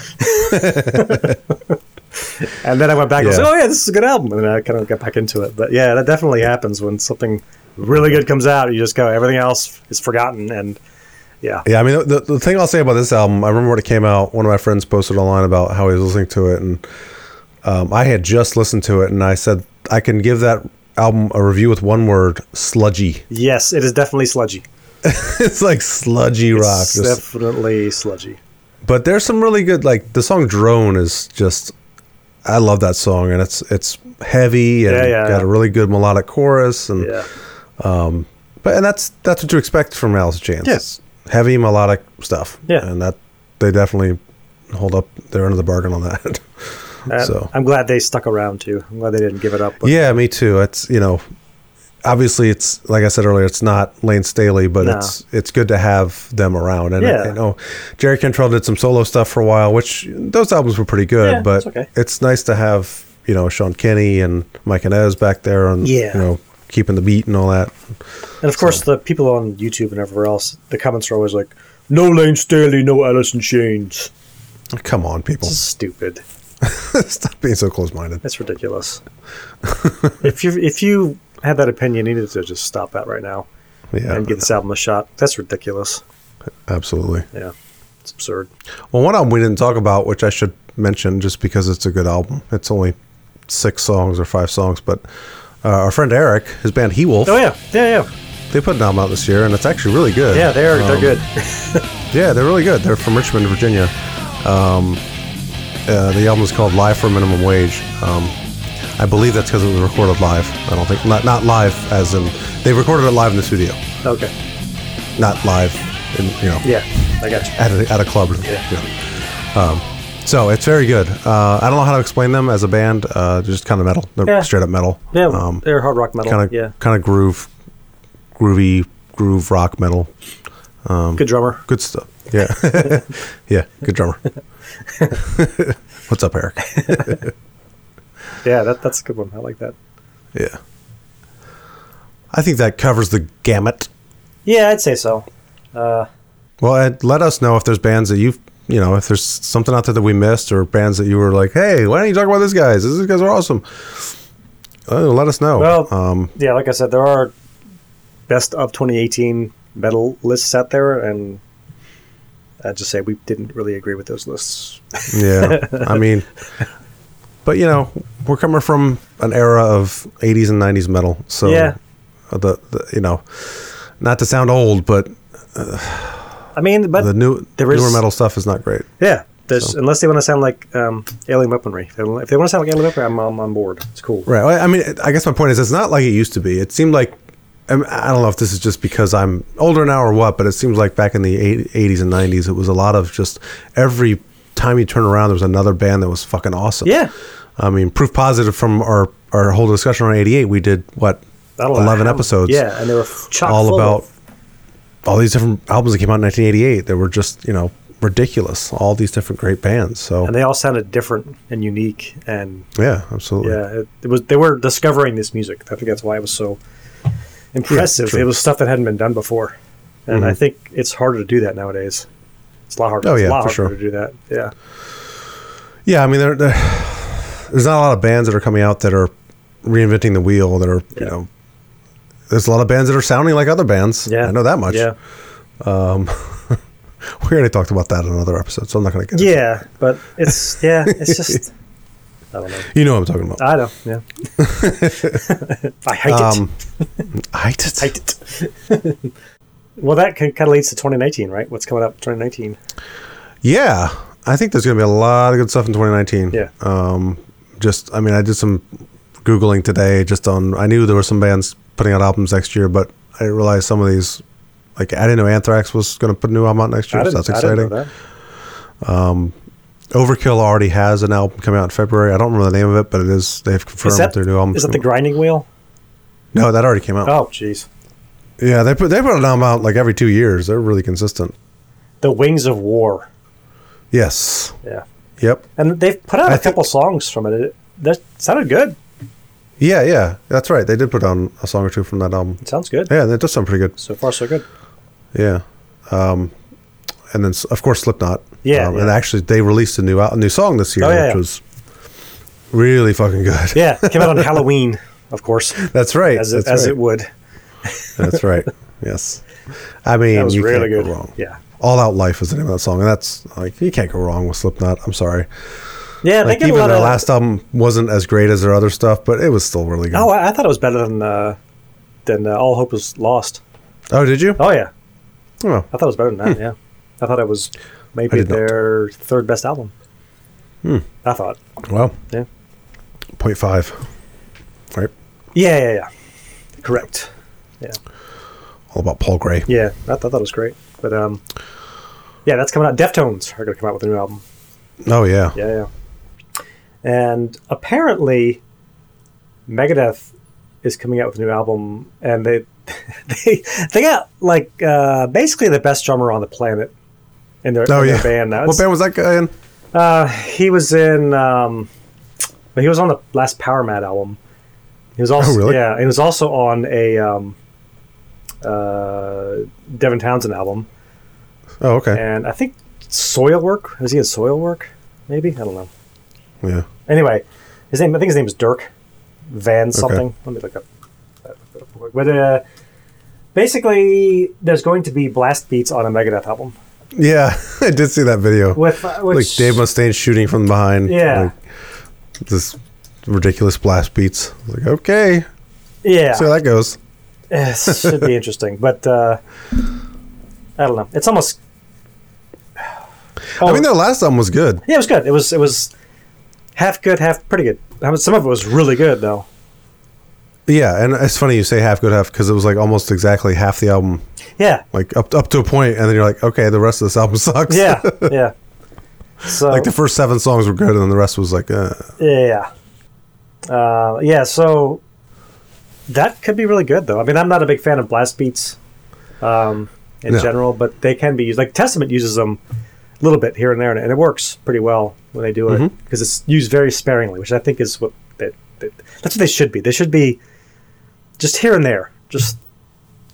Speaker 6: and then I went back and was
Speaker 5: Yeah.
Speaker 6: like, "Oh yeah, this is a good album." And then I kind of got back into it. But yeah, that definitely happens when something really good comes out. You just go, everything else is forgotten, and yeah,
Speaker 5: Yeah, I mean, the, the thing I'll say about this album, I remember when it came out, one of my friends posted online about how he was listening to it, and um, I had just listened to it, and I said I can give that album a review with one word: sludgy.
Speaker 6: yes, it is definitely sludgy.
Speaker 5: it's like sludgy rock.
Speaker 6: It's
Speaker 5: just-
Speaker 6: definitely sludgy.
Speaker 5: but there's some really good like the song drone is just i love that song and it's it's heavy and
Speaker 6: Yeah, yeah,
Speaker 5: got
Speaker 6: yeah.
Speaker 5: a really good melodic chorus and
Speaker 6: Yeah,
Speaker 5: but and that's that's what you expect from alice in chains
Speaker 6: Yeah.
Speaker 5: It's heavy melodic stuff
Speaker 6: Yeah.
Speaker 5: and that they definitely hold up their end of the bargain on that [LAUGHS]
Speaker 6: Uh,
Speaker 5: So-
Speaker 6: I'm glad they stuck around too. I'm glad they didn't give it up. but-
Speaker 5: yeah me too it's you know obviously it's like i said earlier it's not lane staley but
Speaker 6: No.
Speaker 5: it's it's good to have them around and
Speaker 6: Yeah.
Speaker 5: you know jerry cantrell did some solo stuff for a while which those albums were pretty good
Speaker 6: Yeah,
Speaker 5: but
Speaker 6: it's okay.
Speaker 5: it's nice to have you know sean kenny and mike inez back there and
Speaker 6: Yeah.
Speaker 5: you know keeping the beat and all that
Speaker 6: And of course, the people on YouTube and everywhere else, the comments are always like, "No Lane Staley, no Alice in Chains."
Speaker 5: come on people
Speaker 6: This is stupid.
Speaker 5: [LAUGHS] stop being so close-minded [LAUGHS]
Speaker 6: That's ridiculous. if you if you had that opinion, you needed to just stop that right now
Speaker 5: yeah
Speaker 6: and give this album a shot. That's ridiculous.
Speaker 5: absolutely
Speaker 6: Yeah, it's absurd.
Speaker 5: well one album we didn't talk about which i should mention just because it's a good album it's only six songs or five songs but uh, our friend eric his band he wolf
Speaker 6: Oh yeah, yeah, yeah,
Speaker 5: They put an album out this year, and it's actually really good.
Speaker 6: yeah. They're they're
Speaker 5: Um,
Speaker 6: good. [LAUGHS]
Speaker 5: Yeah, they're really good. They're from Richmond, Virginia. Um, uh, the album is called "Live for Minimum Wage." Um, I believe that's because it was recorded live. I don't think not not live as in they recorded it live in the studio,
Speaker 6: okay,
Speaker 5: not live in you know
Speaker 6: yeah, I got you.
Speaker 5: at a, at a club. you know. Um, so it's very good. Uh, I don't know how to explain them as a band. Uh, they're just kind of metal. They're
Speaker 6: Yeah.
Speaker 5: straight up metal.
Speaker 6: Yeah,
Speaker 5: Um,
Speaker 6: they're hard rock metal.
Speaker 5: kind of
Speaker 6: yeah,
Speaker 5: kind of groove, groovy groove rock metal. um,
Speaker 6: good drummer.
Speaker 5: Good stuff. Yeah. [LAUGHS] yeah. Good drummer. [LAUGHS] What's up, Eric?
Speaker 6: [LAUGHS] Yeah, that that's a good one. I like that.
Speaker 5: Yeah. I think that covers the gamut.
Speaker 6: Yeah, I'd say so.
Speaker 5: Well, Ed, let us know if there's bands that you've, you know, if there's something out there that we missed or bands that you were like, hey, why don't you talk about these guys? These guys are awesome. Uh, let us know.
Speaker 6: Well,
Speaker 5: um,
Speaker 6: yeah, like I said, there are best of 2018 metal lists out there, and I just say we didn't really agree with those lists. [LAUGHS]
Speaker 5: yeah. I mean, But you know, we're coming from an era of 80s and 90s metal, so
Speaker 6: Yeah.
Speaker 5: the, the you know, not to sound old, but
Speaker 6: I mean, but
Speaker 5: the new
Speaker 6: there is-
Speaker 5: newer metal stuff is not great.
Speaker 6: yeah, there's
Speaker 5: So-
Speaker 6: unless they want to sound like um, Alien Weaponry. If they want to sound like Alien Weaponry, I'm, I'm on board. It's cool.
Speaker 5: Right. Well, I mean, I guess my point is, it's not like it used to be. It seemed like I mean, I don't know if this is just because I'm older now or what, but it seems like back in the eight- 80s and 90s, it was a lot of just every time you turn around, there was another band that was fucking awesome.
Speaker 6: Yeah.
Speaker 5: I mean, proof positive from our our whole discussion on '88, we did what
Speaker 6: I don't know
Speaker 5: eleven
Speaker 6: how-
Speaker 5: episodes.
Speaker 6: Yeah, and they were f- chock
Speaker 5: all
Speaker 6: full
Speaker 5: about
Speaker 6: of-
Speaker 5: all these different albums that came out in 1988 that were just you know ridiculous. All these different great bands. So
Speaker 6: and they all sounded different and unique and
Speaker 5: yeah, absolutely.
Speaker 6: Yeah, it, it was. They were discovering this music. I think that's why it was so impressive.
Speaker 5: true. Mm-hmm.
Speaker 6: it was stuff that hadn't been done before, and I think it's harder to do that nowadays. It's a lot harder.
Speaker 5: Oh,
Speaker 6: it's
Speaker 5: yeah,
Speaker 6: a lot
Speaker 5: for
Speaker 6: harder
Speaker 5: sure.
Speaker 6: to do that. Yeah,
Speaker 5: Yeah, I mean, there, there, there's not a lot of bands that are coming out that are reinventing the wheel. That are you
Speaker 6: Yeah.
Speaker 5: know, there's a lot of bands that are sounding like other bands.
Speaker 6: yeah.
Speaker 5: I know that much.
Speaker 6: Yeah,
Speaker 5: We already talked about that in another episode, so I'm not going to get. into
Speaker 6: yeah, but it's yeah,
Speaker 5: [LAUGHS]
Speaker 6: it's just. I don't know.
Speaker 5: it. you know what I'm talking about.
Speaker 6: I know. Yeah,
Speaker 5: [LAUGHS]
Speaker 6: [LAUGHS] I hate it.
Speaker 5: Um, I did.
Speaker 6: Hate it. well, that kind of leads to 2019, right? What's coming up 2019?
Speaker 5: Yeah, I think there's going to be a lot of good stuff in 2019.
Speaker 6: Yeah.
Speaker 5: Um, just, I mean, I did some googling today. Just on, I knew there were some bands putting out albums next year, but I realized some of these, like, I didn't know Anthrax was going to put a new album out next year.
Speaker 6: I
Speaker 5: So
Speaker 6: didn't,
Speaker 5: that's
Speaker 6: I didn't
Speaker 5: exciting.
Speaker 6: know that.
Speaker 5: Overkill already has an album coming out in February. I don't remember the name of it, but it is they've confirmed
Speaker 6: Is that,
Speaker 5: their new album.
Speaker 6: is that the grinding wheel?
Speaker 5: no, that already came out.
Speaker 6: Oh, jeez.
Speaker 5: Yeah, they put they put an album out like every two years. They're really consistent.
Speaker 6: The Wings of War.
Speaker 5: Yes.
Speaker 6: Yeah.
Speaker 5: Yep.
Speaker 6: And they've put out a
Speaker 5: I
Speaker 6: couple songs from it. it. That sounded good.
Speaker 5: Yeah, yeah, that's right. They did put on a song or two from that album.
Speaker 6: It sounds good.
Speaker 5: Yeah, that does sound pretty good.
Speaker 6: So far, so good.
Speaker 5: Yeah. Um, and then, s- of course, Slipknot.
Speaker 6: Yeah,
Speaker 5: Um,
Speaker 6: yeah.
Speaker 5: And actually, they released a new al- a new song this year,
Speaker 6: Oh, yeah,
Speaker 5: which
Speaker 6: yeah.
Speaker 5: was really fucking good. [LAUGHS]
Speaker 6: Yeah, it came out on Halloween, of course,
Speaker 5: That's right.
Speaker 6: as it,
Speaker 5: that's
Speaker 6: as
Speaker 5: right.
Speaker 6: it would.
Speaker 5: that's
Speaker 6: [LAUGHS]
Speaker 5: right. Yes. I mean,
Speaker 6: That was
Speaker 5: you
Speaker 6: really
Speaker 5: can't
Speaker 6: good.
Speaker 5: go wrong.
Speaker 6: Yeah,
Speaker 5: All Out Life is the name of that song, and that's like you can't go wrong with Slipknot. I'm sorry.
Speaker 6: yeah.
Speaker 5: Like
Speaker 6: they get a
Speaker 5: even
Speaker 6: lot
Speaker 5: their
Speaker 6: of.
Speaker 5: last album wasn't as great as their other stuff, but it was still really good.
Speaker 6: oh, I, I thought it was better than uh, than uh, All Hope Is Lost.
Speaker 5: Oh, did you?
Speaker 6: Oh yeah,
Speaker 5: Oh.
Speaker 6: I thought it was better than that. Yeah, I thought it was maybe
Speaker 5: did not. Hmm.
Speaker 6: their third best album. I thought.
Speaker 5: Well,
Speaker 6: Yeah.
Speaker 5: point five. Right.
Speaker 6: Yeah, yeah, yeah. Correct.
Speaker 5: All about Paul Gray.
Speaker 6: Yeah, I thought that was great. But um, yeah, that's coming out. Deftones are going to come out with a new album.
Speaker 5: Oh yeah.
Speaker 6: Yeah, yeah. And apparently, Megadeth is coming out with a new album, and they [LAUGHS] they they got like uh, basically the best drummer on the planet in their,
Speaker 5: Oh
Speaker 6: in
Speaker 5: yeah.
Speaker 6: their band. Now
Speaker 5: What band was that guy in?
Speaker 6: he was in. Um, well, he was on the last Power Mad album. He was also
Speaker 5: Oh, really?
Speaker 6: yeah. He was also on a um, uh, Devin Townsend album,
Speaker 5: Oh okay.
Speaker 6: and I think Soil Work. Is he in Soil Work? Maybe I don't know.
Speaker 5: Yeah.
Speaker 6: Anyway, his name I think his name is Dirk Van something. Let me look up. But uh, basically, there's going to be blast beats on a Megadeth album
Speaker 5: Yeah, [LAUGHS] I did see that video.
Speaker 6: with uh,
Speaker 5: like
Speaker 6: which
Speaker 5: Dave Mustaine shooting from behind.
Speaker 6: Yeah.
Speaker 5: Like, this ridiculous blast beats. Like, okay,
Speaker 6: yeah
Speaker 5: see how that goes.
Speaker 6: it should be interesting. But uh, I don't know. It's almost. Oh,
Speaker 5: I mean, their last album was good.
Speaker 6: yeah, it was good. It was it was half good, half pretty good. I mean, Some of it was really good though.
Speaker 5: Yeah, and it's funny you say half good half because it was like almost exactly half the album,
Speaker 6: Yeah,
Speaker 5: like up up to a point, and then you're like, okay, the rest of this album [LAUGHS] sucks.
Speaker 6: yeah, yeah. So
Speaker 5: like the first seven songs were good, and then the rest was like, uh,
Speaker 6: Yeah. Uh, yeah, so that could be really good, though. I mean, I'm not a big fan of blast beats um, in
Speaker 5: No.
Speaker 6: general, but they can be used. Like Testament uses them a little bit here and there, and, and it works pretty well when they do it
Speaker 5: Mm-hmm.
Speaker 6: because it's used very sparingly, which I think is what they, they, that's what they should be. They should be just here and there. Just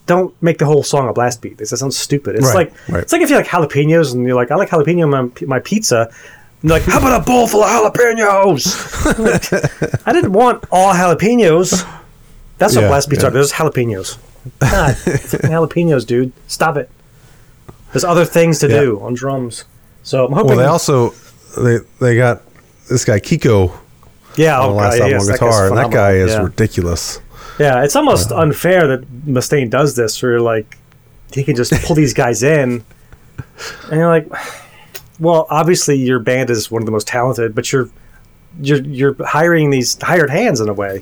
Speaker 6: don't make the whole song a blast beat. This that sounds stupid. It's
Speaker 5: Right,
Speaker 6: like
Speaker 5: right.
Speaker 6: it's like if you like jalapenos and you're like, I like jalapeno on my, my pizza. And you're like, how about a bowl full of jalapenos? Like, [LAUGHS] I didn't want all jalapenos. That's what
Speaker 5: Yeah,
Speaker 6: blast beats
Speaker 5: yeah.
Speaker 6: are.
Speaker 5: [LAUGHS]
Speaker 6: There's jalapenos. God, fucking jalapenos, dude. Stop it. There's other things to
Speaker 5: Yeah.
Speaker 6: do on drums. So I'm hoping.
Speaker 5: well, they also they they got this guy Kiko
Speaker 6: Yeah,
Speaker 5: on
Speaker 6: oh,
Speaker 5: the last
Speaker 6: God,
Speaker 5: album
Speaker 6: yes,
Speaker 5: on
Speaker 6: that guy's
Speaker 5: guitar, and that
Speaker 6: phenomenal,
Speaker 5: guy is
Speaker 6: yeah.
Speaker 5: ridiculous.
Speaker 6: Yeah, it's almost unfair that Mustaine does this. Where you're like, he can just pull these guys in, and you're like, well, obviously your band is one of the most talented, but you're you're you're hiring these hired hands in a way.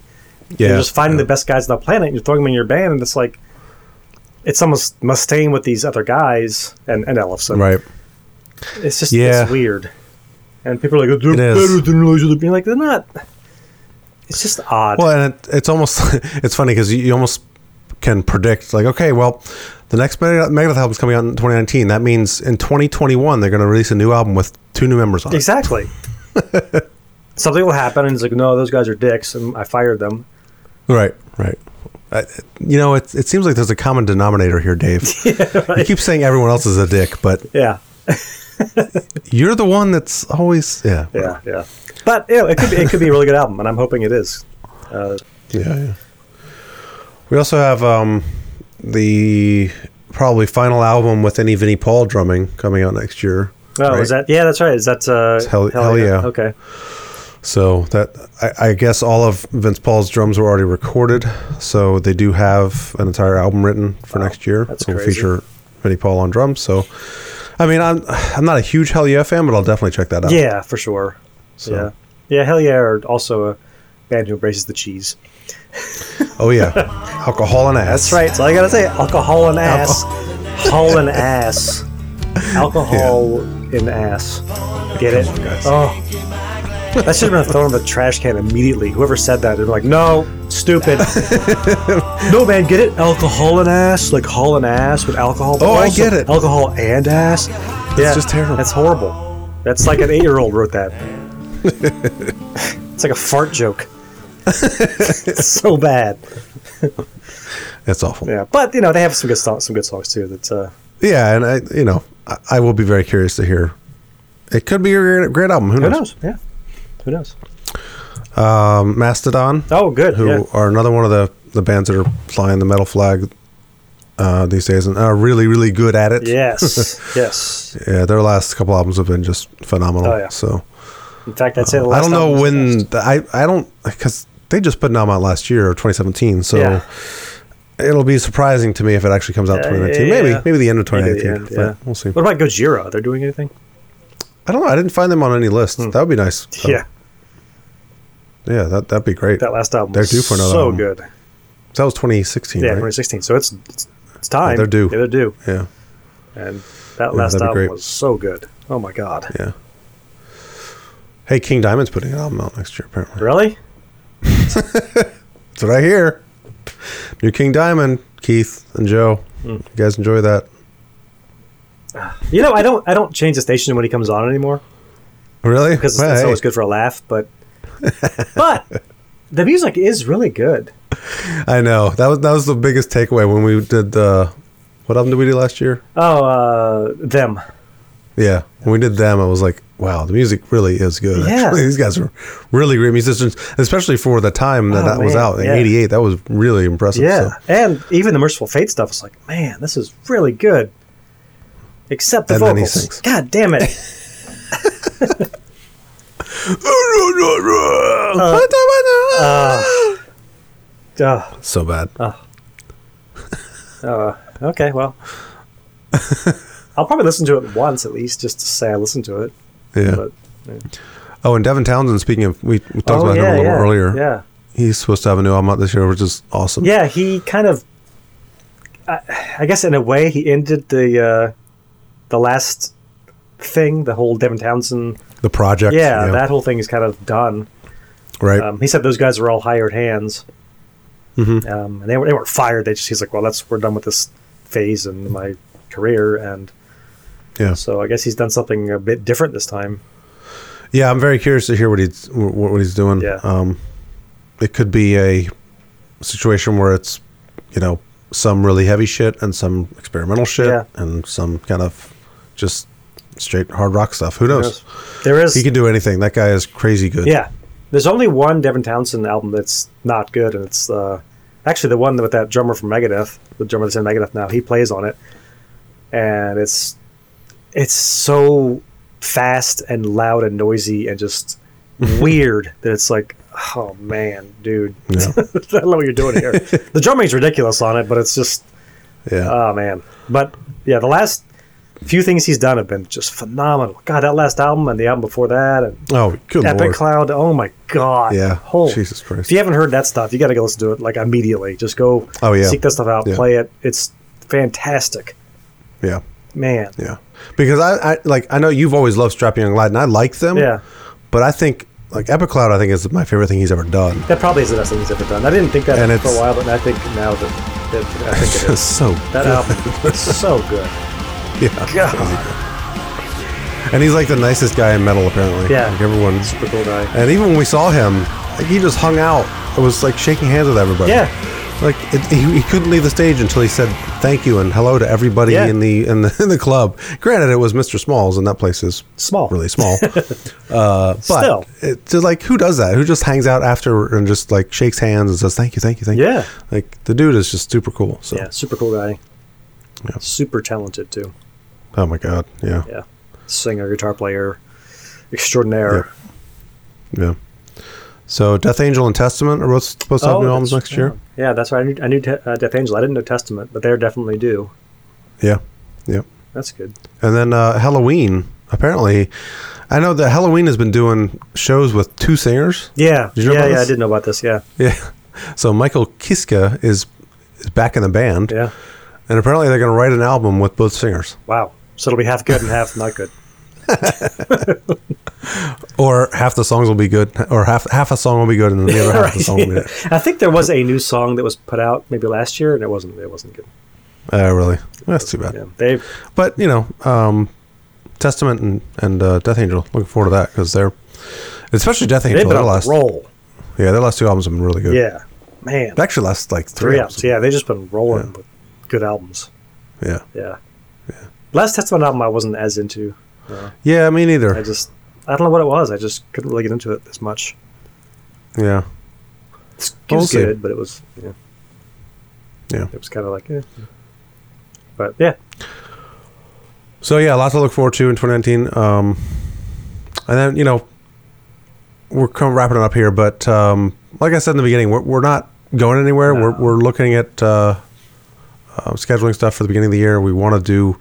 Speaker 5: Yeah,
Speaker 6: You're just finding the best guys on the planet, and you're throwing them in your band, and it's like, it's almost Mustaine with these other guys and and Ellefson.
Speaker 5: right.
Speaker 6: It's just
Speaker 5: Yeah.
Speaker 6: it's weird, and people are like, they're
Speaker 5: It is.
Speaker 6: better than those other. You're like, they're not. It's just odd.
Speaker 5: Well, and it, it's almost [LAUGHS] it's funny because you, you almost can predict like, okay, well, the next Meg- Megadeth album's coming out in 2019. That means in 2021 they're going to release a new album with two new members on it.
Speaker 6: [LAUGHS] Exactly. Something will happen, and it's like, no, those guys are dicks, and I fired them.
Speaker 5: Right, right. Uh, you know, it, it seems like there's a common denominator here, Dave.
Speaker 6: [LAUGHS]
Speaker 5: You keep saying everyone else is a dick, but
Speaker 6: Yeah,
Speaker 5: you're the one that's always yeah,
Speaker 6: yeah, yeah. But you know, it could be, it could be a really good album, and I'm hoping it is. Uh,
Speaker 5: Yeah, yeah. We also have um, the probably final album with any Vinnie Paul drumming coming out next year.
Speaker 6: oh,
Speaker 5: right?
Speaker 6: is that? Yeah, that's right. Is that? Uh,
Speaker 5: Hell- Hell Yeah.
Speaker 6: Okay.
Speaker 5: So that I, I guess all of Vince Paul's drums were already recorded, so they do have an entire album written for next year.
Speaker 6: that's
Speaker 5: It'll
Speaker 6: crazy.
Speaker 5: feature Vinnie Paul on drums. So, I mean, I'm I'm not a huge Hell Yeah fan, but I'll definitely check that out.
Speaker 6: Yeah, for sure. Yeah, yeah. Hell yeah are also a band who embraces the cheese.
Speaker 5: Oh yeah, [LAUGHS] alcohol and ass.
Speaker 6: That's right. That's all you gotta say. Alcohol and ass. Hall and
Speaker 5: [LAUGHS]
Speaker 6: ass. Alcohol and ass. Get it? Oh. That should have been thrown in the trash can immediately. Whoever said that, they're like, no,
Speaker 5: [LAUGHS]
Speaker 6: stupid. no, man, get it? Alcohol and ass? Like, hall and ass with alcohol? but
Speaker 5: Oh, I
Speaker 6: also
Speaker 5: get it.
Speaker 6: Alcohol and ass? yeah.
Speaker 5: just terrible.
Speaker 6: That's horrible. That's like an eight year old
Speaker 5: [LAUGHS]
Speaker 6: wrote that. it's like a fart joke. [LAUGHS] it's so bad.
Speaker 5: That's awful.
Speaker 6: Yeah, but you know they have some good songs, some good songs too. That uh,
Speaker 5: Yeah, and I, you know, I, I will be very curious to hear. It could be a great, great album. Who
Speaker 6: who
Speaker 5: knows?
Speaker 6: knows? Yeah, who knows?
Speaker 5: Um, Mastodon,
Speaker 6: Oh, good.
Speaker 5: who
Speaker 6: yeah.
Speaker 5: are another one of the, the bands that are flying the metal flag uh, these days and are really, really good at it. [LAUGHS]
Speaker 6: Yes, yes.
Speaker 5: Yeah, their last couple albums have been just phenomenal.
Speaker 6: Oh, yeah.
Speaker 5: So
Speaker 6: In fact, I'd say the
Speaker 5: I
Speaker 6: last
Speaker 5: don't
Speaker 6: album
Speaker 5: know
Speaker 6: was the
Speaker 5: when
Speaker 6: best.
Speaker 5: the, I I don't because they just put an album out last year, 2017. So
Speaker 6: Yeah.
Speaker 5: it'll be surprising to me if it actually comes out
Speaker 6: Yeah,
Speaker 5: 2019.
Speaker 6: yeah,
Speaker 5: maybe
Speaker 6: yeah.
Speaker 5: maybe the end of
Speaker 6: Maybe the
Speaker 5: 2019. but
Speaker 6: end, yeah.
Speaker 5: We'll see.
Speaker 6: What about Gojira? Are they doing anything?
Speaker 5: I don't know. I didn't find them on any list. That would be nice. though.
Speaker 6: Hmm. Yeah,
Speaker 5: yeah. That that'd be great.
Speaker 6: that last album.
Speaker 5: They're
Speaker 6: was
Speaker 5: due for another
Speaker 6: So
Speaker 5: album.
Speaker 6: good.
Speaker 5: that was 2016.
Speaker 6: Yeah,
Speaker 5: right?
Speaker 6: 2016. So it's it's, it's time.
Speaker 5: they're due.
Speaker 6: Yeah, they're due.
Speaker 5: Yeah.
Speaker 6: And that last
Speaker 5: that'd be
Speaker 6: album
Speaker 5: great.
Speaker 6: was so good. Oh my god.
Speaker 5: Yeah. Hey, King Diamond's putting an album out next year. Apparently,
Speaker 6: Really?
Speaker 5: that's what I hear. New King Diamond, Keith and Joe.
Speaker 6: Hmm.
Speaker 5: You guys enjoy that?
Speaker 6: You know, I don't I don't change the station when he comes on anymore.
Speaker 5: Really?
Speaker 6: because
Speaker 5: Well,
Speaker 6: it's
Speaker 5: hey,
Speaker 6: always good for a laugh.
Speaker 5: [LAUGHS]
Speaker 6: But but the music is really good.
Speaker 5: I know that was that was the biggest takeaway when we did the what album did we do last year?
Speaker 6: Oh, uh, them.
Speaker 5: Yeah, when we did them, I was like, wow, the music really is good.
Speaker 6: Yeah.
Speaker 5: Actually, [LAUGHS] these guys are really great musicians, especially for the time that
Speaker 6: Oh,
Speaker 5: that was
Speaker 6: man,
Speaker 5: out in
Speaker 6: yeah.
Speaker 5: '88. That was really impressive.
Speaker 6: Yeah,
Speaker 5: so.
Speaker 6: and even the Merciful Fate stuff is like, man, this is really good. Except the
Speaker 5: And then he
Speaker 6: vocals.
Speaker 5: sings.
Speaker 6: God damn it!
Speaker 5: [LAUGHS]
Speaker 6: Ugh.
Speaker 5: [LAUGHS] so bad.
Speaker 6: Uh, okay,
Speaker 5: [LAUGHS]
Speaker 6: well, I'll probably listen to it once at least, just to say I listened to it.
Speaker 5: yeah.
Speaker 6: But
Speaker 5: Oh, and Devin Townsend. Speaking of, we, we talked
Speaker 6: oh
Speaker 5: about him a
Speaker 6: yeah,
Speaker 5: little
Speaker 6: yeah,
Speaker 5: earlier.
Speaker 6: yeah,
Speaker 5: He's supposed to have a new album out this year, which is awesome.
Speaker 6: yeah. He kind of, I, I guess, in a way, he ended the uh, the last thing, the whole Devin Townsend.
Speaker 5: the project.
Speaker 6: Yeah, that whole thing is kind of done.
Speaker 5: right.
Speaker 6: Um, he said those guys were all hired hands,
Speaker 5: Mm-hmm.
Speaker 6: um, and they were they weren't fired. They just he's like, well, that's we're done with this phase in my career, and
Speaker 5: yeah,
Speaker 6: so I guess he's done something a bit different this time.
Speaker 5: yeah. I'm very curious to hear what he's what, what he's doing.
Speaker 6: Yeah.
Speaker 5: Um, it could be a situation where it's you know some really heavy shit and some experimental shit
Speaker 6: Yeah.
Speaker 5: and some kind of just straight hard rock stuff. Who knows?
Speaker 6: There is
Speaker 5: He can do anything. That guy is crazy good.
Speaker 6: yeah. There's only one Devin Townsend album that's not good, and it's uh, actually the one with that drummer from Megadeth, the drummer that's in Megadeth now. He plays on it, and it's it's so fast and loud and noisy and just weird that it's like, oh man, dude,
Speaker 5: Yeah.
Speaker 6: [LAUGHS] I don't know what you're doing here. the drumming's ridiculous on it, but it's just
Speaker 5: Yeah.
Speaker 6: oh man. But yeah, the last few things he's done have been just phenomenal. God, that last album and the album before that, and
Speaker 5: oh, good
Speaker 6: Epic
Speaker 5: lord.
Speaker 6: Cloud. Oh my god.
Speaker 5: Yeah.
Speaker 6: Holy.
Speaker 5: Jesus Christ.
Speaker 6: If you haven't heard that stuff, you got to go listen to it like immediately. Just go.
Speaker 5: Oh, yeah.
Speaker 6: Seek that stuff out.
Speaker 5: Yeah.
Speaker 6: Play it. It's fantastic,
Speaker 5: yeah.
Speaker 6: man.
Speaker 5: Yeah. Because I, I like I know you've always loved Strap Young Lad and I like them.
Speaker 6: Yeah.
Speaker 5: But I think like Epic Cloud I think is my favorite thing he's ever done.
Speaker 6: That probably is the best thing he's ever done. I didn't think that
Speaker 5: And
Speaker 6: for a
Speaker 5: it's-
Speaker 6: while, but I think now that, that I
Speaker 5: [LAUGHS]
Speaker 6: think it is.
Speaker 5: Just so
Speaker 6: That album is so good.
Speaker 5: yeah.
Speaker 6: God.
Speaker 5: And he's like the nicest guy in metal apparently.
Speaker 6: Yeah.
Speaker 5: Like everyone's
Speaker 6: Super cool guy.
Speaker 5: and even when we saw him, like, he just hung out. It was like shaking hands with everybody.
Speaker 6: Yeah.
Speaker 5: Like it, he, he couldn't leave the stage until he said thank you and hello to everybody
Speaker 6: Yeah.
Speaker 5: in the [LAUGHS] in the in the club. Granted, it was Mr. Smalls, and that place is
Speaker 6: Small.
Speaker 5: really
Speaker 6: [LAUGHS]
Speaker 5: small. uh, but
Speaker 6: Still.
Speaker 5: it's just like who does that? Who just hangs out after and just like shakes hands and says thank you, thank you, thank you.
Speaker 6: Yeah.
Speaker 5: like the dude is just super cool. So
Speaker 6: Yeah, super cool guy.
Speaker 5: Yeah.
Speaker 6: Super talented too.
Speaker 5: oh my god, yeah, yeah.
Speaker 6: Yeah. Singer, guitar player, extraordinaire.
Speaker 5: So Death Angel and Testament are both supposed to have
Speaker 6: Oh,
Speaker 5: new albums
Speaker 6: that's-
Speaker 5: next year.
Speaker 6: Yeah, that's right. I knew, I knew Te- uh, Death Angel. I didn't know Testament, but they're definitely due.
Speaker 5: Yeah, yeah.
Speaker 6: That's good.
Speaker 5: And then uh, Halloween. Apparently, I know that Halloween has been doing shows with two singers.
Speaker 6: Yeah,
Speaker 5: Did you know
Speaker 6: yeah,
Speaker 5: about
Speaker 6: yeah. I
Speaker 5: this?
Speaker 6: did know about this. [LAUGHS] Yeah,
Speaker 5: Yeah. So Michael Kiska is is back in the band,
Speaker 6: yeah.
Speaker 5: and apparently they're going to write an album with both singers,
Speaker 6: Wow. So it'll be half good and half not good.
Speaker 5: or half the songs will be good, or half half a song will be good, and then the other [LAUGHS] half of the song will
Speaker 6: [LAUGHS]
Speaker 5: be bad.
Speaker 6: I think there was a new song that was put out maybe last year, and it wasn't. It wasn't good.
Speaker 5: Uh, really, that's too bad.
Speaker 6: Yeah, they.
Speaker 5: But you know, um, Testament and and uh, Death Angel. Looking forward to that because they're especially Death
Speaker 6: They've
Speaker 5: Angel.
Speaker 6: been
Speaker 5: Their
Speaker 6: on
Speaker 5: last,
Speaker 6: a roll.
Speaker 5: yeah, their last two albums have been really good.
Speaker 6: Yeah, man.
Speaker 5: actually, last like three,
Speaker 6: Three albums. Yeah, they've just been rolling with good albums.
Speaker 5: yeah,
Speaker 6: Yeah. Yeah. Last Testament album I wasn't as into.
Speaker 5: yeah. Me neither.
Speaker 6: I just I don't know what it was. I just couldn't really get into it as much.
Speaker 5: yeah,
Speaker 6: It was
Speaker 5: Okay.
Speaker 6: good, but it was yeah,
Speaker 5: yeah.
Speaker 6: it was kind of like eh. But yeah,
Speaker 5: So yeah, a lot to look forward to in 2019. Um, and then you know, we're kind of wrapping it up here, but um, like I said in the beginning, we're, we're not going anywhere. We're we're looking at uh, uh, scheduling stuff for the beginning of the year. We want to do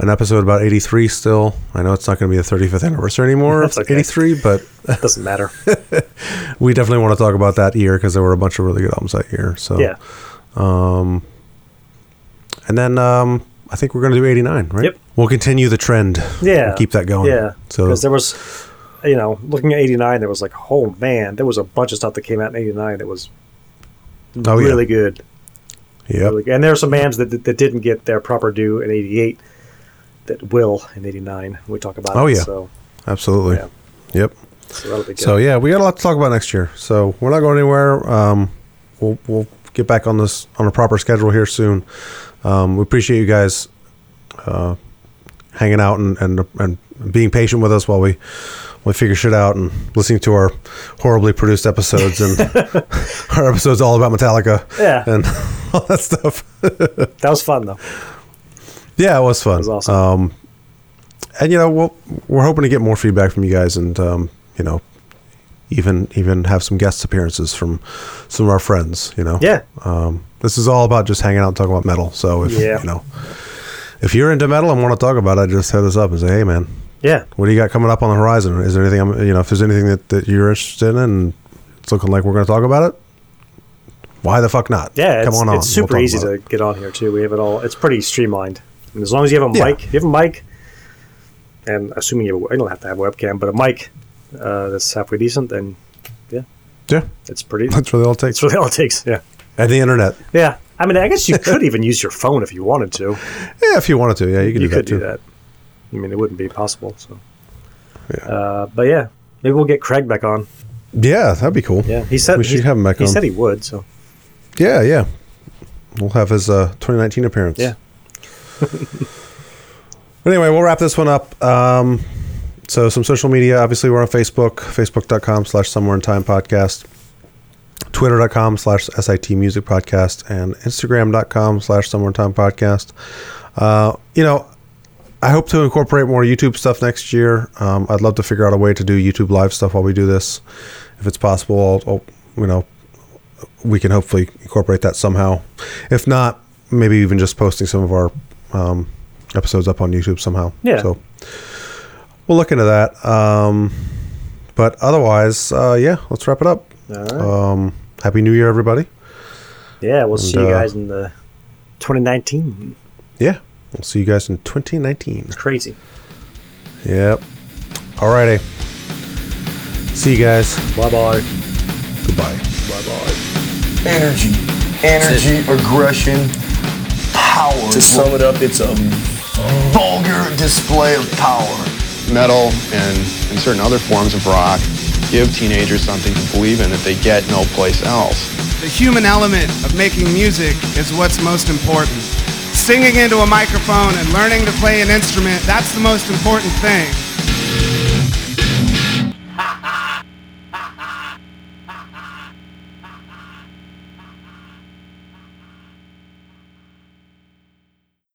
Speaker 5: an episode about 83 still. I know it's not going to be the 35th anniversary anymore.
Speaker 6: That's
Speaker 5: of
Speaker 6: okay.
Speaker 5: 83, but [LAUGHS]
Speaker 6: it doesn't matter.
Speaker 5: we definitely want to talk about that year because there were a bunch of really good albums that year. So
Speaker 6: yeah.
Speaker 5: and then um, I think we're going to do 89, right?
Speaker 6: Yep.
Speaker 5: We'll continue the trend.
Speaker 6: Yeah.
Speaker 5: We'll keep that going.
Speaker 6: Yeah.
Speaker 5: So
Speaker 6: because there was you know, looking at eighty nine there was like, oh man, there was a bunch of stuff that came out in eighty nine that was
Speaker 5: oh,
Speaker 6: really
Speaker 5: yeah.
Speaker 6: good.
Speaker 5: Yep.
Speaker 6: Really good. And there are some bands that, that didn't get their proper due in eighty eight that will in eighty nine. We talk about
Speaker 5: Oh,
Speaker 6: it.
Speaker 5: yeah.
Speaker 6: So,
Speaker 5: Absolutely.
Speaker 6: Yeah.
Speaker 5: Yep.
Speaker 6: so that'll be good.
Speaker 5: So yeah, we got a lot to talk about next year. So we're not going anywhere. Um, we'll we'll get back on this on a proper schedule here soon. Um, we appreciate you guys uh, hanging out and, and and being patient with us while we we figure shit out and listening to our horribly produced episodes and [LAUGHS] our episodes all about Metallica.
Speaker 6: Yeah.
Speaker 5: and [LAUGHS] all that stuff.
Speaker 6: that was fun though.
Speaker 5: Yeah, it was fun. It
Speaker 6: was awesome.
Speaker 5: Um, and you know, we'll, we're hoping to get more feedback from you guys, and um, you know, even even have some guest appearances from some of our friends. You know,
Speaker 6: Yeah.
Speaker 5: Um, this is all about just hanging out and talking about metal. So if
Speaker 6: Yeah.
Speaker 5: you know, if you're into metal and want to talk about it, just hit us up and say, hey, man,
Speaker 6: Yeah.
Speaker 5: what do you got coming up on the horizon? Is there anything I'm, you know, if there's anything that, that you're interested in, and it's looking like we're going to talk about it. Why the fuck not?
Speaker 6: Yeah,
Speaker 5: come
Speaker 6: it's,
Speaker 5: on on.
Speaker 6: It's super
Speaker 5: We'll talk
Speaker 6: easy
Speaker 5: about
Speaker 6: to
Speaker 5: it.
Speaker 6: get on here too. We have it all. It's pretty streamlined. And as long as you have a
Speaker 5: Yeah.
Speaker 6: mic, if you have a mic, and assuming you, have a, you don't have to have a webcam, but a mic uh, that's halfway decent, then
Speaker 5: Yeah, [LAUGHS]
Speaker 6: it's pretty.
Speaker 5: that's really all it takes.
Speaker 6: That's really all it takes. Yeah,
Speaker 5: And the internet.
Speaker 6: yeah. I mean, I guess you could even use your phone if you wanted to.
Speaker 5: Yeah, if you wanted to, yeah, you could
Speaker 6: You
Speaker 5: do that
Speaker 6: could
Speaker 5: too.
Speaker 6: do that. I mean, it wouldn't be possible. So,
Speaker 5: Yeah.
Speaker 6: Uh, but yeah, maybe we'll get Craig back on.
Speaker 5: Yeah, that'd be cool.
Speaker 6: Yeah, he said
Speaker 5: we should
Speaker 6: he,
Speaker 5: have him back
Speaker 6: He
Speaker 5: on.
Speaker 6: said he would. So
Speaker 5: yeah, yeah, we'll have his uh, 2019 appearance.
Speaker 6: Yeah.
Speaker 5: anyway, we'll wrap this one up. Um, so some social media. Obviously, we're on Facebook, Facebook.com/slash Somewhere in Time Podcast, Twitter.com/slash SIT Music Podcast, and Instagram.com/slash Somewhere in Time Podcast. Uh, you know, I hope to incorporate more YouTube stuff next year. Um, I'd love to figure out a way to do YouTube live stuff while we do this, if it's possible, I'll, I'll you know we can hopefully incorporate that somehow. If not, maybe even just posting some of our um, episodes up on YouTube somehow.
Speaker 6: Yeah.
Speaker 5: So we'll look into that. Um, but otherwise, uh, yeah, let's wrap it up.
Speaker 6: All right.
Speaker 5: Um, Happy New Year, everybody.
Speaker 6: yeah, we'll see
Speaker 5: and,
Speaker 6: you
Speaker 5: uh,
Speaker 6: guys in the 2019.
Speaker 5: Yeah. We'll see you guys in 2019.
Speaker 6: Crazy.
Speaker 5: Yep. Alrighty. See you guys.
Speaker 6: Bye bye.
Speaker 5: Goodbye.
Speaker 10: energy, energy, aggression, power. To sum it up, it's a vulgar display of power.
Speaker 4: metal and in certain other forms of rock give teenagers something to believe in that they get no place else.
Speaker 7: The human element of making music is what's most important. Singing into a microphone and learning to play an instrument, that's the most important thing.